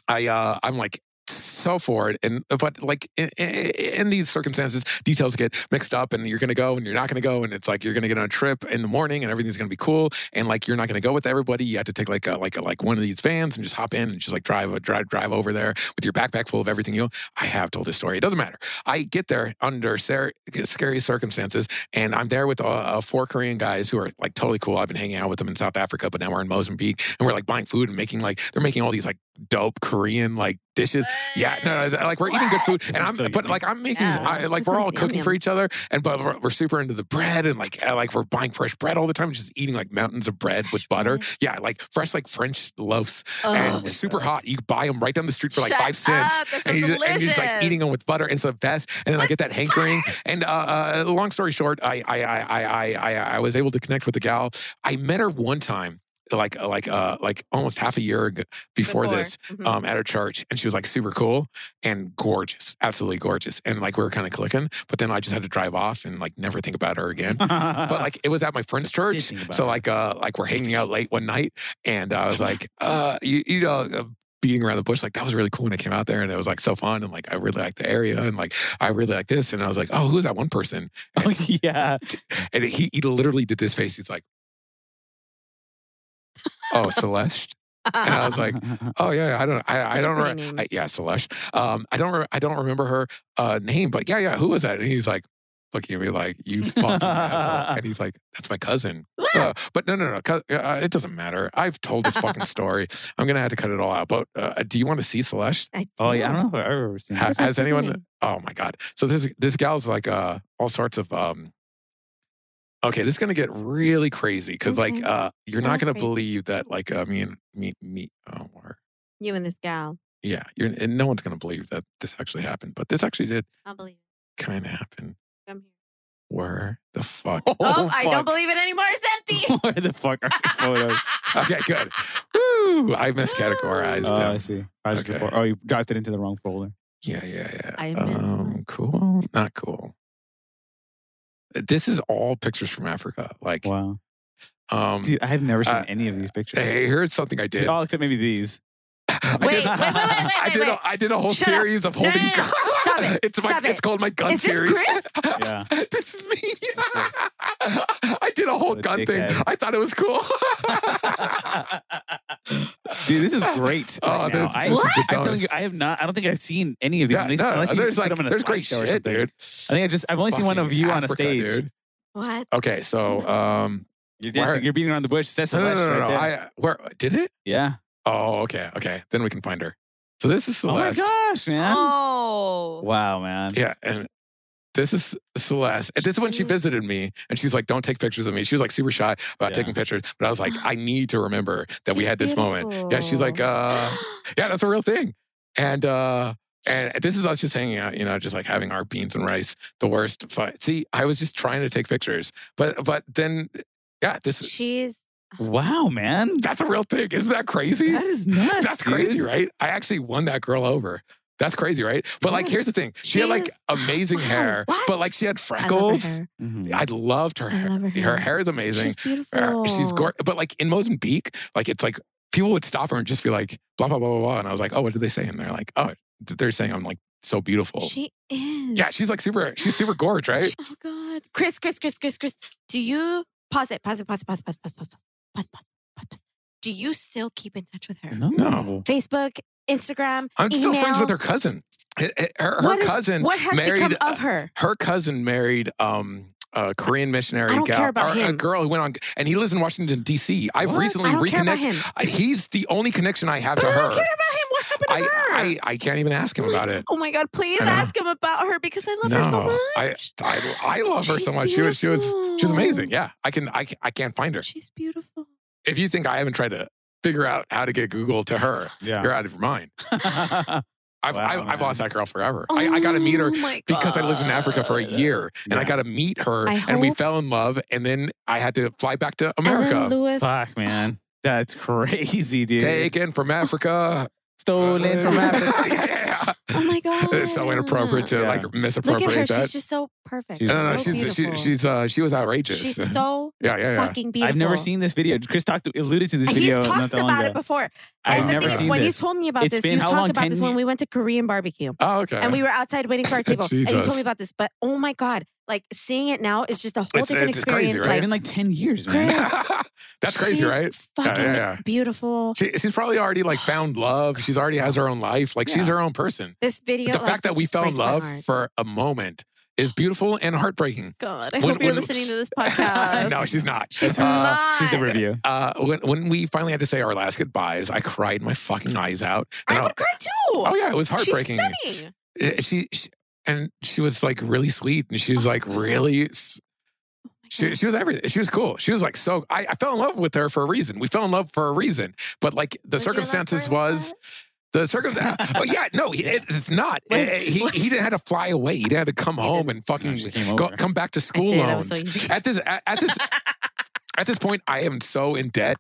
S1: I uh, I'm like so forward, and uh, but like in, in these circumstances, details get mixed up, and you're gonna go, and you're not gonna go, and it's like you're gonna get on a trip in the morning, and everything's gonna be cool, and like you're not gonna go with everybody. You have to take like a, like a, like one of these vans and just hop in and just like drive drive drive over there with your backpack full of everything you. own. I have told this story. It doesn't matter. I get there under ser- scary circumstances, and I'm there with uh, uh, four Korean guys who are like totally cool. I've been hanging out with them in South Africa, but now we're in Mozambique, and we're like buying food and making like they're making all these like dope Korean like dishes. Yeah, no, no, like we're eating good food, and
S2: That
S1: I'm
S2: sounds so
S1: but
S2: yummy.
S1: like I'm making
S3: Yeah.
S1: I, like
S3: That
S1: we're
S3: sounds
S1: all cooking
S3: yum,
S1: for
S3: yum.
S1: each other, and but we're, we're super into the bread and like uh, like we're buying fresh bread all the time, just eating like mountains of bread with
S3: Fresh
S1: butter.
S3: bread.
S1: Yeah, like fresh like French loaves,
S3: Oh,
S1: and it's super hot. You buy them right down the street for like
S3: shut
S1: five cents
S3: up. That
S1: and
S3: sounds
S1: you just, and you just like
S3: delicious.
S1: eating them with butter and some best. And then I get that hankering. And uh, uh, long story short, I I, I I I I I was able to connect with the gal. I met her one time, like like uh like almost half a year ago before, this.
S3: Mhm.
S1: Um, at her church, and she was like super cool and gorgeous, absolutely gorgeous, and like we were kind of clicking. But then I just had to drive off and like never think about her again but like it was at my friend's
S2: Did
S1: church.
S2: think about
S1: So
S2: it. Uh-huh.
S1: like uh like we're hanging out late one night and I was like, uh you, you know, uh, beating around the bush, like that was really cool when I came out there and it was like so fun and like I really like the area and like I really like this. And I was like, Oh, who's that one person?
S2: oh, yeah.
S1: And he, he literally did this face. He's like, Oh, Celeste? And I was like, Oh yeah, yeah, I don't I, I
S3: Such a
S1: don't
S3: pretty
S1: re-
S3: name.
S1: I, yeah, Celeste. Um I don't re- I don't remember her uh name, but yeah, yeah, who was that? And he's like looking at me like, You fucking asshole. And he's like, That's my cousin. Uh, but no, no, no. 'cause, Uh, it doesn't matter. I've told this fucking story. I'm gonna have to cut it all out. But uh, do you want to see Celeste?
S3: I
S2: oh, yeah. I
S3: do.
S2: don't know if I've ever seen
S1: Ha-
S2: that.
S3: What's
S1: has
S3: her
S1: anyone?
S3: name?
S1: Oh my god. So this this gal's like uh, all sorts of um. Okay, this is gonna get really crazy because like
S3: Okay.
S1: uh, you're not
S3: Oh,
S1: gonna
S3: great.
S1: believe that like uh, me and me me oh, or,
S3: You and this gal.
S1: yeah you're and no one's gonna believe that this actually happened, but this actually did
S3: I'll believe it.
S1: kind of happen.
S3: Come here.
S1: Where the fuck?
S3: Oh, I don't
S2: fuck.
S3: believe it anymore. It's empty.
S2: Where the fuck are your photos?
S1: okay, good. Woo! I miscategorized
S2: Oh,
S1: them.
S2: I see. I was just
S1: Okay.
S2: before- Oh, you dropped it into the wrong folder.
S1: Yeah, yeah, yeah.
S3: I admit it's not.
S1: um, cool. Not cool. Uh, This is all pictures from Africa. Like,
S2: Wow.
S1: um,
S2: Dude, I have never seen
S1: uh,
S2: any of these pictures.
S1: hey, here's something I did.
S2: All except maybe these.
S1: I
S3: Wait,
S1: did,
S3: wait, wait, wait, wait,
S1: I
S3: wait,
S1: did.
S3: wait.
S1: A, I did a whole
S3: Shut up.
S1: series of
S3: No,
S1: holding.
S3: no, no, no. Stop it.
S1: It's my.
S3: Stop
S1: It's
S3: it.
S1: called my gun
S3: Is this
S1: series.
S3: Chris?
S2: Yeah.
S1: this is me.
S2: That's Chris.
S1: I did a whole
S2: What a
S1: gun thing.
S2: dickhead.
S1: I thought it was cool.
S2: Dude, this is great.
S1: Oh,
S2: right now.
S1: this-
S2: I,
S1: this is the
S2: I'm telling
S1: dumbest.
S2: you, I have not. I don't think I've seen any of these.
S1: yeah,
S2: unless,
S1: no,
S2: unless you
S1: there's
S2: put
S1: like
S2: them in a
S1: there's great
S2: slideshow or
S1: shit,
S2: something.
S1: dude.
S2: I think I just I've only seen one
S1: Fucking
S2: of you on a
S1: Africa,
S2: stage.
S1: dude.
S3: What?
S1: Okay, so um,
S2: You're
S1: Where-
S2: dancing. You're beating around the bush. That's
S1: no, no,
S2: Celeste
S1: no, no,
S2: right
S1: no.
S2: there.
S1: I where did it?
S2: yeah.
S1: Oh, okay, okay. Then we can find her. So this is
S2: Oh my
S1: Celeste.
S2: gosh, man.
S3: Oh.
S2: Wow, man.
S1: yeah, and this is Celeste. And this is when she
S3: Cute.
S1: visited me, and she's like, "Don't take pictures of me." She was like super shy about
S2: Yeah.
S1: taking pictures, but I was like, "I need to remember that we had this moment." Yeah, she's like, uh, "Yeah, that's a real thing," and uh, and this is us just hanging out, you know, just like having our beans and rice. The worst. Fun. See, I was just trying to take pictures, but but then, yeah, this is
S3: she's
S2: Wow, man.
S1: that's a real thing. Isn't that crazy?
S2: That is nuts.
S1: That's crazy,
S2: dude.
S1: right? I actually won that girl over. That's crazy, right? But like,
S3: Yes.
S1: here's the thing: she, had like
S3: She's-
S1: amazing
S3: Wow,
S1: hair,
S3: what?
S1: but like she had
S3: I love her
S1: freckles.
S3: hair.
S2: Mm-hmm.
S1: I, loved her
S3: I
S1: hair.
S3: love her hair.
S1: hair is er, amazing.
S3: She's beautiful.
S1: Her- she's gorgeous. But like in Mozambique, like it's like people would stop her and just be like blah blah blah blah blah. And I was like, oh, what did they say? And they're like, oh, th- they're saying I'm like so beautiful.
S3: She is.
S1: yeah, she's like super. She's super gorge, right?
S3: Oh God, Chris, Chris, Chris, Chris, Chris. Do you pause it? Pause it. Pause it. Pause it. Pause it. Pause it. Pause it. Pause it. Pause it. Pause it. Do you still keep in touch with her?
S2: No.
S1: No.
S3: Facebook, Instagram.
S1: I'm still friends with her
S3: Email.
S1: cousin. H- h- Her, her
S3: What is-
S1: cousin
S3: What has
S1: married
S3: become of her?
S1: her cousin married um a Korean missionary
S3: I don't
S1: gal
S3: care about
S1: or a
S3: him.
S1: girl who went on and he lives in Washington D.C. I've
S2: What?
S1: recently
S3: I don't care about
S1: reconnected.
S3: him.
S1: He's the only connection I have
S3: But
S1: to
S3: I don't
S1: her.
S3: care about him. What happened to
S1: I,
S3: her?
S1: I I can't even ask him about it.
S3: oh my God! Please
S1: I know.
S3: ask him about her because I love her so
S1: No,
S3: much.
S1: I- I, I love her so
S3: She's
S1: much. She was she was she was amazing.
S3: beautiful.
S1: Yeah, I can I can- I can't find her.
S3: She's beautiful.
S1: If you think I haven't tried to figure out how to get Google to her,
S2: Yeah.
S1: you're out of your mind. I've
S2: Wow,
S1: I've, I've
S2: man.
S1: lost that girl forever. I, I got to meet her
S3: Oh my
S1: because I lived in Africa for a
S3: God.
S1: year and I
S2: Yeah.
S1: got to meet her
S3: I
S1: and we
S3: hope-
S1: fell in love and then I had to fly back to America.
S3: Ellen Lewis.
S2: Fuck, man. That's crazy, dude.
S1: Taken from Africa.
S2: Stolen from Africa.
S1: yeah, yeah,
S3: Oh my
S1: yeah.
S3: God!
S1: It's so inappropriate to
S2: Yeah.
S1: like
S3: Look at her.
S1: misappropriate
S3: She's
S1: that.
S3: just so perfect.
S2: She's
S1: no, no, no,
S3: so
S1: she's she,
S3: beautiful.
S1: she's uh she was outrageous.
S3: She's so
S1: yeah, yeah, yeah.
S3: fucking beautiful.
S2: I've never seen this video. Chris talked alluded to this
S3: He's
S2: video
S3: talked
S2: not that long
S3: about it
S2: ago.
S3: before.
S1: I've
S3: And the
S1: never
S3: thing is,
S1: seen
S3: when
S2: this.
S3: you told me about
S2: It's
S3: this,
S2: been
S3: you
S2: how
S3: talked
S2: long?
S3: about
S2: 10
S3: this when
S2: years?
S3: we went to Korean barbecue.
S1: Oh, okay.
S3: And we were outside waiting for our table. and you told
S1: Jesus.
S3: me about this. But oh my God, like seeing it now is just a whole
S1: It's-
S3: different
S1: it's crazy,
S3: experience.
S1: right?
S2: It's
S1: Like-
S2: been like ten years, man.
S3: Chris,
S1: That's crazy,
S3: she's
S1: right?
S3: Fucking
S1: yeah, yeah.
S3: beautiful.
S1: She, she's probably already like found love. She's already has her own life. Like she's
S2: Yeah.
S1: her own person.
S3: This video.
S1: But the
S3: like,
S1: fact that we
S3: just
S1: fell in
S3: breaks my
S1: love
S3: heart.
S1: for a moment is beautiful and heartbreaking.
S3: God, I
S1: when-
S3: hope you're
S1: when-
S3: listening to this podcast.
S1: no, she's not.
S3: She's
S1: Uh,
S3: not.
S2: She's the review.
S1: uh, when, when we finally had to say our last goodbyes, I cried my fucking eyes out. And
S3: I would cry too.
S1: oh yeah, it was heartbreaking.
S3: She's stunning.
S1: Uh, She, she and she was like really sweet, and she was like really. s- She, she was everything. She was cool. She was like so. I, I fell in love with her for a reason. We fell in love for a reason. But like the
S3: Was your last
S1: circumstances
S3: word like
S1: was the circumstance. oh yeah, no, he- it, it's not.
S3: Wait,
S1: Eh, he he didn't have to fly away. He didn't have to come home and fucking
S2: she came
S1: go,
S2: over.
S1: come back to
S3: I
S1: school
S3: did, I was
S1: loans.
S3: so easy.
S1: at this at, at this at this point, I am so in debt.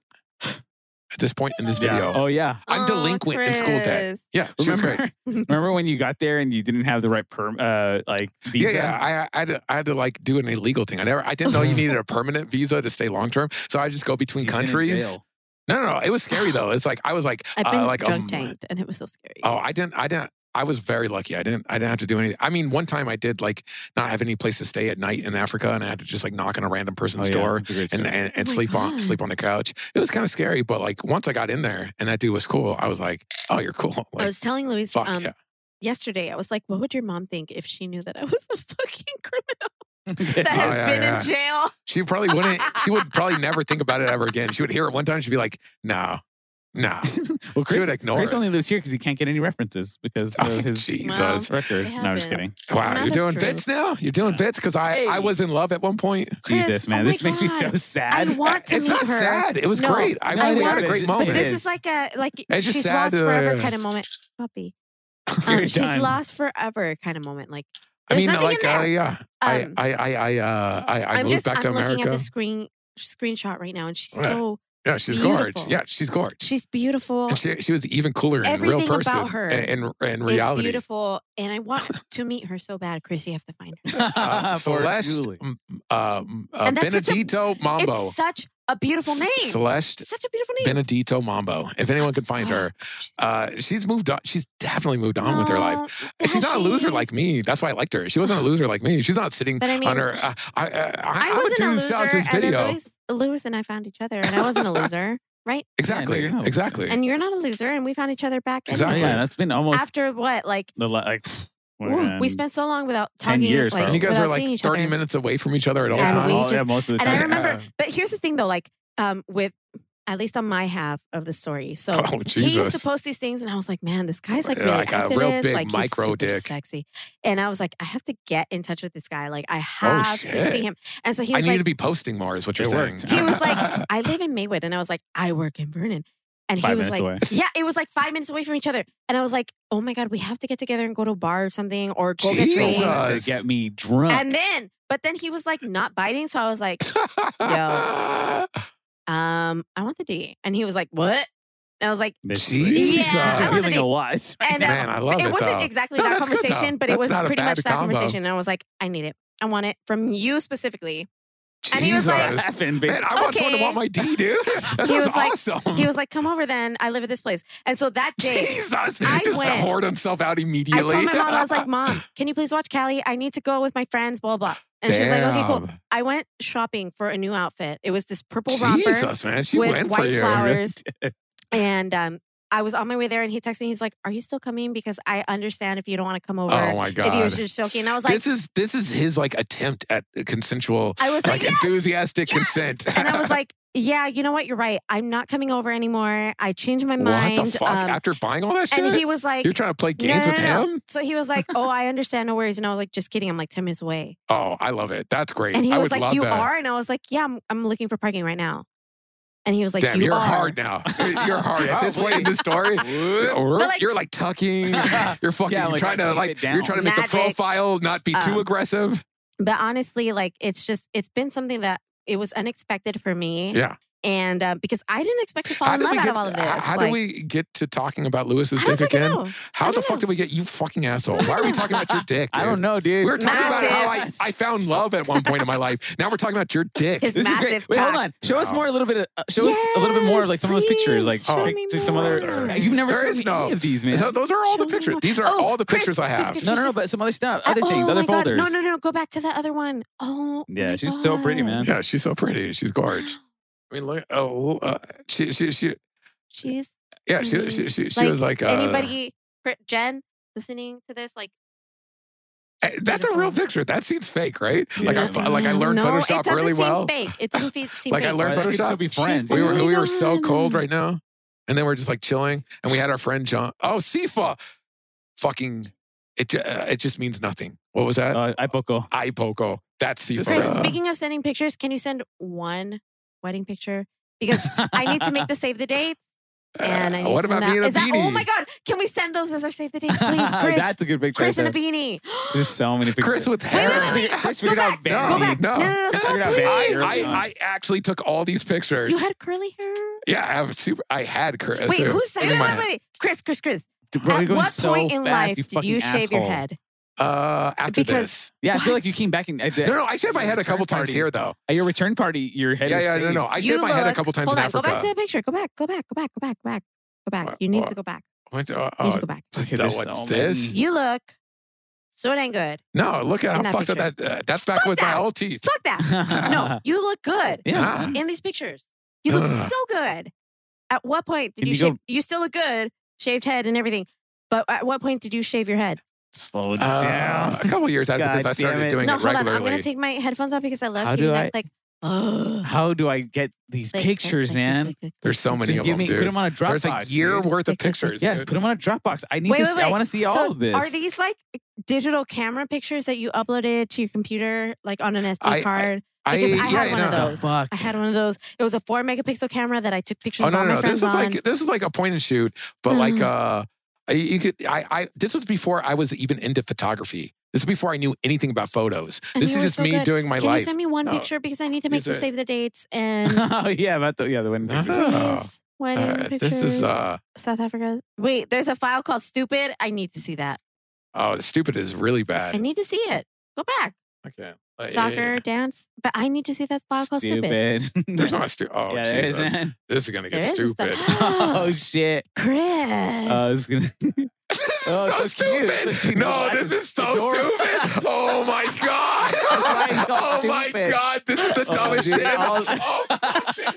S1: At this point in this
S2: Yeah.
S1: video,
S2: Oh yeah.
S1: I'm
S3: Aw,
S1: delinquent in school debt.
S3: Chris.
S1: yeah, she was great.
S2: Remember, remember when you got there and you didn't have the right perm, uh, like
S1: Yeah,
S2: visa?
S1: yeah. I, I, had to, I had to like do an illegal thing. I never, I didn't know you needed a permanent visa to stay long term. So I just go between
S2: You've been in
S1: countries.
S2: jail.
S1: No, no, no. It was scary though. It's like I was like,
S3: I've been
S1: uh, like
S3: drug
S1: um,
S3: tanked, and it was so scary.
S1: Oh, I didn't. I didn't. I was very lucky. I didn't. I didn't have to do anything. I mean, one time I did like not have any place to stay at night in Africa, and I had to just like knock on a random
S2: Oh,
S1: person's
S2: yeah.
S1: door
S2: That's a great
S1: and
S2: story.
S1: and, and
S3: Oh my
S1: sleep on
S3: God.
S1: sleep on the couch. It was kind of scary, but like once I got in there and that dude was cool, I was like, oh, you're cool.
S3: I
S1: Like,
S3: was telling Louise
S1: fuck
S3: um,
S1: yeah.
S3: yesterday. I was like, "What would your mom think if she knew that I was a fucking criminal that
S1: Oh,
S3: has
S1: yeah,
S3: been
S1: yeah.
S3: in jail?"
S1: She probably wouldn't. she would probably never think about it ever again. She would hear it one time. She'd be like, no, no.
S2: well,
S1: She
S2: Chris,
S1: would ignore
S2: Chris
S1: it.
S2: only lives here because he can't get any references because
S1: Oh,
S2: of his
S1: Jesus.
S3: Wow.
S2: record.
S3: They
S2: No, I'm just
S3: haven't.
S2: kidding.
S1: Wow,
S3: Not
S1: you're
S3: a
S1: doing
S3: truth.
S1: bits now. You're doing
S2: Yeah.
S1: bits because I I
S2: Hey.
S1: was in love at one point.
S3: Chris,
S2: Jesus,
S3: oh
S2: man,
S3: my
S2: this makes me so
S3: God.
S2: sad.
S3: I want to
S1: it's
S3: meet
S1: not
S3: her.
S1: sad. It was
S3: No.
S1: great. I
S2: No,
S1: really
S2: it
S1: had a
S2: is.
S1: great
S2: But
S1: moment.
S3: But this
S2: It
S3: is
S2: is.
S3: like a like
S1: It's just
S3: she's
S1: sad,
S3: lost forever
S1: uh,
S3: kind of moment, puppy.
S2: You're
S3: Um, she's
S2: done.
S3: lost forever kind of moment. Like
S1: I
S3: There's
S1: mean,
S3: nothing in
S1: like, uh,
S3: there.
S1: yeah, I,
S3: Um,
S1: I, I, I, uh, I, I
S3: am
S1: moved
S3: just
S1: back to
S3: I'm looking
S1: America.
S3: at the screen screenshot right now, and she's
S1: Yeah.
S3: so
S1: yeah, she's gorgeous.
S3: beautiful.
S1: Yeah, she's gorgeous.
S3: she's beautiful.
S1: and she, she was even cooler in real
S3: Everything about
S1: person
S3: her
S1: and and, and
S3: is
S1: reality.
S3: beautiful, and I want to meet her so bad, Chris. You have to find her.
S1: Uh,
S2: For
S1: Celeste
S2: Julie.
S1: um, um, uh,
S3: And that's such a-
S1: Benedito Mambo.
S3: It's such a beautiful name.
S1: Celeste
S3: such a beautiful name.
S1: Benedito Mambo. If anyone could find
S3: Oh,
S1: her,
S3: she's-
S1: uh, she's moved on. She's definitely moved on with her life.
S3: No,
S1: And She's
S3: has
S1: not a
S3: she?
S1: loser like me. That's why I liked her. She wasn't a loser like me. She's not sitting
S3: But I mean,
S1: on her. Uh, I, I, I,
S3: I
S1: I'm a
S3: wasn't a
S1: dude who
S3: loser,
S1: sells this
S3: and then
S1: video.
S3: Louis, Lewis and I found each other, and I wasn't a loser, right?
S1: Exactly.
S2: you're not.
S1: exactly.
S3: And you're not a loser, and we found each other back.
S2: Oh,
S1: Exactly.
S2: yeah, that's been almost
S3: After what, like,
S2: the la- like.
S3: ooh,
S2: man.
S3: we spent so long without
S2: 10
S3: talking.
S2: years,
S3: like,
S2: bro.
S1: And you guys
S3: without
S1: were
S3: seeing
S1: like
S3: each
S1: 30
S3: other.
S1: minutes away from each other at all
S3: And we
S1: times.
S2: all- yeah, most of the
S3: And
S2: time.
S3: I remember,
S1: Yeah.
S3: but here's the thing though, like, um, with at least on my half of the story. So
S1: Oh,
S3: he used to
S1: Jesus.
S3: post these things, and I was like, man, this guy's like
S1: Yeah,
S3: really
S1: like a
S3: activist,
S1: real big
S3: like he's
S1: micro
S3: super
S1: dick.
S3: sexy. And I was like, I have to get in touch with this guy. Like, I have to
S1: Oh, shit.
S3: see him. And so he
S1: I
S3: was
S1: need
S3: like,
S1: to be posting more, is what you're
S2: It
S1: saying.
S2: worked.
S3: he was like, I live in Maywood, and I was like, I work in Vernon. And he
S2: Five
S3: was
S2: minutes
S3: like,
S2: away.
S3: yeah, it was like five minutes away from each other. And I was like, oh my God, we have to get together and go to a bar or something or go get
S1: Jesus.
S3: drinks.
S2: to get me drunk.
S3: And then, but then he was like not biting. So I was like, um, I want the D. And he was like, what? And I was like,
S1: Yeah,
S3: Jesus.
S2: I'm
S3: I wasn't
S2: feeling a
S3: even-
S2: lot.
S3: and uh,
S1: Man, I love it.
S3: it wasn't
S1: though.
S3: exactly
S1: No,
S3: that
S1: that's good, though.
S3: conversation, but
S1: That's
S3: it was
S1: not a
S3: pretty
S1: bad
S3: much that
S1: combo.
S3: conversation. And I was like, I need it. I want it from you specifically. And he was
S1: Jesus.
S3: like-
S2: happened,
S1: Man, I want someone to
S3: Okay.
S1: want my D, dude. That
S3: He
S1: sounds
S3: was like-
S1: awesome.
S3: He was like, Come over then. I live at this place. And so that day,
S1: Jesus.
S3: I
S1: Just
S3: went.
S1: hoard himself out
S3: I
S1: immediately.
S3: told my mom, I was like, Mom, can you please watch Callie? I need to go with my friends, blah, blah. And she was like, Okay, cool.
S1: Damn.
S3: I went shopping for a new outfit. It was this purple romper
S1: Jesus, man. She
S3: with
S1: went for
S3: white
S1: you.
S3: flowers. and um, I was on my way there and he texted me. He's like, Are you still coming? Because I understand if you don't want to come over.
S1: Oh my
S3: if you were
S1: god.
S3: just joking. And I was like,
S1: this is this is his like attempt at consensual
S3: I was
S1: like
S3: like, "Yes!"
S1: enthusiastic consent.
S3: and I was like, yeah, you know what? You're right. I'm not coming over anymore. I changed my mind.
S1: what the fuck?
S3: um,
S1: After buying all that shit?
S3: and he was like,
S1: You're trying to play
S3: "No,
S1: games
S3: no,
S1: with
S3: no, no."
S1: him?
S3: So he was like, oh, I understand. No worries. And I was like, just kidding. I'm like 10 minutes away.
S1: Oh, I love it. That's great.
S3: And he
S1: I
S3: was
S1: would
S3: like,
S1: love
S3: you
S1: that.
S3: are? And I was like, yeah, I'm, I'm looking for parking right now. And he was like,
S1: Damn,
S3: you
S1: are
S3: are.
S1: hard now. You're hard at this point in the story.
S2: Whoop.
S1: You're,
S3: But, like-
S1: you're, like tucking. You're fucking
S2: Yeah,
S1: you're
S2: like,
S1: trying
S2: keep
S1: to
S2: it
S1: like
S2: down.
S1: you're trying to make the
S3: Magic.
S1: profile not be too
S3: Um,
S1: aggressive.
S3: But honestly, like, it's just, it's been something that it was unexpected for me.
S1: Yeah.
S3: And uh, because I didn't expect to fall in love
S1: we
S3: out
S1: get,
S3: of all of this.
S1: how- how
S3: Like,
S1: do we get to talking about Lewis's dick
S3: I don't fucking
S1: again?
S3: know.
S1: How
S3: I
S1: the
S3: don't
S1: fuck
S3: know.
S1: did we get you fucking asshole? Why are we talking about your dick?
S2: I
S1: dude?
S2: don't know, dude.
S1: We were talking about how I,
S3: Massive.
S1: I found love at one point in my life. Now we're talking about your dick.
S3: His
S2: This is great.
S3: massive
S2: Wait, hold
S3: cock.
S2: on. Show us
S1: No.
S2: more a little bit. Of, uh, show us a little bit more of like some of those pictures, like
S3: Yes,
S1: Oh,
S3: please,
S2: like,
S3: show me
S2: to some
S1: more.
S2: other. Uh, You've never
S1: There
S2: shown
S1: is
S2: me
S1: no-
S2: any of these, man.
S1: Th- Those are all the
S3: Show me
S1: pictures.
S3: more.
S1: These are
S3: Oh,
S1: all the
S3: Chris,
S1: pictures I
S3: Chris,
S1: have.
S3: Chris,
S2: no, no,
S3: she's
S2: no,
S3: just-
S2: but some other stuff, other
S3: oh
S2: things, other
S3: my God.
S2: folders.
S3: No, no, no. Go back to that other one. Oh.
S2: Yeah,
S3: my
S2: she's so pretty,
S3: God.
S2: man.
S1: Yeah, she's so pretty. She's gorge. I mean, look. Oh, uh, she, she, she.
S3: She's
S1: Yeah, she,
S3: Mhm.
S1: she, she, she
S3: Like,
S1: was like uh,
S3: anybody, Cri- Jen, listening to this, like,
S1: eh, That's a
S3: Beautiful.
S1: real picture. That seems fake, right? Like, I,
S2: Yeah.
S1: fu- like I learned
S3: no, it
S2: Mm-hmm.
S1: Photoshop
S3: doesn't
S1: really
S3: seem
S1: well.
S3: Fake. It doesn't fe- seem
S1: Like, I
S3: fake.
S1: learned-
S2: Or they could
S1: Photoshop.
S2: still be friends.
S3: She's
S1: We
S2: you
S1: were
S2: know?
S3: Oh
S1: we
S3: my
S1: were so
S3: God.
S1: cold right now, and then we're just like chilling, and we had our friend John. Oh, Sifa, fucking. It ju- uh, it just means nothing. What was that?
S2: Uh, Ipoco.
S1: I Ipoco. That's Sifa.
S3: Chris,
S1: Uh,
S3: speaking of sending pictures, can you send one wedding picture? Because I need to make the save the date.
S2: Uh,
S3: And I need
S1: Uh, what
S3: to send
S1: about
S3: that.
S1: me in a
S3: Is that?
S1: beanie?
S3: Oh my God! Can we send those as our save the dates, please, Chris?
S2: That's a good picture.
S3: Chris in
S2: right
S3: a
S2: there.
S3: beanie.
S2: There's so many pictures.
S1: Chris with hair.
S3: wait, wait, wait.
S2: Chris
S3: Go
S2: figured out
S3: back. Go
S2: Benny.
S3: back. No, no, no,
S2: Figured
S3: stop,
S2: out
S3: please.
S2: Benny
S1: I,
S2: early on.
S1: I actually took all these pictures.
S3: You had curly hair.
S1: yeah, I have super. I had Chris.
S3: Wait,
S1: uh,
S3: who said?
S1: in
S3: Wait,
S1: my
S3: wait,
S1: head.
S3: wait, wait. Chris, Chris, Chris.
S2: Bro, you're
S3: At
S2: going
S3: what
S2: so
S3: point in
S2: fast,
S3: life
S2: you
S3: did you
S2: fucking
S3: shave your
S2: asshole.
S3: head?
S1: Uh, after
S3: Because-
S1: this,
S2: Yeah, I feel like
S3: What?
S2: you came back and I did.
S1: no, no, I shaved my
S2: Your
S1: head a couple
S2: return
S1: times
S2: party.
S1: here though.
S2: At your return party, your head.
S1: Yeah,
S2: is
S1: yeah, no,
S2: shaved.
S1: no, I
S3: You
S1: shaved my head a
S3: look-
S1: couple times
S3: Hold
S1: in
S3: on,
S1: Africa.
S3: go back to that picture. Go back, go back, go back, go back, go back, go back.
S1: What-
S3: You need
S1: what?
S3: to go back.
S1: Went to- uh,
S3: You need
S1: uh,
S3: to go back.
S2: Okay,
S1: no,
S2: there's
S1: what's
S2: so
S1: this?
S2: many.
S3: You look so dang good.
S1: No, look at
S3: In
S1: how
S3: that
S1: fucked up
S3: picture.
S1: that. Uh, that's back
S3: Fuck
S1: with my
S3: that.
S1: old teeth.
S3: Fuck that. no, you look good
S2: Yeah.
S1: Ah.
S2: man.
S3: in these pictures. You
S1: No,
S3: look
S1: no, no.
S3: so good. At what point did
S2: Can
S3: you,
S2: you go-
S3: shave? You still look good, shaved head and everything. But at what point did you shave your head?
S2: Slow
S1: Uh,
S2: down.
S1: a couple years after
S2: God
S1: this, I started
S2: damn it.
S1: doing
S3: no,
S1: it
S3: hold on. I'm
S1: regularly.
S3: gonna take my headphones off because I love
S2: How
S3: hearing
S2: do
S3: that.
S2: I-
S3: Like, oh,
S2: How do I get these pictures, man?
S1: There's so many
S2: Just
S1: of
S2: give
S1: them,
S2: me, put
S1: dude.
S2: them on a Dropbox.
S1: There's a year
S2: dude.
S1: worth of
S3: Click, click, click.
S1: pictures.
S2: Yes,
S1: dude.
S2: put them on a Dropbox. I need
S3: Wait,
S2: to.
S3: wait,
S2: see- I
S3: wait.
S2: want to see
S3: So
S2: all of this.
S3: Are these like digital camera pictures that you uploaded to your computer, like on an SD
S1: I- I-
S3: card?
S1: I,
S3: because I
S1: yeah,
S3: had one
S1: no,
S3: of
S1: no.
S3: those.
S2: Fuck.
S3: I had one of those. It was a four megapixel camera that I took pictures
S1: Oh
S3: of
S1: no,
S3: all
S1: no,
S3: my
S1: no.
S3: Mm. friends
S1: This is
S3: on.
S1: like this is like a point and shoot, but like uh, I- you could I I this was before I was even into photography. This is before I knew anything about photos.
S3: And
S1: this
S3: you
S1: is
S3: were
S1: just
S3: so
S1: me
S3: good.
S1: doing my
S3: Can
S1: life.
S3: you send me one
S1: Oh,
S3: picture because I need to make
S1: is
S3: the
S1: it-
S3: save the dates and
S2: oh yeah, about the yeah the wedding.
S1: No.
S2: picture.
S1: Oh.
S3: please wedding
S1: Uh,
S3: pictures.
S1: this is uh
S3: South Africa. Wait, there's a file called stupid. I need to see that.
S1: oh stupid is really
S3: I
S1: bad.
S3: need to see it. Go back.
S1: Okay. Uh, yeah,
S3: Soccer,
S1: yeah, yeah.
S3: dance, but I need to see that file called stupid.
S2: Stupid.
S1: There's not stupid. Oh
S2: yeah, there
S1: Jesus.
S2: isn't.
S1: This is gonna get
S3: There is a
S1: stupid.
S3: stuff-
S2: oh shit.
S3: Chris.
S2: Uh, it's gonna-
S1: this is
S2: Oh,
S1: so,
S2: it's so cute.
S1: stupid.
S2: It's so cute.
S1: No,
S2: No, that's
S1: this is so
S2: adorable.
S1: stupid. Oh my god.
S2: why it's called
S1: oh my
S2: stupid.
S1: god. This is the
S2: Oh,
S1: dumbest
S2: dude,
S1: shit.
S2: all-
S1: Oh,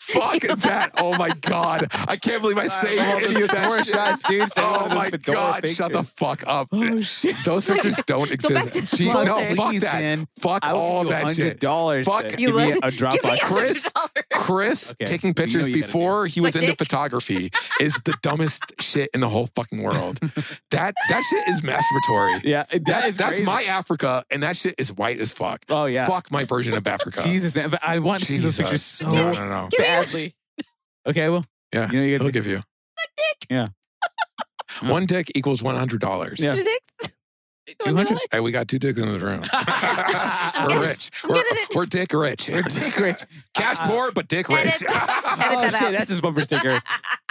S1: fuck that. Oh my god. I can't believe I saved
S2: All those
S1: any of
S2: fedora
S1: that shit.
S2: shots, dude. Send
S1: Oh
S2: one of those
S1: my
S2: fedora
S1: god. Shut the
S2: pictures.
S1: fuck up.
S2: Oh shit.
S1: Those pictures don't
S3: back to
S1: exist.
S3: the
S1: Gee,
S3: Fuck
S1: no,
S3: that.
S1: fuck
S2: Please,
S1: that.
S2: man.
S1: Fuck
S2: I will
S1: all
S2: give you
S1: that shit.
S2: $100
S1: Fuck
S2: to
S1: you
S2: give me
S3: would?
S2: a
S3: Give me
S2: Dropbox.
S1: Chris-
S3: $100.
S1: Chris
S2: Okay,
S1: taking
S2: you know
S1: pictures
S2: you gotta do
S1: before he was
S3: Suck
S1: into
S3: dick.
S1: photography is the dumbest shit in the whole fucking world. that that shit is masturbatory.
S2: Yeah, it- that
S1: That's
S2: is
S1: that's
S2: crazy.
S1: my Africa, and that shit is white as fuck.
S2: Oh yeah.
S1: Fuck my version of Africa.
S2: Jesus, man. But I want to see those
S1: Jesus.
S2: pictures so
S1: no, no, no.
S3: Give me a-
S2: badly. Okay, well,
S1: Yeah,
S2: you know you
S1: He'll
S2: got
S1: give you
S2: Yeah.
S1: One dick equals one hundred dollars.
S2: Yeah.
S3: Two dicks?
S2: two hundred.
S1: Hey, we got two dicks in this room.
S2: I'm
S1: we're
S3: getting-
S1: rich.
S3: I'm
S1: We're,
S3: getting it.
S1: we're dick rich.
S2: Dick rich.
S1: Cash
S2: Uh,
S1: poor, but dick
S3: Edit-
S1: rich.
S3: edit
S2: Oh
S3: that
S2: shit,
S3: out.
S2: that's his bumper sticker.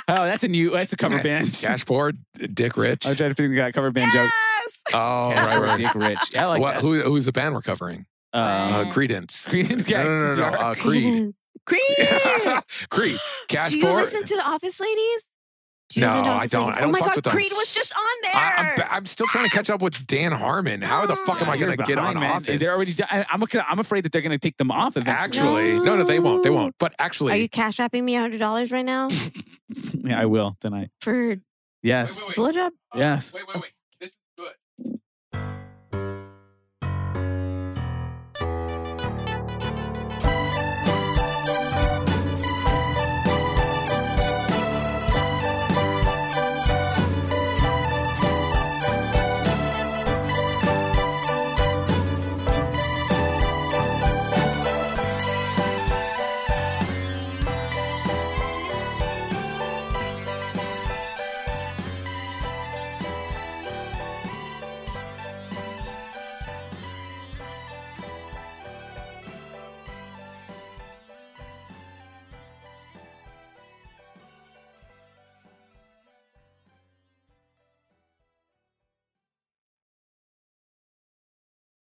S2: Oh, that's a new. That's a cover
S1: Yeah.
S2: band.
S1: Cash poor, dick rich.
S2: I was trying to think of that cover band joke.
S3: Yes.
S1: Oh,
S2: Cash
S1: right,
S2: Poor,
S1: right.
S2: Dick Rich. I like
S1: What-
S2: that.
S1: who, who's the band we're covering?
S2: uh,
S1: Uh,
S3: Mm.
S1: Credence.
S2: Creedence- yeah,
S1: no, no, no, no,
S2: CCR.
S1: uh, Creed.
S3: Creed.
S1: Creed. Cash
S3: Do you
S1: poor.
S3: listen to The Office, ladies? Do you
S1: No,
S3: listen to
S1: I
S3: Office
S1: don't.
S3: Ladies?
S1: I don't
S3: Oh my
S1: fucks
S3: God,
S1: with them.
S3: Creed was just on there.
S1: I, I'm, ba- I'm still trying to catch up with Dan Harmon. How the fuck am I
S2: You're
S1: going to get on
S2: behind, man.
S1: Office?
S2: They're already. I- I'm. I'm afraid that they're going to take them off eventually.
S1: Actually, no. no, they won't. They won't. But actually,
S3: Are you cash wrapping me hundred dollars right now
S2: yeah, I will tonight.
S3: for
S2: Yes.
S1: Wait, wait,
S3: blood up?
S2: Yes.
S1: Wait, wait, wait.